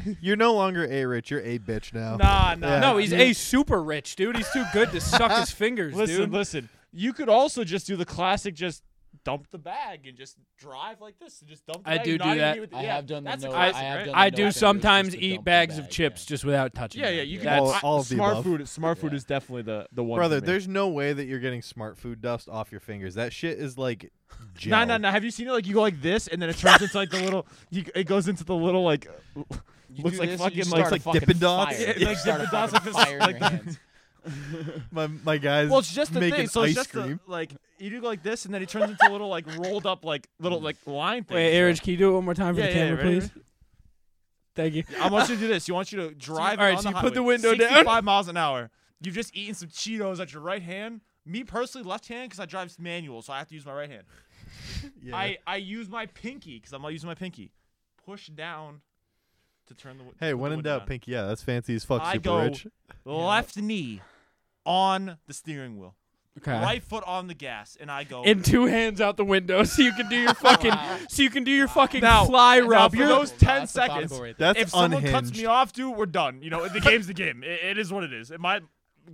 Speaker 5: the seat.
Speaker 4: You're no longer a rich. You're a bitch now.
Speaker 7: Nah, nah.
Speaker 4: Yeah.
Speaker 5: No, he's
Speaker 4: You-
Speaker 5: a super rich dude. He's too good to suck his fingers,
Speaker 7: listen,
Speaker 5: dude.
Speaker 7: listen. You could also just do the classic, just dump the bag and just drive like this. And just dump. The
Speaker 5: I
Speaker 7: bag,
Speaker 5: do
Speaker 7: not
Speaker 5: do
Speaker 7: even
Speaker 5: that.
Speaker 7: get with the-
Speaker 5: I
Speaker 7: yeah,
Speaker 5: have
Speaker 6: done the
Speaker 7: that's a
Speaker 6: no-
Speaker 7: classic,
Speaker 6: I have
Speaker 7: right?
Speaker 6: done
Speaker 5: I
Speaker 6: the
Speaker 5: do
Speaker 6: no fingers,
Speaker 5: sometimes
Speaker 6: just the
Speaker 5: eat
Speaker 6: dump
Speaker 5: bags of chips just without touching.
Speaker 7: Yeah,
Speaker 5: them.
Speaker 7: yeah. You can
Speaker 4: All-
Speaker 7: I-
Speaker 4: all of the
Speaker 7: smart
Speaker 4: above.
Speaker 7: food. Smart food is definitely the the one. for
Speaker 4: brother.
Speaker 7: me.
Speaker 4: There's no way that you're getting smart food dust off your fingers. That shit is like. Gel.
Speaker 7: No, no, no. Have you seen it? Like you go like this, and then it turns into like the little. You, it goes into the little like. looks
Speaker 6: do
Speaker 7: like
Speaker 6: this, you
Speaker 7: fucking
Speaker 6: start
Speaker 7: like
Speaker 6: a fucking
Speaker 7: Dippin'
Speaker 6: fire.
Speaker 7: Yeah,
Speaker 6: You
Speaker 7: like
Speaker 6: start a
Speaker 7: Dippin' Dots.
Speaker 6: fucking
Speaker 7: like
Speaker 6: fire in
Speaker 7: this- like the-
Speaker 6: your hands.
Speaker 4: my my guys.
Speaker 7: Well, it's just the
Speaker 4: making
Speaker 7: thing. So
Speaker 4: ice
Speaker 7: it's just the,
Speaker 4: cream.
Speaker 7: like you do like this, and then it turns into little like rolled up like little like line thing.
Speaker 5: Wait, Erich, can you do it one more time for
Speaker 7: Yeah,
Speaker 5: the
Speaker 7: yeah,
Speaker 5: camera,
Speaker 7: ready?
Speaker 5: please? Thank you.
Speaker 7: I want you to do this. You want you to drive.
Speaker 5: all right,
Speaker 7: on
Speaker 5: so
Speaker 7: the
Speaker 5: you put the
Speaker 7: highway,
Speaker 5: window down.
Speaker 7: 65 miles an hour. You've just eaten some Cheetos at your right hand. Me personally, left hand because I drive manual, so I have to use my right hand.
Speaker 4: Yeah.
Speaker 7: I I use my pinky because I'm not using my pinky. Push down to turn the. wi-
Speaker 4: Hey,
Speaker 7: put the
Speaker 4: when in
Speaker 7: window
Speaker 4: doubt,
Speaker 7: down.
Speaker 4: Pinky. Yeah, that's fancy as fuck.
Speaker 7: I
Speaker 4: super
Speaker 7: go
Speaker 4: rich.
Speaker 7: left knee on the steering wheel.
Speaker 5: Okay.
Speaker 7: Right foot on the gas, and I go.
Speaker 5: And two hands out the window, so you can do your fucking, so you can do your fucking
Speaker 7: Now-
Speaker 5: fly
Speaker 7: now
Speaker 5: rub.
Speaker 7: for
Speaker 5: You're-
Speaker 7: those ten seconds.
Speaker 4: That's
Speaker 7: if someone cuts me
Speaker 4: unhinged.
Speaker 7: off, dude, we're done. You know, the game's the game. It, it is what it is. It might.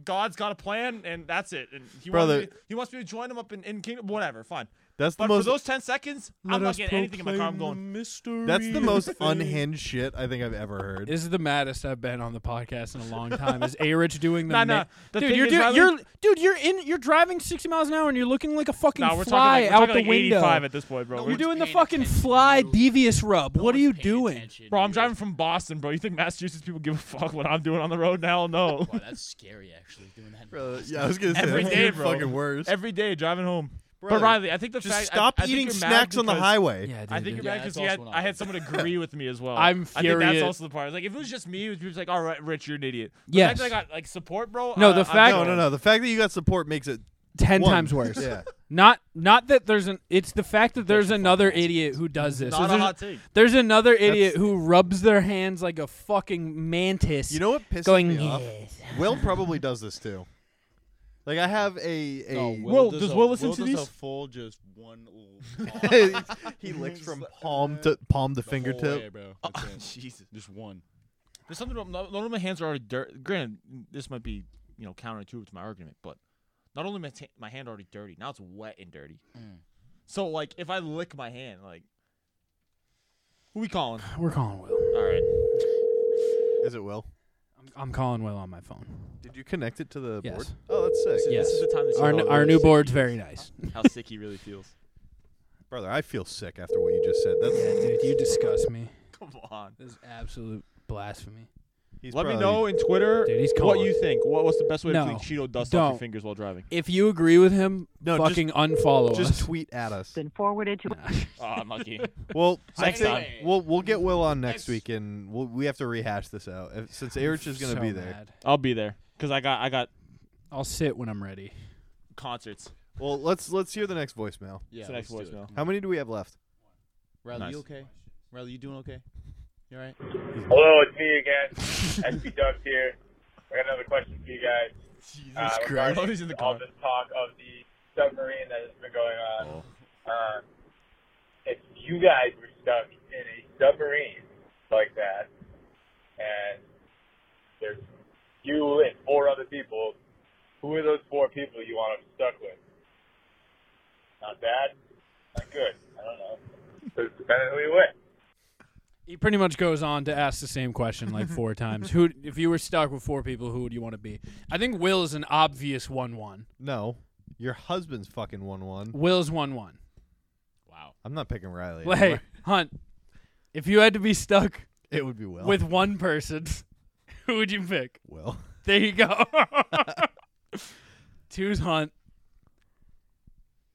Speaker 7: God's got a plan, and that's it. And he
Speaker 4: Brother-
Speaker 7: wants me, he wants me to join him up in, in kingdom. Whatever, fine.
Speaker 4: That's the
Speaker 7: but
Speaker 4: most-
Speaker 7: for those ten seconds, I'm not getting anything in my car. I'm going.
Speaker 4: That's the most unhinged shit I think I've ever heard.
Speaker 5: This is the maddest I've been on the podcast in a long time. Is Arich doing the?
Speaker 7: Nah,
Speaker 5: ma-
Speaker 7: nah. The
Speaker 5: dude,
Speaker 7: thing
Speaker 5: you're
Speaker 7: is,
Speaker 5: doing-
Speaker 7: Riley-
Speaker 5: you're dude, you're in, you're driving 60 miles an hour, and you're looking like a fucking
Speaker 7: Nah, we're talking
Speaker 5: fly
Speaker 7: like- we're
Speaker 5: out
Speaker 7: talking
Speaker 5: the
Speaker 7: like
Speaker 5: window.
Speaker 7: 85 at this point, bro.
Speaker 5: You're
Speaker 7: We're-
Speaker 5: doing the fucking fly devious rub. what are you doing?
Speaker 7: Bro, I'm driving from Boston, bro. You think Massachusetts people give a fuck what I'm doing on the road? Hell no.
Speaker 6: Wow, that's scary actually doing that.
Speaker 4: Bro, yeah, I was gonna say
Speaker 7: Every
Speaker 4: that's
Speaker 7: day,
Speaker 4: even
Speaker 7: bro.
Speaker 4: fucking worse.
Speaker 7: Every day driving home.
Speaker 4: Brother,
Speaker 7: but Riley, I think the
Speaker 4: just
Speaker 7: fact I-
Speaker 4: stop
Speaker 7: I think
Speaker 4: eating
Speaker 7: you're mad
Speaker 4: snacks on the
Speaker 7: because-
Speaker 4: highway.
Speaker 5: Yeah,
Speaker 7: I
Speaker 5: dude,
Speaker 7: think
Speaker 5: dude.
Speaker 7: you're
Speaker 5: Yeah,
Speaker 7: mad
Speaker 5: that's
Speaker 7: because had,
Speaker 5: also an
Speaker 7: I had someone agree with me as well.
Speaker 5: I'm
Speaker 7: I think
Speaker 5: furious.
Speaker 7: that's also the part. Like if it was just me, it was like, all right, Rich, you're an idiot. The
Speaker 5: Yes.
Speaker 7: fact that I got like support, bro.
Speaker 5: No,
Speaker 7: uh,
Speaker 5: the
Speaker 7: I'm
Speaker 5: fact-
Speaker 4: No, no, no. The fact that you got support makes it
Speaker 5: ten
Speaker 4: one.
Speaker 5: times worse.
Speaker 4: Yeah.
Speaker 5: Not not that there's an it's the fact that there's another idiot who does this.
Speaker 7: Not a
Speaker 5: there's,
Speaker 7: hot take.
Speaker 5: there's another idiot who rubs their hands like a fucking mantis.
Speaker 4: You know what pisses
Speaker 5: going,
Speaker 4: me off?
Speaker 5: "Yes."
Speaker 4: Will probably does this too. Like I have a a
Speaker 5: Oh,
Speaker 6: No, Will, does, a, Will does A full just one. little-
Speaker 4: he licks from
Speaker 5: uh,
Speaker 6: Just
Speaker 4: palm to palm to
Speaker 6: the whole
Speaker 4: fingertip.
Speaker 6: way, bro.
Speaker 7: Oh,
Speaker 6: That's it.
Speaker 7: Jesus.
Speaker 6: Just one.
Speaker 7: There's something. About, not not only my hands are already dirty. Granted, this might be you know counterintuitive to my argument, but not only my ta- my hand already dirty, now it's wet and dirty.
Speaker 5: Mm.
Speaker 7: So like, if I lick my hand, like, who we calling?
Speaker 5: We're calling Will.
Speaker 7: All right.
Speaker 4: Is it Will?
Speaker 5: I'm calling Will on my phone.
Speaker 4: Did you connect it to the
Speaker 5: Yes.
Speaker 4: board? Oh, that's sick.
Speaker 5: Yes.
Speaker 7: This is the time to see
Speaker 5: our
Speaker 7: how
Speaker 5: n-
Speaker 7: it
Speaker 5: our
Speaker 7: really
Speaker 5: new
Speaker 7: sick he
Speaker 5: board's
Speaker 7: is.
Speaker 5: very nice.
Speaker 7: How sick he really feels.
Speaker 4: Brother, I feel sick after what you just said. That's
Speaker 5: Yeah, dude, you disgust me.
Speaker 7: Come on.
Speaker 5: This is absolute blasphemy.
Speaker 4: He's
Speaker 7: Let me
Speaker 4: probably-
Speaker 7: know in Twitter
Speaker 5: Dude, he's
Speaker 7: what
Speaker 5: calling.
Speaker 7: you think. What, what's the best way
Speaker 5: No,
Speaker 7: to clean Cheeto dust off
Speaker 5: don't.
Speaker 7: your fingers while driving?
Speaker 5: If you agree with him,
Speaker 7: No, just-
Speaker 5: fucking unfollow
Speaker 7: just
Speaker 5: us.
Speaker 4: tweet at us.
Speaker 15: Been forwarded to.
Speaker 7: oh, I'm lucky.
Speaker 4: Well, I
Speaker 7: Next
Speaker 4: think
Speaker 7: time.
Speaker 4: we'll we'll get Will on next week, and we'll, we have to rehash this out if, since Erich is going to
Speaker 5: So
Speaker 4: be there.
Speaker 5: mad.
Speaker 7: I'll be there because I got I got
Speaker 5: I'll sit when I'm ready.
Speaker 7: concerts.
Speaker 4: Well, let's let's hear the next voicemail.
Speaker 6: Yeah, It's the next let's do it. voicemail.
Speaker 4: How many do we have left?
Speaker 6: Riley,
Speaker 4: Nice.
Speaker 6: you okay? Riley, you doing okay? You all right?
Speaker 14: Hello, it's me again. SB Dubs here. I got another question for you guys. Jesus
Speaker 10: Uh,
Speaker 6: Christ. Nobody's in the
Speaker 14: Uh, all
Speaker 6: car.
Speaker 14: this talk of the submarine that has been going on.
Speaker 6: Oh.
Speaker 14: Um, if you guys were stuck in a submarine like that, and there's you and four other people, who are those four people you want to be stuck with? Not bad? Not good. I don't know. It's depending on who you with.
Speaker 5: He pretty much goes on to ask the same question like four times. Who, if you were stuck with four people, who would you want to be? I think Will is an obvious one-one.
Speaker 4: No, your husband's fucking one one.
Speaker 5: Will's one-one.
Speaker 4: I'm not picking Riley.
Speaker 5: Well, hey,
Speaker 4: anymore.
Speaker 5: Hunt, if you had to be stuck,
Speaker 4: It would be Will.
Speaker 5: with one person. Who would you pick?
Speaker 4: Will.
Speaker 5: There you go. Two's Hunt.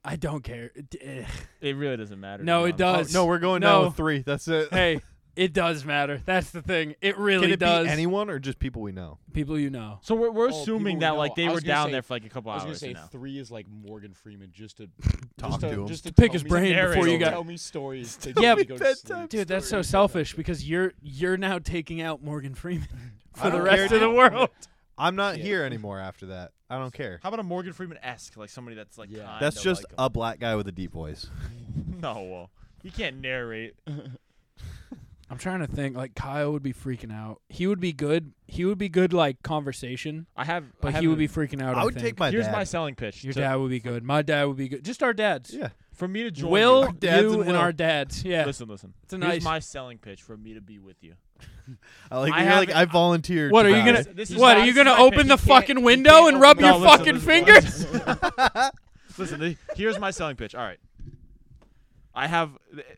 Speaker 5: I don't care. D- eh.
Speaker 7: It really doesn't matter.
Speaker 5: No,
Speaker 7: to be
Speaker 5: it
Speaker 7: honest.
Speaker 5: does.
Speaker 4: Oh, no, we're going down
Speaker 5: no.
Speaker 4: with three. That's it.
Speaker 5: Hey, it does matter. That's the thing. It really
Speaker 4: Can it
Speaker 5: does.
Speaker 4: be anyone or just people we know?
Speaker 5: People you know.
Speaker 7: So we're, we're
Speaker 6: Oh,
Speaker 7: assuming
Speaker 6: people
Speaker 7: that
Speaker 6: we
Speaker 7: like
Speaker 6: know.
Speaker 7: they
Speaker 6: I
Speaker 7: were
Speaker 6: was gonna
Speaker 7: down
Speaker 6: say-
Speaker 7: there for like a couple
Speaker 6: I was
Speaker 7: hours.
Speaker 6: gonna
Speaker 7: you
Speaker 6: say
Speaker 7: know.
Speaker 6: three is like Morgan Freeman, just to
Speaker 4: Talk
Speaker 6: just
Speaker 4: to him.
Speaker 6: just to
Speaker 5: pick
Speaker 6: tell
Speaker 5: his
Speaker 6: me-
Speaker 5: brain before you
Speaker 6: tell
Speaker 5: got
Speaker 6: me stories. to
Speaker 5: yeah,
Speaker 6: get me to go to sleep.
Speaker 5: dude, that's so selfish because you're you're now taking out Morgan Freeman
Speaker 4: I
Speaker 5: for the
Speaker 4: don't
Speaker 5: rest
Speaker 4: care,
Speaker 5: of the
Speaker 4: dude.
Speaker 5: world.
Speaker 4: I'm not here anymore after that. I don't care.
Speaker 7: How about a Morgan Freeman esque like somebody that's like yeah.
Speaker 4: That's just a black guy with a deep voice.
Speaker 7: no. Well, you can't narrate.
Speaker 5: I'm trying to think. Like Kyle would be freaking out. He would be good. He would be good like conversation.
Speaker 7: I have- I
Speaker 5: but
Speaker 7: have
Speaker 5: he would
Speaker 7: a-
Speaker 5: be freaking out.
Speaker 7: I
Speaker 5: I,
Speaker 7: would take
Speaker 5: think.
Speaker 7: my Here's dad. my selling pitch
Speaker 5: Your
Speaker 7: to-
Speaker 5: dad would be good. My dad would be good. Just our dads.
Speaker 4: Yeah.
Speaker 7: For me to join you,
Speaker 5: Will Our dads you and and Will. our dads, yeah.
Speaker 7: Listen, listen.
Speaker 5: It's a
Speaker 7: Here's
Speaker 5: nice-
Speaker 7: my selling pitch for me to be with you.
Speaker 4: I like.
Speaker 7: I
Speaker 4: you're like
Speaker 7: haven't-
Speaker 4: I volunteered.
Speaker 5: What
Speaker 4: to
Speaker 5: are you
Speaker 4: buy
Speaker 5: gonna?
Speaker 4: it.
Speaker 7: This is
Speaker 5: what
Speaker 7: not-
Speaker 5: are you
Speaker 7: this is
Speaker 5: gonna
Speaker 7: my
Speaker 5: open
Speaker 7: pitch.
Speaker 5: the
Speaker 7: You can't-
Speaker 5: fucking
Speaker 7: you
Speaker 5: window
Speaker 7: can't open
Speaker 5: and rub
Speaker 7: my- No,
Speaker 5: your
Speaker 7: listen,
Speaker 5: fucking fingers?
Speaker 7: listen, Listen, the- here's my selling pitch. All right. I have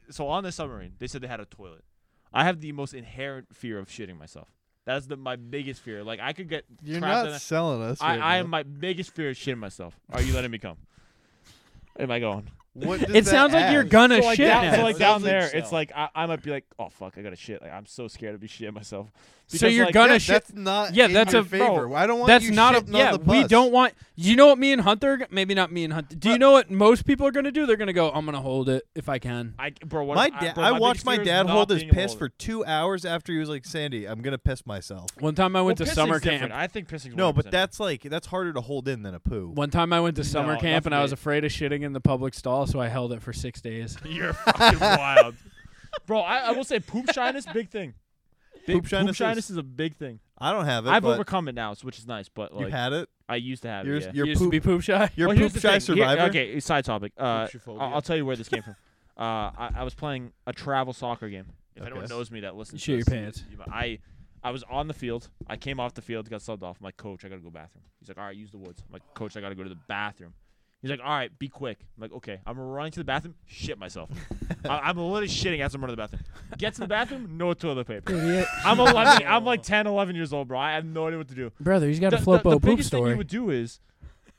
Speaker 7: so on the submarine, they said they had a toilet. I have the most inherent fear of shitting myself. That's the my biggest fear. Like I could get
Speaker 4: You're
Speaker 7: trapped
Speaker 4: not
Speaker 7: in a-
Speaker 4: selling us
Speaker 7: I,
Speaker 4: right
Speaker 7: I
Speaker 4: now.
Speaker 7: am my biggest fear is shitting myself. Are you letting me come? Am I going?
Speaker 4: What does
Speaker 5: It
Speaker 4: that
Speaker 5: sounds like you're
Speaker 4: add?
Speaker 5: gonna
Speaker 7: so like
Speaker 5: shit.
Speaker 7: down,
Speaker 5: now.
Speaker 7: So like down there, it's like I, I might be like, oh fuck, I gotta shit. Like I'm so scared to be shitting myself.
Speaker 5: so
Speaker 7: Because,
Speaker 5: you're
Speaker 7: like,
Speaker 5: gonna
Speaker 7: that-
Speaker 5: shit.
Speaker 7: that's-
Speaker 4: not
Speaker 5: yeah.
Speaker 4: in
Speaker 5: that's
Speaker 4: your
Speaker 5: a
Speaker 4: favor.
Speaker 5: Bro,
Speaker 4: I don't want
Speaker 5: That's
Speaker 4: you
Speaker 5: not
Speaker 4: shitting
Speaker 5: a
Speaker 4: on
Speaker 5: yeah.
Speaker 4: the
Speaker 5: We
Speaker 4: bus.
Speaker 5: don't want. You know what? Me and Hunter. are g- Maybe not me and Hunter. Do you know what most people are gonna do? They're gonna go. I'm gonna hold it if I can.
Speaker 7: I bro. What
Speaker 4: My
Speaker 7: if
Speaker 4: dad.
Speaker 7: bro,
Speaker 4: I
Speaker 7: my biggest
Speaker 4: watched my
Speaker 7: fear is
Speaker 4: dad
Speaker 7: not
Speaker 4: hold his
Speaker 7: being able
Speaker 4: piss
Speaker 7: to-
Speaker 4: for two hours after he was like, "Sandy, I'm gonna piss myself."
Speaker 5: One time I went
Speaker 7: Well,
Speaker 5: to
Speaker 7: pissing's
Speaker 5: summer camp.
Speaker 7: different. I think pissing's
Speaker 4: No, but
Speaker 7: 100%.
Speaker 4: that's like that's harder to hold in than a poo.
Speaker 5: One time I went to summer
Speaker 7: No,
Speaker 5: camp
Speaker 7: not
Speaker 5: and I
Speaker 7: for
Speaker 5: was
Speaker 7: me.
Speaker 5: afraid of shitting in the public stall, so I held it for six days.
Speaker 7: You're fucking wild, bro. I, I will say poop shyness, big thing. Big,
Speaker 4: Poop shyness is-
Speaker 7: is a big thing.
Speaker 4: I don't have it.
Speaker 7: I've
Speaker 4: but
Speaker 7: overcome it now, so- which is nice. But
Speaker 4: You
Speaker 7: like,
Speaker 4: had it?
Speaker 7: I used to have
Speaker 4: You're-
Speaker 7: it. Yeah.
Speaker 4: you're You used to poop- be poop shy? you're a
Speaker 7: well, here's
Speaker 4: poop
Speaker 7: the
Speaker 4: shy
Speaker 7: thing. Here-
Speaker 4: survivor?
Speaker 7: okay, side topic. Uh, I'll,
Speaker 6: Poopsiophobia.
Speaker 7: I'll tell you where this came from. Uh, I, I was playing a travel soccer game. If anyone
Speaker 5: Okay.
Speaker 7: knows me that listens,
Speaker 5: Shit
Speaker 7: to
Speaker 5: your
Speaker 7: this,
Speaker 5: pants.
Speaker 7: you- you- I, I was on the field. I came off the field, got subbed off. I'm like, coach, I gotta go bathroom. He's like, all right, use the woods. I'm like, coach, I gotta go to the bathroom. He's like, all right, be quick. I'm like, okay. I'm running to the bathroom. Shit myself. I, I'm literally shitting as I'm running to the bathroom. Get to the bathroom, no toilet paper.
Speaker 5: Idiot.
Speaker 7: I'm 11. I'm like 10, 11 years old, bro. I have no idea what to do.
Speaker 5: Brother, he's got a
Speaker 7: The- the-
Speaker 5: Flippo
Speaker 7: The
Speaker 5: poop
Speaker 7: biggest thing
Speaker 5: story.
Speaker 7: you would do is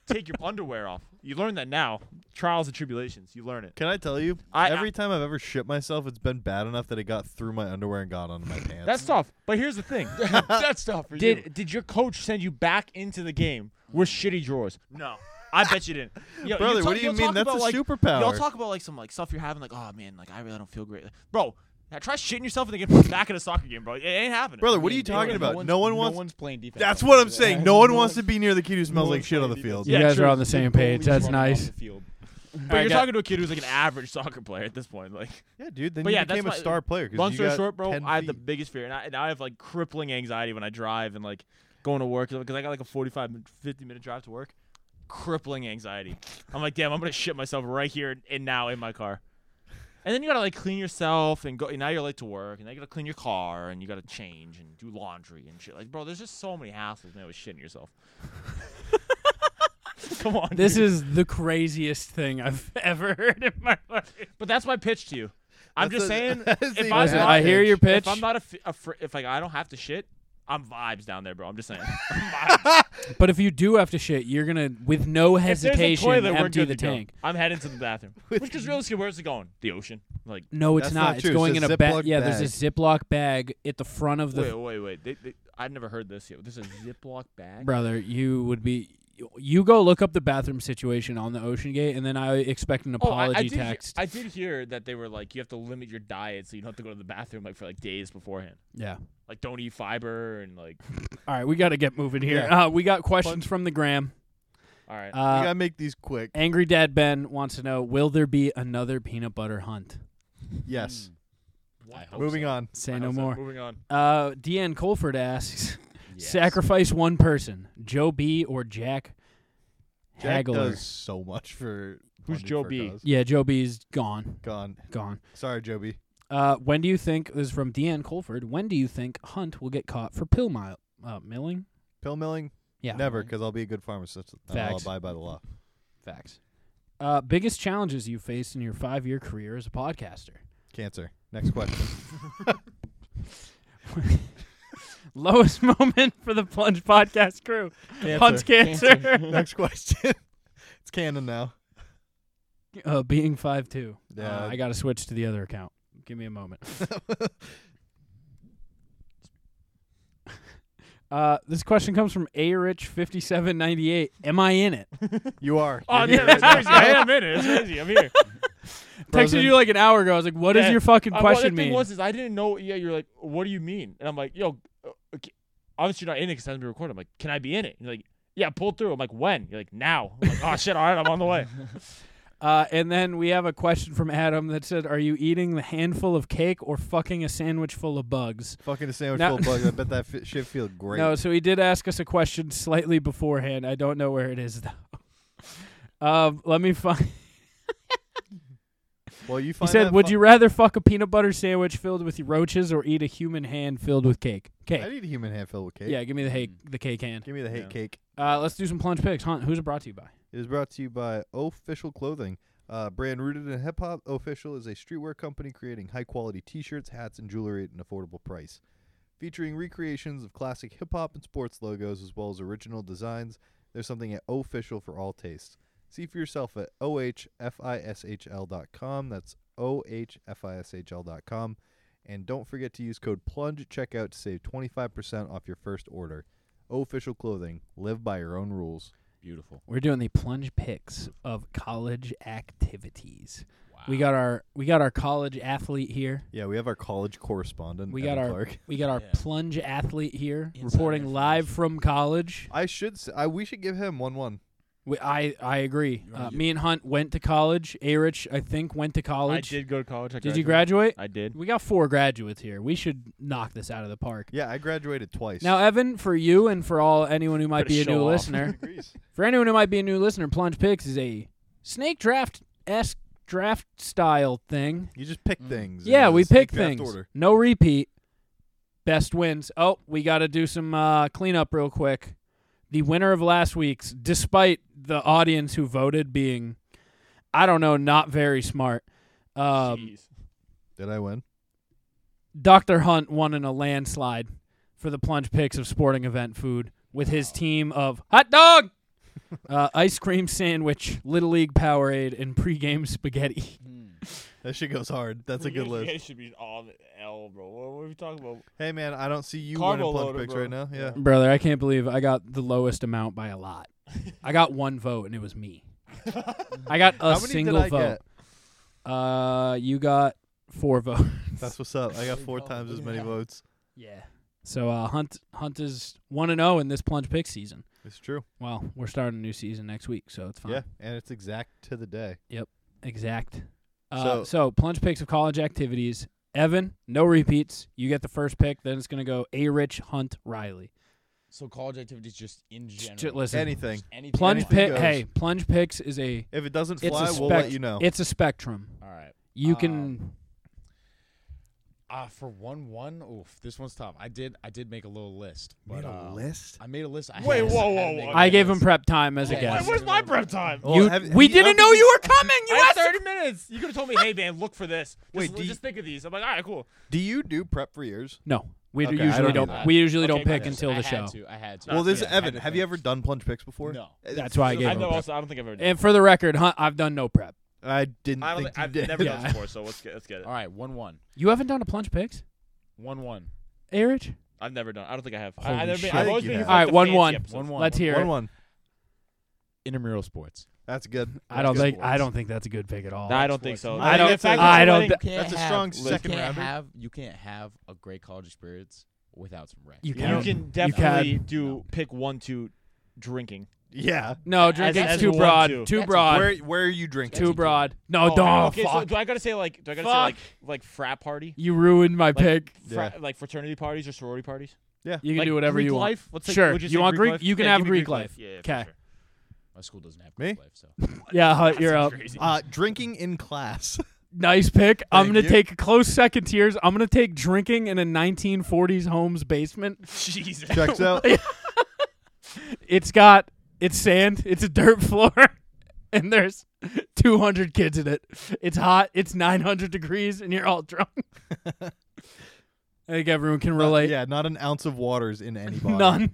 Speaker 7: take your underwear off. You learn that now. Trials and tribulations. You learn it.
Speaker 4: Can I tell you?
Speaker 7: I-
Speaker 4: every time I've ever shit myself, it's been bad enough that it got through my underwear and got onto my pants.
Speaker 7: That's tough. But here's the thing. That's tough for did, you. Did your coach send you back into the game with shitty drawers? No. I bet you didn't. Yo,
Speaker 4: Brother,
Speaker 7: you
Speaker 4: what do you
Speaker 7: you'll
Speaker 4: mean?
Speaker 7: talk
Speaker 4: That's
Speaker 7: about,
Speaker 4: a
Speaker 7: like,
Speaker 4: superpower.
Speaker 7: Y'all talk about like some like stuff you're having, like, oh man, like I really don't feel great. Like, bro, now try shitting yourself and then get back in a soccer game, bro. It ain't happening.
Speaker 4: Brother, what are you talking about?
Speaker 6: one's-
Speaker 4: no one
Speaker 6: no
Speaker 4: wants.
Speaker 6: one's playing defense
Speaker 4: That's
Speaker 6: on
Speaker 4: what
Speaker 6: that.
Speaker 4: I'm saying.
Speaker 6: Yeah.
Speaker 4: No one
Speaker 6: No
Speaker 4: wants
Speaker 6: one's-
Speaker 4: to be near the kid who smells
Speaker 6: no
Speaker 4: like
Speaker 6: one's
Speaker 4: shit on the
Speaker 6: playing
Speaker 4: field.
Speaker 6: defense.
Speaker 5: You guys are on the same page. That's nice.
Speaker 7: But
Speaker 5: Alright,
Speaker 7: you're
Speaker 5: guys.
Speaker 7: talking to a kid who's like an average soccer player at this point, like.
Speaker 4: Yeah, dude. Then
Speaker 7: but
Speaker 4: you
Speaker 7: yeah,
Speaker 4: became a
Speaker 7: that's my-
Speaker 4: star player. 'cause
Speaker 7: Long
Speaker 4: you
Speaker 7: story
Speaker 4: got
Speaker 7: short, bro,
Speaker 4: 10
Speaker 7: I have the
Speaker 4: feet.
Speaker 7: biggest fear, and I, now I have like crippling anxiety when I drive and like going to work because I got like a 45, min- 50 minute drive to work. Crippling anxiety. I'm like, damn, I'm gonna shit myself right here and- and now in my car. And then you gotta like clean yourself and go. And now you're late to work, and now you gotta clean your car, and you gotta change and do laundry and shit. Like, bro, there's just so many hassles now with shitting yourself. Come on.
Speaker 5: This
Speaker 7: dude.
Speaker 5: is the craziest thing I've ever heard in my life.
Speaker 7: But that's my pitch to you. I'm
Speaker 5: That's
Speaker 7: just
Speaker 5: a-
Speaker 7: saying.
Speaker 5: that's
Speaker 7: if
Speaker 5: even
Speaker 7: I'm
Speaker 5: Listen,
Speaker 7: not-
Speaker 5: I hear your
Speaker 7: If
Speaker 5: pitch.
Speaker 7: I'm not a, afraid, if like I don't have to shit, I'm vibes down there, bro. I'm just saying.
Speaker 5: But if you do have to shit, you're gonna, with no
Speaker 7: If there's a
Speaker 5: hesitation,
Speaker 7: toilet, we're
Speaker 5: empty
Speaker 7: good
Speaker 5: the
Speaker 7: to go.
Speaker 5: tank.
Speaker 7: I'm heading to the bathroom. Which is realistically, where's it going? The ocean. Like
Speaker 5: No, it's not. it's going in a bag. Yeah, there's a Ziploc bag at the front of the.
Speaker 7: wait, wait, wait. They, they, I've never heard this yet. There's a Ziploc bag.
Speaker 5: Brother, you would be. You go look up the bathroom situation on the Ocean Gate, and then I expect an
Speaker 7: Oh, I-
Speaker 5: apology
Speaker 7: I, did hear-
Speaker 5: text.
Speaker 7: I did hear that they were like, you have to limit your diet so you don't have to go to the bathroom like for like days beforehand.
Speaker 5: Yeah.
Speaker 7: Like don't eat fiber and like.
Speaker 5: All right, we got to get moving here.
Speaker 7: Yeah.
Speaker 5: Uh, we got questions from the gram. Uh,
Speaker 7: All right.
Speaker 4: We gotta make these quick.
Speaker 5: Angry Dad Ben wants to know: Will there be another peanut butter hunt?
Speaker 4: Yes.
Speaker 7: I hope
Speaker 4: Moving
Speaker 7: so.
Speaker 4: on.
Speaker 5: Say
Speaker 7: I
Speaker 5: no
Speaker 7: hope so.
Speaker 5: more.
Speaker 7: Moving on.
Speaker 5: Uh, Deanne Colford asks: Sacrifice one person, Joe B or Jack
Speaker 4: Jack
Speaker 5: Hagler.
Speaker 4: does so much for.
Speaker 7: Who's
Speaker 4: Bundy
Speaker 7: Joe
Speaker 4: for
Speaker 7: B?
Speaker 4: cause.
Speaker 5: Yeah, Joe B's gone.
Speaker 4: Gone.
Speaker 5: Gone.
Speaker 4: Sorry, Joe B.
Speaker 5: Uh, when do you think this is from Deanne Colford? When do you think Hunt will get caught for pill mile, uh, milling?
Speaker 4: Pill milling?
Speaker 5: Yeah.
Speaker 4: Never, because I'll be a good pharmacist. and I'll
Speaker 5: Facts.
Speaker 4: abide by the law.
Speaker 5: Facts. Uh, biggest challenges you faced in your five-year career as a podcaster?
Speaker 4: Cancer. Next question.
Speaker 5: Lowest moment for the Plunge Podcast crew. Hunt's cancer.
Speaker 4: Next question. it's canon now.
Speaker 5: Uh, being five two. Yeah,
Speaker 4: Yeah.
Speaker 5: I got to switch to the other account. Give me a moment. uh, this question comes from A Rich fifty seven ninety eight. Am I in it?
Speaker 4: You are.
Speaker 5: Oh,
Speaker 7: You're yeah, here that's right now. crazy. I am in it. That's crazy. I'm here.
Speaker 5: Texted you like an hour ago. I was like, "What does
Speaker 7: Yeah.
Speaker 5: your fucking
Speaker 7: Uh, well,
Speaker 5: question
Speaker 7: the thing
Speaker 5: mean?"
Speaker 7: was is I didn't know. Yeah, you're like, what do you mean? And I'm like, yo, uh, okay, obviously you're not in it because it hasn't been recorded. I'm like, can I be in it? And you're like, yeah, pull through. I'm like, when? You're like, now. I'm like, oh shit, all right, I'm on the way.
Speaker 5: uh, and then we have a question from Adam that said, "Are you eating the handful of cake or fucking a sandwich full of bugs?"
Speaker 4: Fucking a sandwich
Speaker 5: Now-
Speaker 4: full of bugs. I bet that fi- shit feels great.
Speaker 5: No, so he did ask us a question slightly beforehand. I don't know where it is though. um, let me find.
Speaker 4: well, you
Speaker 5: He
Speaker 4: find
Speaker 5: said,
Speaker 4: that
Speaker 5: "Would
Speaker 4: fu-
Speaker 5: you rather fuck a peanut butter sandwich filled with roaches or eat a human hand filled with cake?" Cake.
Speaker 4: I need a human hand filled with cake.
Speaker 5: Yeah, give me the hate, the cake hand.
Speaker 4: Give me the hate cake.
Speaker 5: Uh, let's do some plunge picks, Hunt. Who's it brought to you by?
Speaker 4: It is brought to you by Official Clothing. Uh, brand rooted in hip hop, Official is a streetwear company creating high quality t shirts, hats, and jewelry at an affordable price. Featuring recreations of classic hip hop and sports logos as well as original designs, there's something at Official for all tastes. See for yourself at ohfishl.com. That's ohfishl.com. And don't forget to use code PLUNGE at checkout to save 25% off your first order. Official Clothing. Live by your own rules.
Speaker 7: Beautiful.
Speaker 5: We're doing the plunge picks of college activities. We got our we got our college athlete here.
Speaker 4: Yeah, we have our college correspondent.
Speaker 5: We got
Speaker 4: Evan
Speaker 5: our
Speaker 4: Clark.
Speaker 5: we got our plunge athlete here, reporting live from college.
Speaker 4: I should. s I we should give him one one.
Speaker 5: We, I I agree. Uh, me and Hunt went to college. Arich, I think, went to college.
Speaker 7: did go to college. I
Speaker 5: did you graduate?
Speaker 7: graduated. I did.
Speaker 5: We got four graduates here. We should knock this out of the park.
Speaker 4: Yeah, I graduated twice.
Speaker 5: Now, Evan, for you and for all anyone who might
Speaker 7: Better
Speaker 5: be a
Speaker 7: show
Speaker 5: new
Speaker 7: off.
Speaker 5: listener, for anyone who might be a new listener, Plunge Picks is a snake draft esque draft style thing.
Speaker 4: You just pick things.
Speaker 5: Mm. Yeah,
Speaker 4: in
Speaker 5: we
Speaker 4: a snake
Speaker 5: pick
Speaker 4: draft
Speaker 5: things.
Speaker 4: order.
Speaker 5: No repeat. Best wins. Oh, we got to do some uh, cleanup real quick. The winner of last week's, despite the audience who voted being, I don't know, not very smart. Um,
Speaker 4: Did I win?
Speaker 5: Dr. Hunt won in a landslide for the plunge picks of sporting event food with his team of hot dog, uh, ice cream sandwich, Little League Powerade, and pregame spaghetti.
Speaker 4: That shit goes hard. That's a good list.
Speaker 7: It should be on L, bro. What, what are we talking about?
Speaker 4: Hey man, I don't see you
Speaker 7: Carbo
Speaker 4: winning plunge
Speaker 7: loader,
Speaker 4: picks
Speaker 7: bro.
Speaker 4: right now. Yeah.
Speaker 5: Brother, I can't believe I got the lowest amount by a lot. I got one vote, and it was me. I got
Speaker 4: How
Speaker 5: a
Speaker 4: many did
Speaker 5: single
Speaker 4: I
Speaker 5: vote. Uh, you got four votes.
Speaker 4: That's what's up. I got four times as many votes.
Speaker 5: Yeah. So uh, Hunt Hunt is one and zero in this plunge pick season.
Speaker 4: It's true.
Speaker 5: Well, we're starting a new season next week, so it's fine.
Speaker 4: Yeah, and it's exact to the day.
Speaker 5: Yep. Exact. Uh, so,
Speaker 4: So-
Speaker 5: plunge picks of college activities. Evan, no repeats. You get the first pick. Then it's gonna go A. Rich Hunt Riley.
Speaker 6: So college activities just in general.
Speaker 5: J- listen,
Speaker 4: Anything.
Speaker 6: Just anything.
Speaker 5: Plunge
Speaker 4: Anything
Speaker 5: pick.
Speaker 4: goes.
Speaker 5: Hey, plunge picks is a.
Speaker 4: If it doesn't
Speaker 5: it's a
Speaker 4: fly, we'll let
Speaker 5: spec-
Speaker 4: you know.
Speaker 5: It's a spectrum.
Speaker 6: All right.
Speaker 5: You
Speaker 6: Um,
Speaker 5: can.
Speaker 6: Uh, for one one, oof, this one's tough. I did I did make a little list. But,
Speaker 5: Made a
Speaker 6: um,
Speaker 5: list?
Speaker 6: I made a list. I
Speaker 7: Wait,
Speaker 6: had-
Speaker 7: whoa,
Speaker 6: I had to
Speaker 7: whoa,
Speaker 6: make
Speaker 7: whoa.
Speaker 6: a
Speaker 5: I gave him
Speaker 6: list.
Speaker 5: prep time as a
Speaker 6: Wait,
Speaker 5: guest.
Speaker 7: Where's my prep time?
Speaker 5: You- we didn't know you were coming. You
Speaker 7: Oh. I had
Speaker 5: asked.
Speaker 7: 30 minutes. You could have told me, hey, man, look for this. Just,
Speaker 4: Wait, do
Speaker 7: just think of these. I'm like, all right, cool.
Speaker 4: Do you do prep for yours?
Speaker 5: No, We
Speaker 15: Okay, I
Speaker 5: usually
Speaker 15: don't
Speaker 5: don't.
Speaker 15: either.
Speaker 5: we usually don't
Speaker 7: Okay,
Speaker 5: pick
Speaker 7: good.
Speaker 5: until
Speaker 7: I
Speaker 5: the
Speaker 7: had
Speaker 5: show.
Speaker 7: to, I had to.
Speaker 15: Well, this
Speaker 7: Yeah, I had
Speaker 15: Evan.
Speaker 7: to
Speaker 15: Have you ever done plunge picks before?
Speaker 7: No.
Speaker 5: That's why I gave.
Speaker 7: I
Speaker 5: him
Speaker 7: know
Speaker 5: prep.
Speaker 7: also- I don't think I've ever done
Speaker 5: And
Speaker 7: it.
Speaker 5: for the record, Hunt, I've done no prep.
Speaker 4: I didn't
Speaker 7: I don't think, I've never done this before, so let's get let's get it.
Speaker 6: All right, one one,
Speaker 5: You haven't done a plunge picks,
Speaker 6: one one.
Speaker 5: Eric?
Speaker 7: I've never done. I don't think I have. I-
Speaker 5: Holy
Speaker 7: I've, never been,
Speaker 5: shit.
Speaker 7: I've always
Speaker 5: I think
Speaker 7: been.
Speaker 5: you
Speaker 7: here
Speaker 5: have.
Speaker 7: for, like,
Speaker 5: Alright,
Speaker 7: the
Speaker 5: one,
Speaker 7: fancy
Speaker 5: one.
Speaker 7: episodes.
Speaker 5: One, one. Let's hear it.
Speaker 6: one, One Intramural sports.
Speaker 4: That's good.
Speaker 5: I don't think. I don't think that's a good pick at all.
Speaker 7: No, I don't think so.
Speaker 5: I don't.
Speaker 7: The fact that
Speaker 5: I
Speaker 7: you're
Speaker 5: don't.
Speaker 7: letting-
Speaker 5: thi-
Speaker 7: That's a
Speaker 6: have-
Speaker 7: strong
Speaker 6: listen,
Speaker 7: second
Speaker 6: you can't
Speaker 7: rounder.
Speaker 6: Have, you can't have a great college experience without some rec.
Speaker 5: You
Speaker 7: You can, definitely do pick one to drinking.
Speaker 4: Yeah.
Speaker 5: No,
Speaker 7: As-
Speaker 5: drinking's
Speaker 7: as
Speaker 5: too
Speaker 7: one,
Speaker 5: broad,
Speaker 7: two.
Speaker 5: too That's broad. where-
Speaker 4: where are you drinking?
Speaker 5: Too broad. No,
Speaker 7: Oh,
Speaker 5: don't.
Speaker 7: Okay, so
Speaker 5: fuck.
Speaker 7: do I gotta say like? Do I gotta say
Speaker 5: Fuck.
Speaker 7: like like frat party?
Speaker 5: You ruined my
Speaker 7: Like,
Speaker 5: pick.
Speaker 7: fra- Like fraternity parties or sorority parties?
Speaker 4: Yeah.
Speaker 5: You can
Speaker 7: Like
Speaker 5: do whatever
Speaker 7: Greek
Speaker 5: you want.
Speaker 7: life? Let's take-
Speaker 5: sure.
Speaker 7: would you say
Speaker 5: want
Speaker 7: Greek
Speaker 5: Greek?
Speaker 7: life?
Speaker 5: You can
Speaker 7: Yeah,
Speaker 5: have
Speaker 7: give me
Speaker 5: Greek
Speaker 7: Greek life.
Speaker 5: life.
Speaker 7: Yeah, yeah, for
Speaker 5: Okay.
Speaker 6: My school doesn't have
Speaker 4: Me?
Speaker 5: Yeah, Hunt, you're up.
Speaker 4: Uh, drinking in class.
Speaker 5: Nice pick. I'm
Speaker 4: Thank
Speaker 5: gonna
Speaker 4: you.
Speaker 5: take a close second tiers. I'm gonna take drinking in a 1940s home's basement.
Speaker 7: Jesus.
Speaker 4: Checks out.
Speaker 5: it's got it's sand. It's a dirt floor, and there's 200 kids in it. It's hot. It's 900 degrees, and you're all drunk. I think everyone can relate.
Speaker 4: Uh, yeah, not an ounce of water's in any bottle.
Speaker 5: None.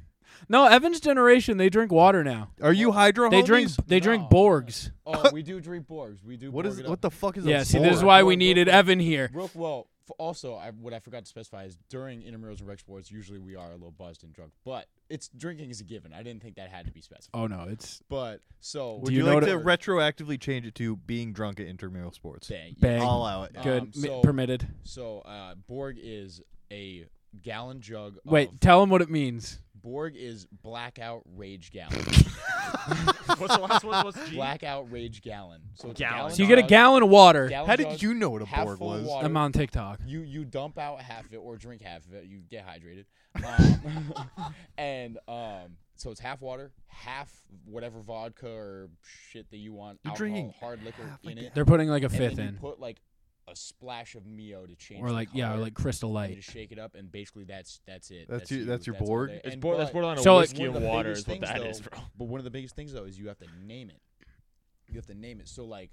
Speaker 5: No, Evan's generation they drink water now.
Speaker 4: Are you hydro?
Speaker 5: They drink.
Speaker 4: homies?
Speaker 5: They drink Borgs.
Speaker 6: Oh, we do drink Borgs. We do.
Speaker 4: What
Speaker 6: Borg
Speaker 4: is-
Speaker 6: it up.
Speaker 4: what the fuck is a
Speaker 5: Yeah, see, this is why we needed Evan here.
Speaker 6: Brooke, well, f- also, I, what I forgot to specify is during intramurals and rec sports, usually we are a little buzzed and drunk, but it's drinking is a given. I didn't think that had to be specified.
Speaker 5: Oh no, it's
Speaker 6: But so,
Speaker 4: Would you, like to retroactively change it to being drunk at intramural sports?
Speaker 6: Bang,
Speaker 5: Bang.
Speaker 4: I'll allow it.
Speaker 5: Good.
Speaker 6: Um,
Speaker 5: Mi-
Speaker 6: so-
Speaker 5: permitted.
Speaker 6: So, uh, Borg is a gallon jug.
Speaker 5: Wait,
Speaker 6: of-
Speaker 5: tell him what it means.
Speaker 6: Borg is blackout rage gallon.
Speaker 7: What's the last one? What's G?
Speaker 6: Blackout rage gallon. So it's
Speaker 7: Gallon.
Speaker 5: So you get a
Speaker 6: jug-
Speaker 5: gallon of water.
Speaker 6: gallon
Speaker 5: How did
Speaker 6: jug,
Speaker 5: you know what a
Speaker 6: half
Speaker 5: Borg
Speaker 6: full
Speaker 5: was?
Speaker 6: of water.
Speaker 5: I'm on TikTok.
Speaker 6: You you dump out half of it or drink half of it. You get hydrated. Um, and um, so it's half water, half whatever vodka or shit that you want.
Speaker 5: You're
Speaker 6: alcohol,
Speaker 5: drinking
Speaker 6: hard liquor in it.
Speaker 5: They're putting, like, a
Speaker 6: and
Speaker 5: fifth
Speaker 6: then
Speaker 5: in.
Speaker 6: You put like a splash of Mio to change.
Speaker 5: Or,
Speaker 6: the
Speaker 5: like, yeah, or,
Speaker 6: color,
Speaker 5: like, Crystal
Speaker 6: and you
Speaker 5: Light.
Speaker 6: just shake it up, and basically that's that's it.
Speaker 4: That's your-
Speaker 6: you,
Speaker 4: that's your
Speaker 6: all
Speaker 4: Borg?
Speaker 6: there.
Speaker 7: It's
Speaker 6: And-
Speaker 7: bor- that's
Speaker 6: but-
Speaker 7: borderline a
Speaker 5: So, like-
Speaker 7: whiskey
Speaker 6: one
Speaker 7: and
Speaker 6: of the
Speaker 7: water
Speaker 6: biggest
Speaker 7: is what
Speaker 6: things,
Speaker 7: that
Speaker 6: though-
Speaker 7: is, bro.
Speaker 6: But one of the biggest things though is you have to name it. You have to name it. So like,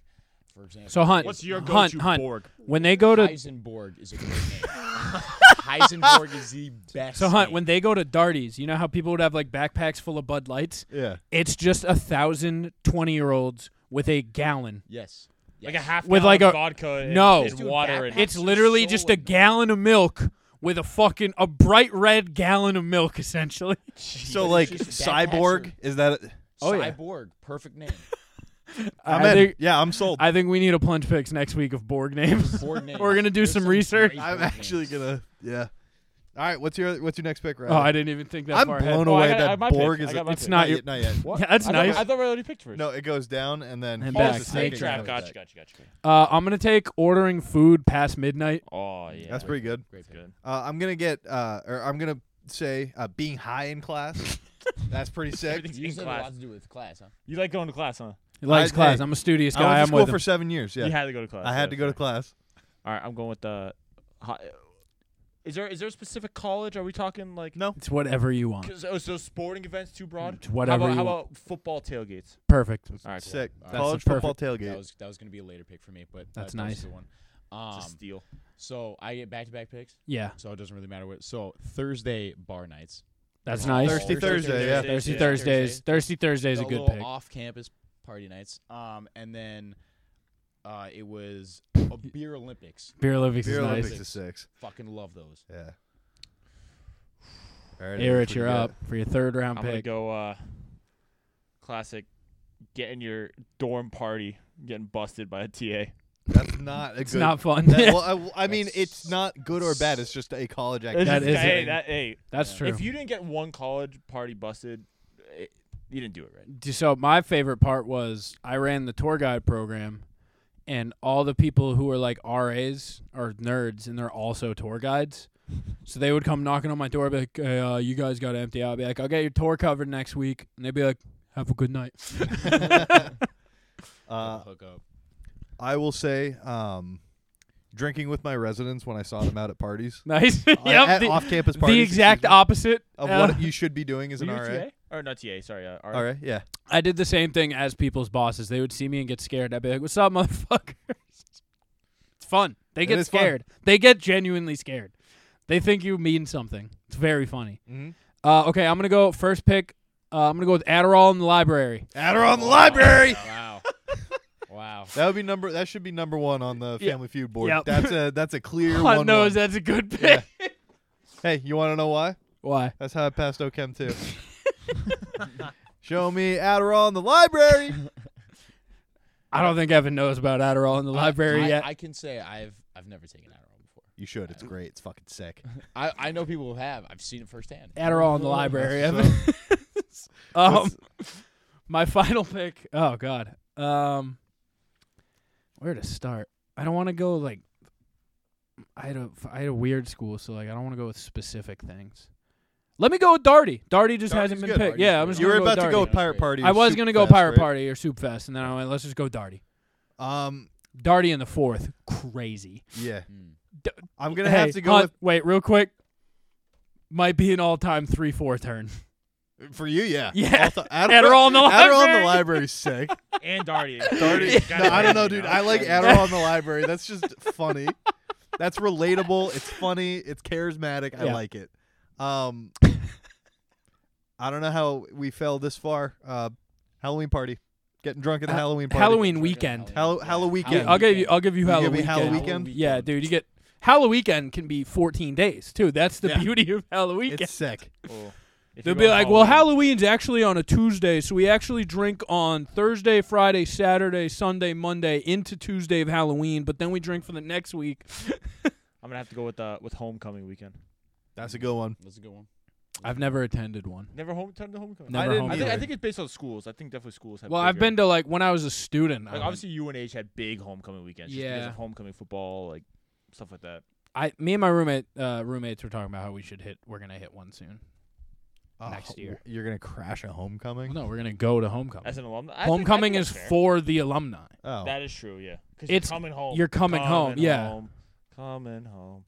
Speaker 6: for example,
Speaker 5: So Hunt,
Speaker 7: What's your
Speaker 5: Hunt,
Speaker 7: go-to
Speaker 5: Hunt.
Speaker 7: Borg?
Speaker 5: When they go to
Speaker 6: Heisenborg is a great name. Heisenborg is the best.
Speaker 5: so Hunt,
Speaker 6: name.
Speaker 5: when they go to Darties, you know how people would have like backpacks full of Bud Lights.
Speaker 4: Yeah.
Speaker 5: it's just a thousand twenty-year-olds with a gallon.
Speaker 6: yes,
Speaker 7: Like a half
Speaker 5: with
Speaker 7: gallon
Speaker 5: like
Speaker 7: of
Speaker 5: a
Speaker 7: vodka and,
Speaker 5: no
Speaker 7: and water and
Speaker 5: it's literally just a gallon of milk with a fucking a bright red gallon of milk essentially.
Speaker 4: So like cyborg is that? A,
Speaker 5: Oh, yeah.
Speaker 6: Cyborg, perfect name.
Speaker 4: I'm in. yeah, I'm sold.
Speaker 5: I think we need a plunge picks next week of Borg names.
Speaker 6: Borg names.
Speaker 5: We're gonna do
Speaker 6: There's
Speaker 5: some
Speaker 6: some
Speaker 5: research.
Speaker 6: great
Speaker 4: I'm
Speaker 6: Borg
Speaker 4: actually
Speaker 6: names.
Speaker 4: gonna yeah. All right, what's your what's your next pick, right?
Speaker 5: Oh, I didn't even think that
Speaker 4: I'm
Speaker 5: far ahead.
Speaker 4: blown
Speaker 5: Oh, I
Speaker 4: away
Speaker 5: got- I
Speaker 4: that
Speaker 5: have my
Speaker 4: Borg
Speaker 5: pick.
Speaker 4: is
Speaker 5: I got my
Speaker 4: it's
Speaker 5: pick.
Speaker 4: not
Speaker 5: Not
Speaker 4: yet,
Speaker 5: your-
Speaker 4: not yet.
Speaker 5: What? Yeah, that's
Speaker 7: I thought-
Speaker 5: nice.
Speaker 7: I thought we already picked first.
Speaker 4: No, it goes down and then
Speaker 5: And
Speaker 4: falls
Speaker 5: back.
Speaker 4: the
Speaker 5: Snake
Speaker 4: second
Speaker 7: trap.
Speaker 4: time.
Speaker 7: Gotcha, gotcha, gotcha, gotcha.
Speaker 5: Uh, I'm gonna take ordering food past midnight.
Speaker 7: Oh yeah.
Speaker 4: That's pretty good.
Speaker 6: Great pick.
Speaker 7: good.
Speaker 4: Uh, I'm gonna get uh, or I'm gonna say uh, being high in class. That's pretty sick.
Speaker 7: Everything's
Speaker 6: You
Speaker 7: in
Speaker 6: said a lot
Speaker 7: class.
Speaker 6: to do with class, huh?
Speaker 7: You like going to class, huh?
Speaker 5: He likes
Speaker 4: I-
Speaker 5: class.
Speaker 4: hey,
Speaker 5: I'm a studious
Speaker 4: I went
Speaker 5: guy.
Speaker 4: to
Speaker 5: I'm
Speaker 4: school
Speaker 5: with
Speaker 4: for
Speaker 5: him.
Speaker 4: seven years. Yeah,
Speaker 7: You had to go to class.
Speaker 4: I had to go to
Speaker 7: that's
Speaker 4: class.
Speaker 7: All right, I'm going with the. hi- Is there is there a specific college? Are we talking like
Speaker 4: No,
Speaker 5: It's whatever you want.
Speaker 7: 'Cause- oh, so sporting events too broad.
Speaker 5: It's Mm, whatever
Speaker 7: How about,
Speaker 5: you
Speaker 7: how
Speaker 5: want.
Speaker 7: about football tailgates?
Speaker 5: Perfect.
Speaker 7: All right, cool.
Speaker 4: sick.
Speaker 6: All right.
Speaker 4: College
Speaker 5: That's
Speaker 4: football
Speaker 6: That
Speaker 4: tailgate.
Speaker 6: was that was gonna be a later pick for me, but
Speaker 5: That's
Speaker 6: that- that was
Speaker 5: nice.
Speaker 6: a good one.
Speaker 7: It's a
Speaker 6: Um,
Speaker 7: steal.
Speaker 6: so I get back to back picks.
Speaker 5: Yeah,
Speaker 6: So it doesn't really matter what. So Thursday bar nights.
Speaker 5: that's
Speaker 6: Wow.
Speaker 5: nice.
Speaker 4: Thirsty
Speaker 6: Thursday,
Speaker 4: Thursday. Yeah.
Speaker 7: Thursday.
Speaker 5: Thirsty
Speaker 7: Yeah.
Speaker 5: Thursdays. Thirsty Thursdays a
Speaker 6: the
Speaker 5: good
Speaker 6: little
Speaker 5: pick.
Speaker 6: Off campus party nights. Um, and then uh, it was a beer Olympics.
Speaker 5: Beer Olympics
Speaker 4: Beer
Speaker 5: is nice.
Speaker 4: Olympics is six.
Speaker 6: Fucking love those.
Speaker 4: Yeah. All right,
Speaker 5: Eric, you're
Speaker 4: forget it.
Speaker 5: up for your third round
Speaker 7: I'm gonna
Speaker 5: pick.
Speaker 7: go uh, classic. Getting your dorm party getting busted by a TA.
Speaker 4: That's not a
Speaker 5: It's
Speaker 4: good.
Speaker 5: not fun.
Speaker 4: That, well, I, I mean,
Speaker 6: That's-
Speaker 4: it's not good or bad. It's just a college
Speaker 7: It's
Speaker 4: activity.
Speaker 5: That
Speaker 7: just-
Speaker 5: is
Speaker 7: hey,
Speaker 5: it.
Speaker 7: that hey.
Speaker 5: That's true.
Speaker 7: If you didn't get one college party busted, it, you didn't do it right.
Speaker 5: D- so my favorite part was I ran the tour guide program, and all the people who were like RAs or nerds, and they're also tour guides. So they would come knocking on my door, be like, hey, uh, "You guys got to empty out." I'd be like, "I'll get your tour covered next week," and they'd be like, "Have a good night."
Speaker 4: Uh,
Speaker 6: Hook up.
Speaker 4: I will say, um, drinking with my residents when I saw them out at parties.
Speaker 5: nice.
Speaker 4: Uh,
Speaker 5: yep.
Speaker 4: at
Speaker 5: The,
Speaker 4: off-campus
Speaker 5: the
Speaker 4: parties. excuse
Speaker 5: exact
Speaker 4: me,
Speaker 5: opposite
Speaker 4: of
Speaker 5: uh,
Speaker 4: what you should be doing as an
Speaker 7: Were you
Speaker 4: RA.
Speaker 7: a TA? Or not TA? Sorry, uh, RA.
Speaker 4: All right, yeah.
Speaker 5: I did the same thing as people's bosses. They would see me and get scared. I'd be like, "What's up, motherfuckers?" It's fun. They
Speaker 4: It
Speaker 5: get
Speaker 4: is fun.
Speaker 5: scared. They get genuinely scared. They think you mean something. It's very funny.
Speaker 4: Mhm.
Speaker 5: Uh, okay, I'm gonna go first pick. Uh, I'm gonna go with Adderall in the library.
Speaker 4: Adderall in the library.
Speaker 5: Wow. Wow.
Speaker 4: That would be number. That should be number one on the
Speaker 5: Yeah.
Speaker 4: Family Feud board.
Speaker 5: Yep. uh,
Speaker 4: That's a that's a clear
Speaker 5: Hunt
Speaker 4: one. one.
Speaker 5: knows that's a good
Speaker 4: Yeah. Hey, you want to know why?
Speaker 5: Why?
Speaker 4: That's how I passed OChem too. Show me Adderall in the library.
Speaker 5: I don't think Evan knows about Adderall in the library
Speaker 6: I,
Speaker 5: yet.
Speaker 6: I can say I've I've never taken Adderall before.
Speaker 4: You should. It's great. It's fucking sick.
Speaker 6: I, I know people who have. I've seen it firsthand.
Speaker 5: Adderall
Speaker 4: Oh,
Speaker 5: in the library.
Speaker 6: That's
Speaker 5: Evan.
Speaker 6: what's up.
Speaker 5: um, my final pick. Oh God. Um, where to start? I don't want to go like. I had a I had a weird school, so like I don't want to go with specific things. Let me go with Darty. Darty just hasn't been
Speaker 4: good.
Speaker 5: picked.
Speaker 4: Darty's
Speaker 5: yeah,
Speaker 4: good.
Speaker 5: I'm just
Speaker 4: You
Speaker 5: gonna
Speaker 4: were about to go
Speaker 5: Darty.
Speaker 4: with Pirate Party
Speaker 5: I
Speaker 4: or
Speaker 5: was
Speaker 4: Soup
Speaker 5: gonna go
Speaker 4: Fest,
Speaker 5: Pirate
Speaker 4: right?
Speaker 5: Party or Soup Fest, and then I went, let's just go Darty.
Speaker 4: Um,
Speaker 5: Darty in the fourth, crazy.
Speaker 4: Yeah.
Speaker 5: D-
Speaker 4: I'm gonna
Speaker 5: Hey,
Speaker 4: have to go
Speaker 5: Hunt, wait, real quick. Might be an all-time three-four turn.
Speaker 4: with for you. Yeah.
Speaker 5: Yeah.
Speaker 4: Also,
Speaker 5: Adderall in the
Speaker 4: Adderall in
Speaker 5: library.
Speaker 4: the library is sick.
Speaker 7: And Darty.
Speaker 4: Darty.
Speaker 7: Gotta
Speaker 4: no, I don't
Speaker 7: be,
Speaker 4: know,
Speaker 7: you
Speaker 4: dude.
Speaker 7: know?
Speaker 4: I like Adderall in the library. That's just funny. That's relatable. It's funny. It's charismatic. I
Speaker 5: Yeah.
Speaker 4: like it. Um, I don't know how we fell this far. Uh, Halloween party, getting drunk at the
Speaker 5: Ha-
Speaker 4: Halloween party.
Speaker 5: Halloween weekend.
Speaker 4: Hall- Halloween
Speaker 5: Yeah,
Speaker 4: weekend.
Speaker 5: I'll give you. I'll give you
Speaker 4: give
Speaker 5: Halloween.
Speaker 4: me Halloween weekend?
Speaker 5: Yeah, dude. You get Halloween weekend can be 14 days too. That's the
Speaker 4: Yeah.
Speaker 5: beauty of Halloween.
Speaker 4: It's sick.
Speaker 7: If
Speaker 5: They'll
Speaker 7: you're
Speaker 5: be
Speaker 7: going
Speaker 5: like, well,
Speaker 7: Halloween-
Speaker 5: Halloween's actually on a Tuesday, so we actually drink on Thursday, Friday, Saturday, Sunday, Monday into Tuesday of Halloween, but then we drink for the next week.
Speaker 7: I'm gonna have to go with uh, with homecoming weekend.
Speaker 4: That's a good one.
Speaker 6: That's a good one.
Speaker 5: I've never attended one.
Speaker 7: Never home turned to homecoming.
Speaker 5: Never I didn't
Speaker 7: I think, I
Speaker 5: either.
Speaker 7: think it's based on schools. I think definitely schools have.
Speaker 5: Well, I've
Speaker 7: bigger-
Speaker 5: been to like when I was a student. I
Speaker 7: Like
Speaker 5: went-
Speaker 7: obviously UNH had big homecoming weekends. just because
Speaker 5: Yeah.
Speaker 7: of homecoming football, like stuff like that.
Speaker 5: I, me and my roommate, uh, roommates were talking about how we should hit. We're gonna hit one soon.
Speaker 4: Oh,
Speaker 5: Next year.
Speaker 4: you're gonna crash a homecoming.
Speaker 5: No, we're gonna go to homecoming.
Speaker 7: As an alumni, I think- I think
Speaker 5: homecoming
Speaker 7: that's
Speaker 5: is
Speaker 7: fair.
Speaker 5: for the alumni.
Speaker 4: Oh,
Speaker 7: That is true. Yeah, 'Cause
Speaker 5: It's-
Speaker 7: you're coming home.
Speaker 5: you're coming home, yeah.
Speaker 7: home, coming home.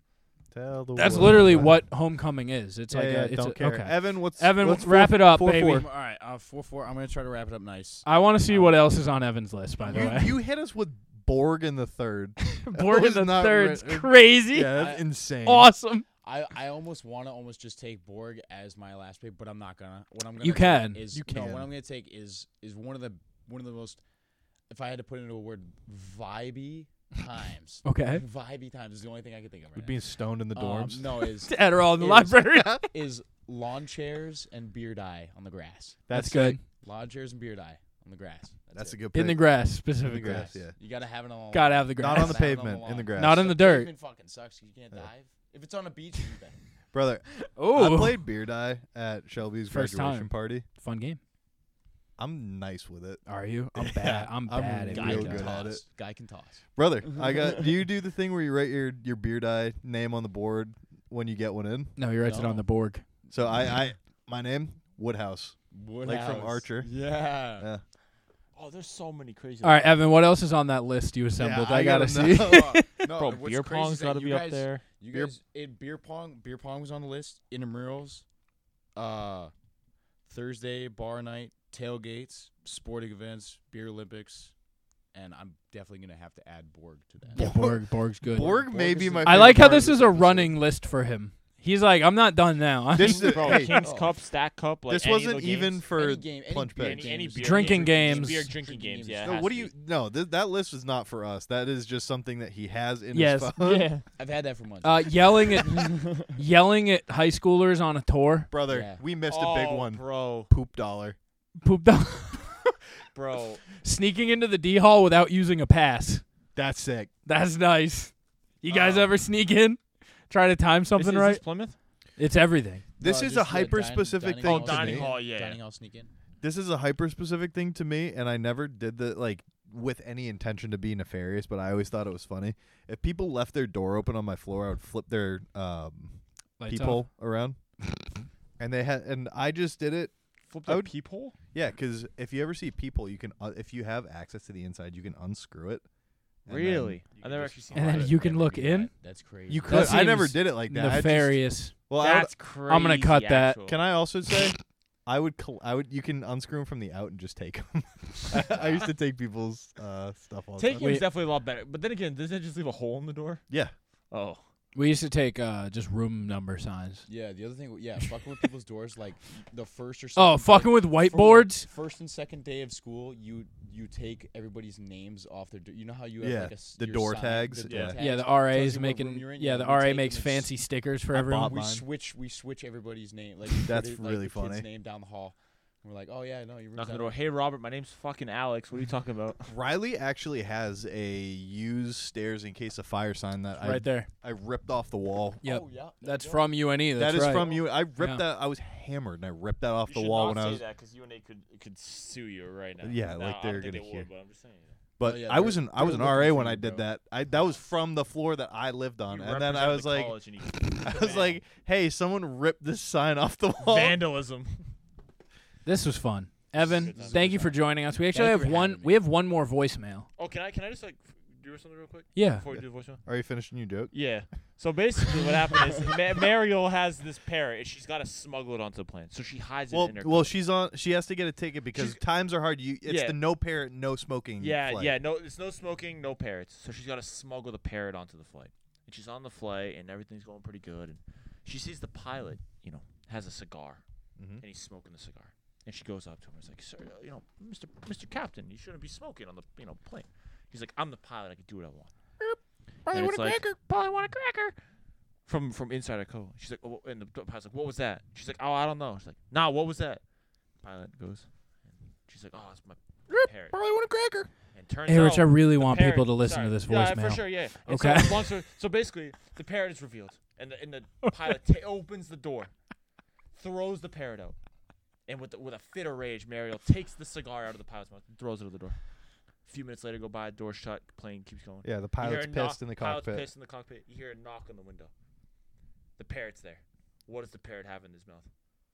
Speaker 4: Tell the
Speaker 5: That's
Speaker 4: world.
Speaker 5: literally what homecoming is. It's
Speaker 4: Yeah,
Speaker 5: like
Speaker 4: yeah,
Speaker 5: a, it's
Speaker 4: don't
Speaker 5: a,
Speaker 4: care.
Speaker 5: okay.
Speaker 4: Evan, what's-
Speaker 5: Evan?
Speaker 4: what's
Speaker 5: wrap
Speaker 4: four-
Speaker 5: it up,
Speaker 4: four-
Speaker 5: baby.
Speaker 4: four?
Speaker 6: All right, uh, four four. I'm gonna try to wrap it up nice.
Speaker 5: I want to see what else is on Evan's list. By the
Speaker 4: You,
Speaker 5: way,
Speaker 4: you hit us with Borg in the third. That
Speaker 5: Borg in
Speaker 4: was
Speaker 5: the
Speaker 4: not
Speaker 5: third's
Speaker 4: writ-
Speaker 5: crazy.
Speaker 4: Yeah, that's insane.
Speaker 5: Awesome.
Speaker 6: I, I almost want to almost just take Borg as my last pick, but I'm not gonna. What I'm gonna
Speaker 5: You
Speaker 6: take
Speaker 5: can.
Speaker 6: is
Speaker 5: You
Speaker 6: No,
Speaker 5: can.
Speaker 6: what I'm gonna take is is one of the one of the most. If I had to put it into a word, vibey times.
Speaker 5: Okay.
Speaker 6: Vibey times is the only thing I can think of. Right
Speaker 4: Like
Speaker 6: now.
Speaker 4: being stoned in the
Speaker 5: Oh,
Speaker 6: Um,
Speaker 4: dorms.
Speaker 6: no, is
Speaker 5: Adderall in the
Speaker 6: is-
Speaker 5: library.
Speaker 6: is lawn chairs and beer dye on the grass.
Speaker 5: That's That's good.
Speaker 6: Lawn chairs and beer dye on the grass. That's,
Speaker 4: That's
Speaker 6: it.
Speaker 4: a good.
Speaker 5: In the
Speaker 4: pick.
Speaker 5: grass,
Speaker 4: In the
Speaker 5: specifically.
Speaker 4: grass, yeah.
Speaker 6: You gotta have it on. the
Speaker 5: Gotta
Speaker 6: lawn.
Speaker 5: have
Speaker 4: Not on
Speaker 5: the
Speaker 4: the
Speaker 5: grass.
Speaker 6: Gotta have it
Speaker 4: pavement, in
Speaker 6: lawn.
Speaker 4: the grass.
Speaker 5: Not in the dirt.
Speaker 6: Pavement fucking sucks. 'cause You can't dive. If it's on a beach, you can dive.
Speaker 4: Brother,
Speaker 5: Ooh.
Speaker 4: I played beer die at Shelby's
Speaker 5: First
Speaker 4: graduation
Speaker 5: time.
Speaker 4: party.
Speaker 5: Fun game.
Speaker 4: I'm nice with it,
Speaker 5: Are you? I'm
Speaker 4: Yeah,
Speaker 5: bad. I'm
Speaker 4: I'm
Speaker 5: bad. at
Speaker 4: real
Speaker 5: beer
Speaker 4: good
Speaker 5: dye.
Speaker 4: at it.
Speaker 6: toss. Guy can toss.
Speaker 4: brother. I got. Do you do the thing where you write your your beer die name on the board when you get one in?
Speaker 5: No, he writes it on
Speaker 6: No.
Speaker 5: the Borg.
Speaker 4: So I, I
Speaker 5: Mm-hmm.
Speaker 4: my name Woodhouse, like
Speaker 6: Woodhouse.
Speaker 4: from Archer. Uh,
Speaker 6: Yeah.
Speaker 4: Yeah.
Speaker 7: Oh, there's so many crazy.
Speaker 5: All right, Evan. What else is on that list you assembled?
Speaker 4: I
Speaker 5: I, gotta,
Speaker 4: gotta
Speaker 5: see.
Speaker 4: know.
Speaker 6: No,
Speaker 7: Bro,
Speaker 6: what's
Speaker 7: beer
Speaker 6: crazy is
Speaker 7: pong's
Speaker 6: that
Speaker 7: gotta
Speaker 6: you
Speaker 7: be up
Speaker 6: guys-
Speaker 7: there.
Speaker 6: You
Speaker 4: Beer-
Speaker 6: guys, it, beer pong, beer pong was on the list. Intramurals, uh, Thursday bar night, tailgates, sporting events, beer Olympics, and I'm definitely gonna have to add Borg to that.
Speaker 5: Yeah, Borg. Borg's good.
Speaker 4: Borg,
Speaker 6: Borg
Speaker 4: may
Speaker 6: is
Speaker 4: be
Speaker 6: the-
Speaker 4: my.
Speaker 5: I like
Speaker 4: favorite
Speaker 5: how
Speaker 4: part of
Speaker 5: this is a running list for him. He's like, I'm not done now.
Speaker 4: This is
Speaker 7: Bro,
Speaker 4: hey,
Speaker 7: Kings
Speaker 6: Oh.
Speaker 7: Cup, Stack Cup, like
Speaker 4: this
Speaker 7: any of
Speaker 4: wasn't
Speaker 7: those games.
Speaker 4: even for
Speaker 6: Any game, any
Speaker 4: punch
Speaker 6: beer
Speaker 4: picks.
Speaker 7: Any, any
Speaker 6: games.
Speaker 7: beer
Speaker 5: Drinking
Speaker 7: games.
Speaker 5: games.
Speaker 7: Beer drinking games. Yeah. it
Speaker 4: No,
Speaker 7: has
Speaker 4: what do
Speaker 7: to
Speaker 4: you?
Speaker 7: be.
Speaker 4: No, th- that list is not for us. That is just something that he has in
Speaker 5: Yes.
Speaker 4: his phone.
Speaker 7: Yeah.
Speaker 6: I've had that for months.
Speaker 5: Uh, yelling at yelling at high schoolers on a tour.
Speaker 4: Brother,
Speaker 6: Yeah.
Speaker 4: we missed a big
Speaker 7: Oh,
Speaker 4: one.
Speaker 7: bro.
Speaker 4: Poop dollar.
Speaker 5: Pooped on
Speaker 7: Bro.
Speaker 5: sneaking into the D hall without using a pass.
Speaker 4: That's sick.
Speaker 5: That's nice. You guys
Speaker 7: Um,
Speaker 5: ever sneak in, try to time
Speaker 7: Is-
Speaker 5: something
Speaker 7: is
Speaker 5: right?
Speaker 7: This Plymouth.
Speaker 5: it's everything.
Speaker 4: This
Speaker 6: Uh,
Speaker 4: is
Speaker 6: just
Speaker 4: a
Speaker 6: the
Speaker 4: hyper
Speaker 6: din-
Speaker 4: specific
Speaker 6: dining
Speaker 4: thing
Speaker 7: Oh,
Speaker 4: to
Speaker 7: dining
Speaker 4: me.
Speaker 7: hall, yeah,
Speaker 6: Dining
Speaker 7: yeah.
Speaker 6: hall sneak in.
Speaker 4: This is a hyper specific thing to me, and I never did the like with any intention to be nefarious, but I always thought it was funny. If people left their door open on my floor, I would flip their um,
Speaker 5: Lights
Speaker 4: people around, and they had, and I just did it.
Speaker 7: Flipped
Speaker 4: I
Speaker 7: a
Speaker 4: would-
Speaker 7: peephole.
Speaker 4: Yeah, because if you ever see people, you can uh, if you have access to the inside, you can unscrew it. and then
Speaker 7: Really?
Speaker 4: you
Speaker 7: I
Speaker 4: can
Speaker 7: never
Speaker 4: just-
Speaker 7: actually seen
Speaker 5: And
Speaker 7: that.
Speaker 5: then you can look in.
Speaker 6: That's crazy.
Speaker 4: You
Speaker 5: That
Speaker 4: could. I never
Speaker 5: seems
Speaker 4: did it like that. I just-
Speaker 5: Nefarious.
Speaker 4: well, I would-
Speaker 7: That's crazy.
Speaker 5: I'm gonna cut that.
Speaker 7: actual.
Speaker 4: Can I also say, I would, col- I would, you can unscrew them from the out and just take them. I used to take people's uh, stuff all the time.
Speaker 7: Taking
Speaker 5: Wait.
Speaker 7: is definitely a lot better. But then again, doesn't it just leave a hole in the door?
Speaker 4: Yeah,
Speaker 7: Oh.
Speaker 5: We used to take uh, just room number signs.
Speaker 6: Yeah, the other thing, yeah, fucking with people's doors like the first or second
Speaker 5: Oh, fucking with whiteboards?
Speaker 6: First and second day of school, you you take everybody's names off their. Do- you know how you have
Speaker 4: Yeah,
Speaker 6: like a s-
Speaker 4: the
Speaker 6: your
Speaker 4: door
Speaker 6: sign-
Speaker 4: tags,
Speaker 6: The door
Speaker 4: yeah.
Speaker 6: tags
Speaker 5: Yeah, the
Speaker 6: tells
Speaker 5: RA is
Speaker 6: you what
Speaker 5: making-
Speaker 6: room you're in,
Speaker 5: yeah, the
Speaker 6: you
Speaker 5: RA
Speaker 6: take and
Speaker 5: makes
Speaker 6: it's-
Speaker 5: fancy stickers for
Speaker 6: I
Speaker 5: everyone.
Speaker 6: bought We
Speaker 5: mine.
Speaker 6: switch we switch everybody's name. Like
Speaker 4: That's
Speaker 6: put it, like,
Speaker 4: really
Speaker 6: the kid's
Speaker 4: funny.
Speaker 6: Name down the hall. And we're like, oh yeah, no, you.
Speaker 7: Knock on the door. Hey, Robert, my name's fucking Alex. What are you talking about?
Speaker 4: Riley actually has a use stairs in case of fire sign that I, Oh,
Speaker 5: Right there.
Speaker 4: I ripped off the wall.
Speaker 6: Oh,
Speaker 5: Yep. That's from UNE. That's
Speaker 4: that is
Speaker 5: right.
Speaker 4: from you. I ripped
Speaker 5: Yeah.
Speaker 4: that. I was hammered and I ripped that off the wall when I was.
Speaker 7: that because UNA could could sue you right
Speaker 4: Yeah,
Speaker 7: No,
Speaker 4: like
Speaker 7: I
Speaker 4: they're
Speaker 7: don't think
Speaker 4: gonna
Speaker 7: they
Speaker 4: hear.
Speaker 7: would, but I'm just saying.
Speaker 4: But
Speaker 7: Oh, yeah,
Speaker 4: I was
Speaker 7: they're-
Speaker 4: an I was an
Speaker 7: they're looking
Speaker 4: RA
Speaker 7: for
Speaker 4: when
Speaker 7: you,
Speaker 4: I did
Speaker 7: bro.
Speaker 4: that. I that was from the floor that I lived on,
Speaker 7: You
Speaker 4: and then I
Speaker 7: represent
Speaker 4: was
Speaker 7: the
Speaker 4: like,
Speaker 7: college and you-
Speaker 4: I was like, hey, someone ripped this sign off the wall.
Speaker 7: Vandalism.
Speaker 5: This was fun. Evan, thank you for joining us. We actually
Speaker 7: Thank you
Speaker 5: have
Speaker 7: for
Speaker 5: one. We have one more voicemail.
Speaker 7: Oh, can I can I just like f- do something real quick?
Speaker 5: Yeah.
Speaker 7: Before we do the voicemail.
Speaker 4: Are you finishing your joke?
Speaker 7: Yeah. So basically, what happened is Ma- Mariel has this parrot, and she's got to smuggle it onto the plane. So she hides
Speaker 4: Well,
Speaker 7: it in her.
Speaker 4: well, she's on. She has to get a ticket because times are hard. You, it's
Speaker 7: Yeah.
Speaker 4: the no parrot, no smoking.
Speaker 7: yeah,
Speaker 4: flight.
Speaker 7: yeah. No, it's no smoking, no parrots. So she's got to smuggle the parrot onto the flight, and she's on the flight, and everything's going pretty good. And she sees the pilot, you know, has a cigar,
Speaker 4: Mm-hmm.
Speaker 7: and he's smoking the cigar, and she goes up to him and is like, "Sir, uh, you know, Mister Mister Captain, you shouldn't be smoking on the you know plane." He's like, "I'm the pilot. I can do what I want."
Speaker 3: Probably
Speaker 7: And
Speaker 3: want
Speaker 7: it's
Speaker 3: a
Speaker 7: like-
Speaker 3: cracker.
Speaker 7: Probably want a cracker. from from inside her co. She's like, oh, wh- and the p- pilot's like, what was that? She's like, oh, I don't know. She's like, nah, what was that? Pilot goes, and she's like, oh, it's my parrot.
Speaker 4: Probably want a cracker.
Speaker 7: And turns
Speaker 5: Hey, Rich,
Speaker 7: out
Speaker 5: I really
Speaker 7: the
Speaker 5: want
Speaker 7: parrot-
Speaker 5: people to listen to
Speaker 7: sorry.
Speaker 5: this
Speaker 7: Yeah,
Speaker 5: voicemail.
Speaker 7: for sure, yeah. And
Speaker 5: Okay.
Speaker 7: So, long story- so basically, the parrot is revealed, and the, and the pilot ta- opens the door, throws the parrot out, and with the, with a fit of rage, Mariel takes the cigar out of the pilot's mouth and throws it out the door. A few minutes later, go by, door shut, plane keeps going.
Speaker 4: Yeah, the
Speaker 7: You hear
Speaker 4: pilot's
Speaker 7: a knock-
Speaker 4: pissed in the cockpit.
Speaker 7: Pilot's pissed in the cockpit. You hear a knock on the window. The parrot's there. What does the parrot have in his mouth?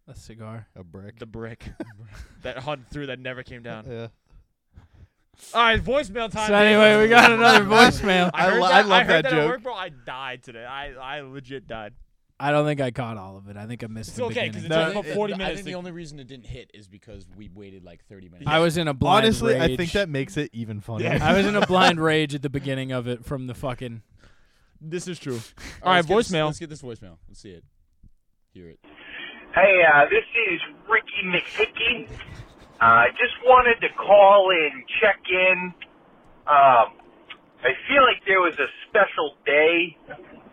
Speaker 5: A cigar.
Speaker 4: A brick.
Speaker 7: The brick. that hunt through that never came down.
Speaker 4: Yeah.
Speaker 7: All right, voicemail time.
Speaker 5: So anyway, we got another voicemail.
Speaker 7: I,
Speaker 5: I
Speaker 7: heard
Speaker 5: lo-
Speaker 7: that,
Speaker 5: I love
Speaker 7: heard
Speaker 5: that
Speaker 7: that at
Speaker 5: joke.
Speaker 7: work, bro. I died today. I, I legit died.
Speaker 5: I don't think I caught all of it. I think I missed
Speaker 7: It's
Speaker 5: the
Speaker 7: okay, 'cause
Speaker 5: beginning.
Speaker 7: it's No, only about it- 40
Speaker 6: I
Speaker 7: minutes
Speaker 6: think
Speaker 7: to-
Speaker 6: the only reason it didn't hit is because we waited like 30 minutes.
Speaker 5: I was in a blind
Speaker 4: Honestly,
Speaker 5: rage.
Speaker 4: I think that makes it even funnier.
Speaker 5: I was in a blind rage at the beginning of it from the fucking.
Speaker 7: This is true.
Speaker 5: All right,
Speaker 6: let's get this-
Speaker 5: voicemail.
Speaker 6: Let's get this voicemail. Let's see it. Hear it.
Speaker 15: Hey, uh, this is Ricky McHickey. I uh, just wanted to call in, check in. Um, I feel like there was a special day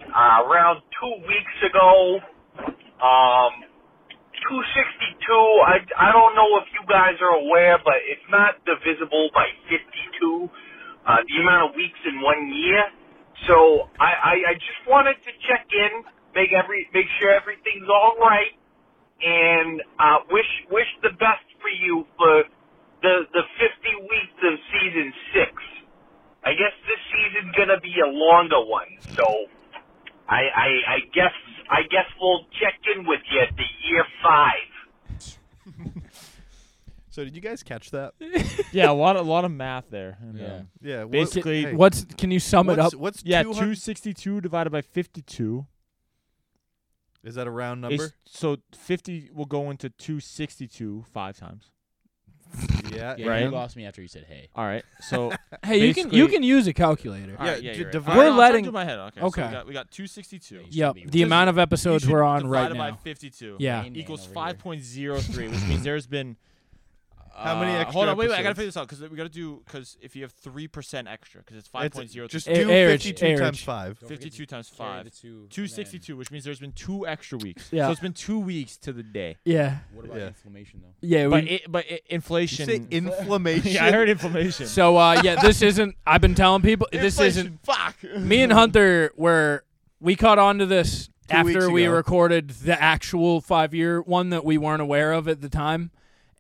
Speaker 15: uh, around two weeks ago. Um, 262. I, I don't know if you guys are aware, but it's not divisible by 52, uh, the amount of weeks in one year. So I, I, I just wanted to check in, make every make sure everything's all right and uh, wish wish the best for you for the the 50 weeks of season six. I guess this season's gonna be a longer one, so I I, I guess I guess we'll check in with you at the year five.
Speaker 4: So did you guys catch that?
Speaker 7: Yeah, a lot of, lot of math there. And,
Speaker 4: Yeah.
Speaker 7: um,
Speaker 4: Yeah, what-
Speaker 7: Basically,
Speaker 4: hey.
Speaker 5: What's- can you sum it What's- up?
Speaker 4: what's
Speaker 7: yeah?
Speaker 4: 200
Speaker 7: Two sixty two divided by fifty two.
Speaker 4: Is that a round number?
Speaker 7: so fifty will go into two sixty two five times.
Speaker 4: Yeah,
Speaker 6: Yeah,
Speaker 7: right.
Speaker 6: you lost me after you said hey.
Speaker 7: All right. So
Speaker 5: Hey, you can you can use a calculator.
Speaker 7: All right, yeah, you're right.
Speaker 5: We're
Speaker 7: All right, I'll try to
Speaker 5: letting
Speaker 7: do my head. Okay. so we got we got 262.
Speaker 5: Yep, the amount of episodes we're on right
Speaker 7: divided
Speaker 5: now.
Speaker 7: by 52.
Speaker 5: Yeah.
Speaker 7: Equals 5.03, which means there's been uh,
Speaker 4: How many extra
Speaker 7: Hold on, wait, wait. I gotta
Speaker 4: episodes?
Speaker 7: figure this out because we gotta do because if you have three percent extra, because it's five point zero.
Speaker 4: just do Average, 52 times average. five. Don't forget
Speaker 7: Fifty-two
Speaker 4: to
Speaker 7: times
Speaker 4: carry
Speaker 7: five.
Speaker 4: the two and
Speaker 7: Two sixty-two, which means there's been two extra weeks.
Speaker 5: Yeah.
Speaker 7: So it's been two weeks to the day.
Speaker 5: Yeah.
Speaker 6: What about inflammation though?
Speaker 5: Yeah,
Speaker 7: but
Speaker 5: we-
Speaker 7: it, but it, inflation.
Speaker 4: say inflammation?
Speaker 7: yeah, I heard inflammation.
Speaker 5: So uh, yeah, this isn't. I've been telling people this
Speaker 7: Inflation,
Speaker 5: isn't.
Speaker 7: fuck.
Speaker 5: Me and Hunter were we caught on to this
Speaker 7: Two weeks
Speaker 5: after we
Speaker 7: ago.
Speaker 5: recorded the actual five year one that we weren't aware of at the time,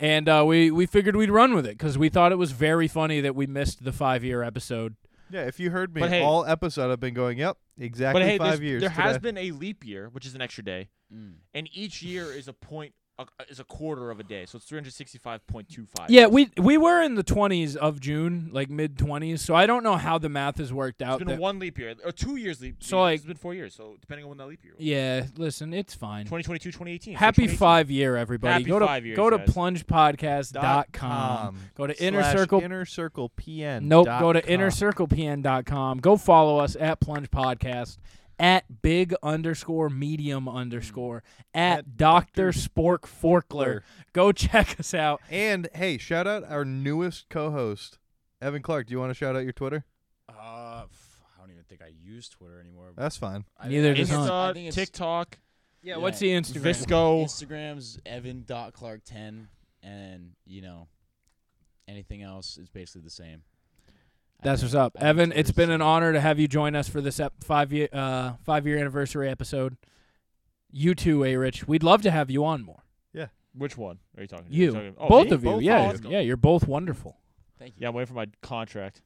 Speaker 5: and uh, we we figured we'd run with it because we thought it was very funny that we missed the five year episode.
Speaker 4: Yeah, if you heard me
Speaker 5: But hey-
Speaker 4: all episode, I've been going, yep, exactly
Speaker 7: but hey, there's-
Speaker 4: five years.
Speaker 7: There has
Speaker 4: today.
Speaker 7: been a leap year, which is an extra day,
Speaker 5: Mm.
Speaker 7: and each year is a point uh, is a quarter of a day, so it's three hundred sixty five point two five.
Speaker 5: Yeah, we we were in the twenties of June, like mid twenties. So I don't know how the math has worked
Speaker 7: It's
Speaker 5: out.
Speaker 7: been
Speaker 5: that-
Speaker 7: one leap year or two years leap.
Speaker 5: So,
Speaker 7: year.
Speaker 5: like-
Speaker 7: it's been four years. So depending on when that leap year. was.
Speaker 5: Yeah, listen, it's fine.
Speaker 7: 2022, 2018. so
Speaker 5: Happy
Speaker 7: 2018.
Speaker 5: five year, everybody.
Speaker 7: Happy
Speaker 5: go to
Speaker 7: five years,
Speaker 5: go to
Speaker 7: guys.
Speaker 4: Dot
Speaker 5: plungepodcast.com.
Speaker 4: com
Speaker 5: Go to inner
Speaker 4: slash
Speaker 5: circle.
Speaker 4: inner circle pn.
Speaker 5: Nope. Go to
Speaker 4: dot com.
Speaker 5: innercirclepn.com. Go follow us at Plunge Podcast at big underscore medium underscore at Doctor Spork Forkler. Go check us out.
Speaker 4: And hey, shout out our newest co-host, Evan Clark. Do you want to shout out your Twitter?
Speaker 6: Uh, f- I don't even think I use Twitter anymore.
Speaker 4: That's fine.
Speaker 6: I-
Speaker 5: Uh, Neither
Speaker 6: I think
Speaker 5: does
Speaker 6: it's-
Speaker 5: Hunt.
Speaker 6: I think it's-
Speaker 7: TikTok.
Speaker 5: Yeah, what's the Instagram?
Speaker 7: Visco.
Speaker 6: Instagram's evan.clark10 and, you know, anything else is basically the same.
Speaker 5: That's what's up, Evan. It's been an honor to have you join us for this ep- five year uh, five year anniversary episode. You too, A Rich. We'd love to have you on more.
Speaker 4: Yeah.
Speaker 7: Which one are you talking? to?
Speaker 5: You,
Speaker 7: You're talking- oh,
Speaker 5: both
Speaker 7: me?
Speaker 5: of you,
Speaker 7: Both? Oh,
Speaker 5: yeah,
Speaker 7: let's go.
Speaker 5: yeah. You're both wonderful.
Speaker 6: Thank you.
Speaker 7: Yeah, I'm waiting for my contract.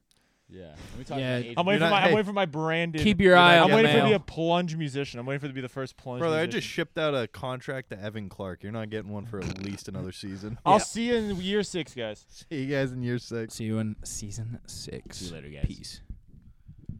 Speaker 6: Yeah.
Speaker 5: Yeah.
Speaker 7: I'm waiting
Speaker 5: You're
Speaker 7: for my.
Speaker 5: not-
Speaker 7: I'm
Speaker 5: hey,
Speaker 7: waiting for my branded.
Speaker 5: keep your eye
Speaker 7: I'm
Speaker 5: on the
Speaker 7: waiting for
Speaker 5: mail.
Speaker 7: to be a plunge musician. I'm waiting for it to be the first plunge.
Speaker 4: Brother, I
Speaker 7: musician.
Speaker 4: just shipped out a contract to Evan Clark. You're not getting one for at least another season.
Speaker 7: I'll see you in year six, guys.
Speaker 4: See you guys in year six.
Speaker 5: See you in season six.
Speaker 6: See you later, guys. Peace.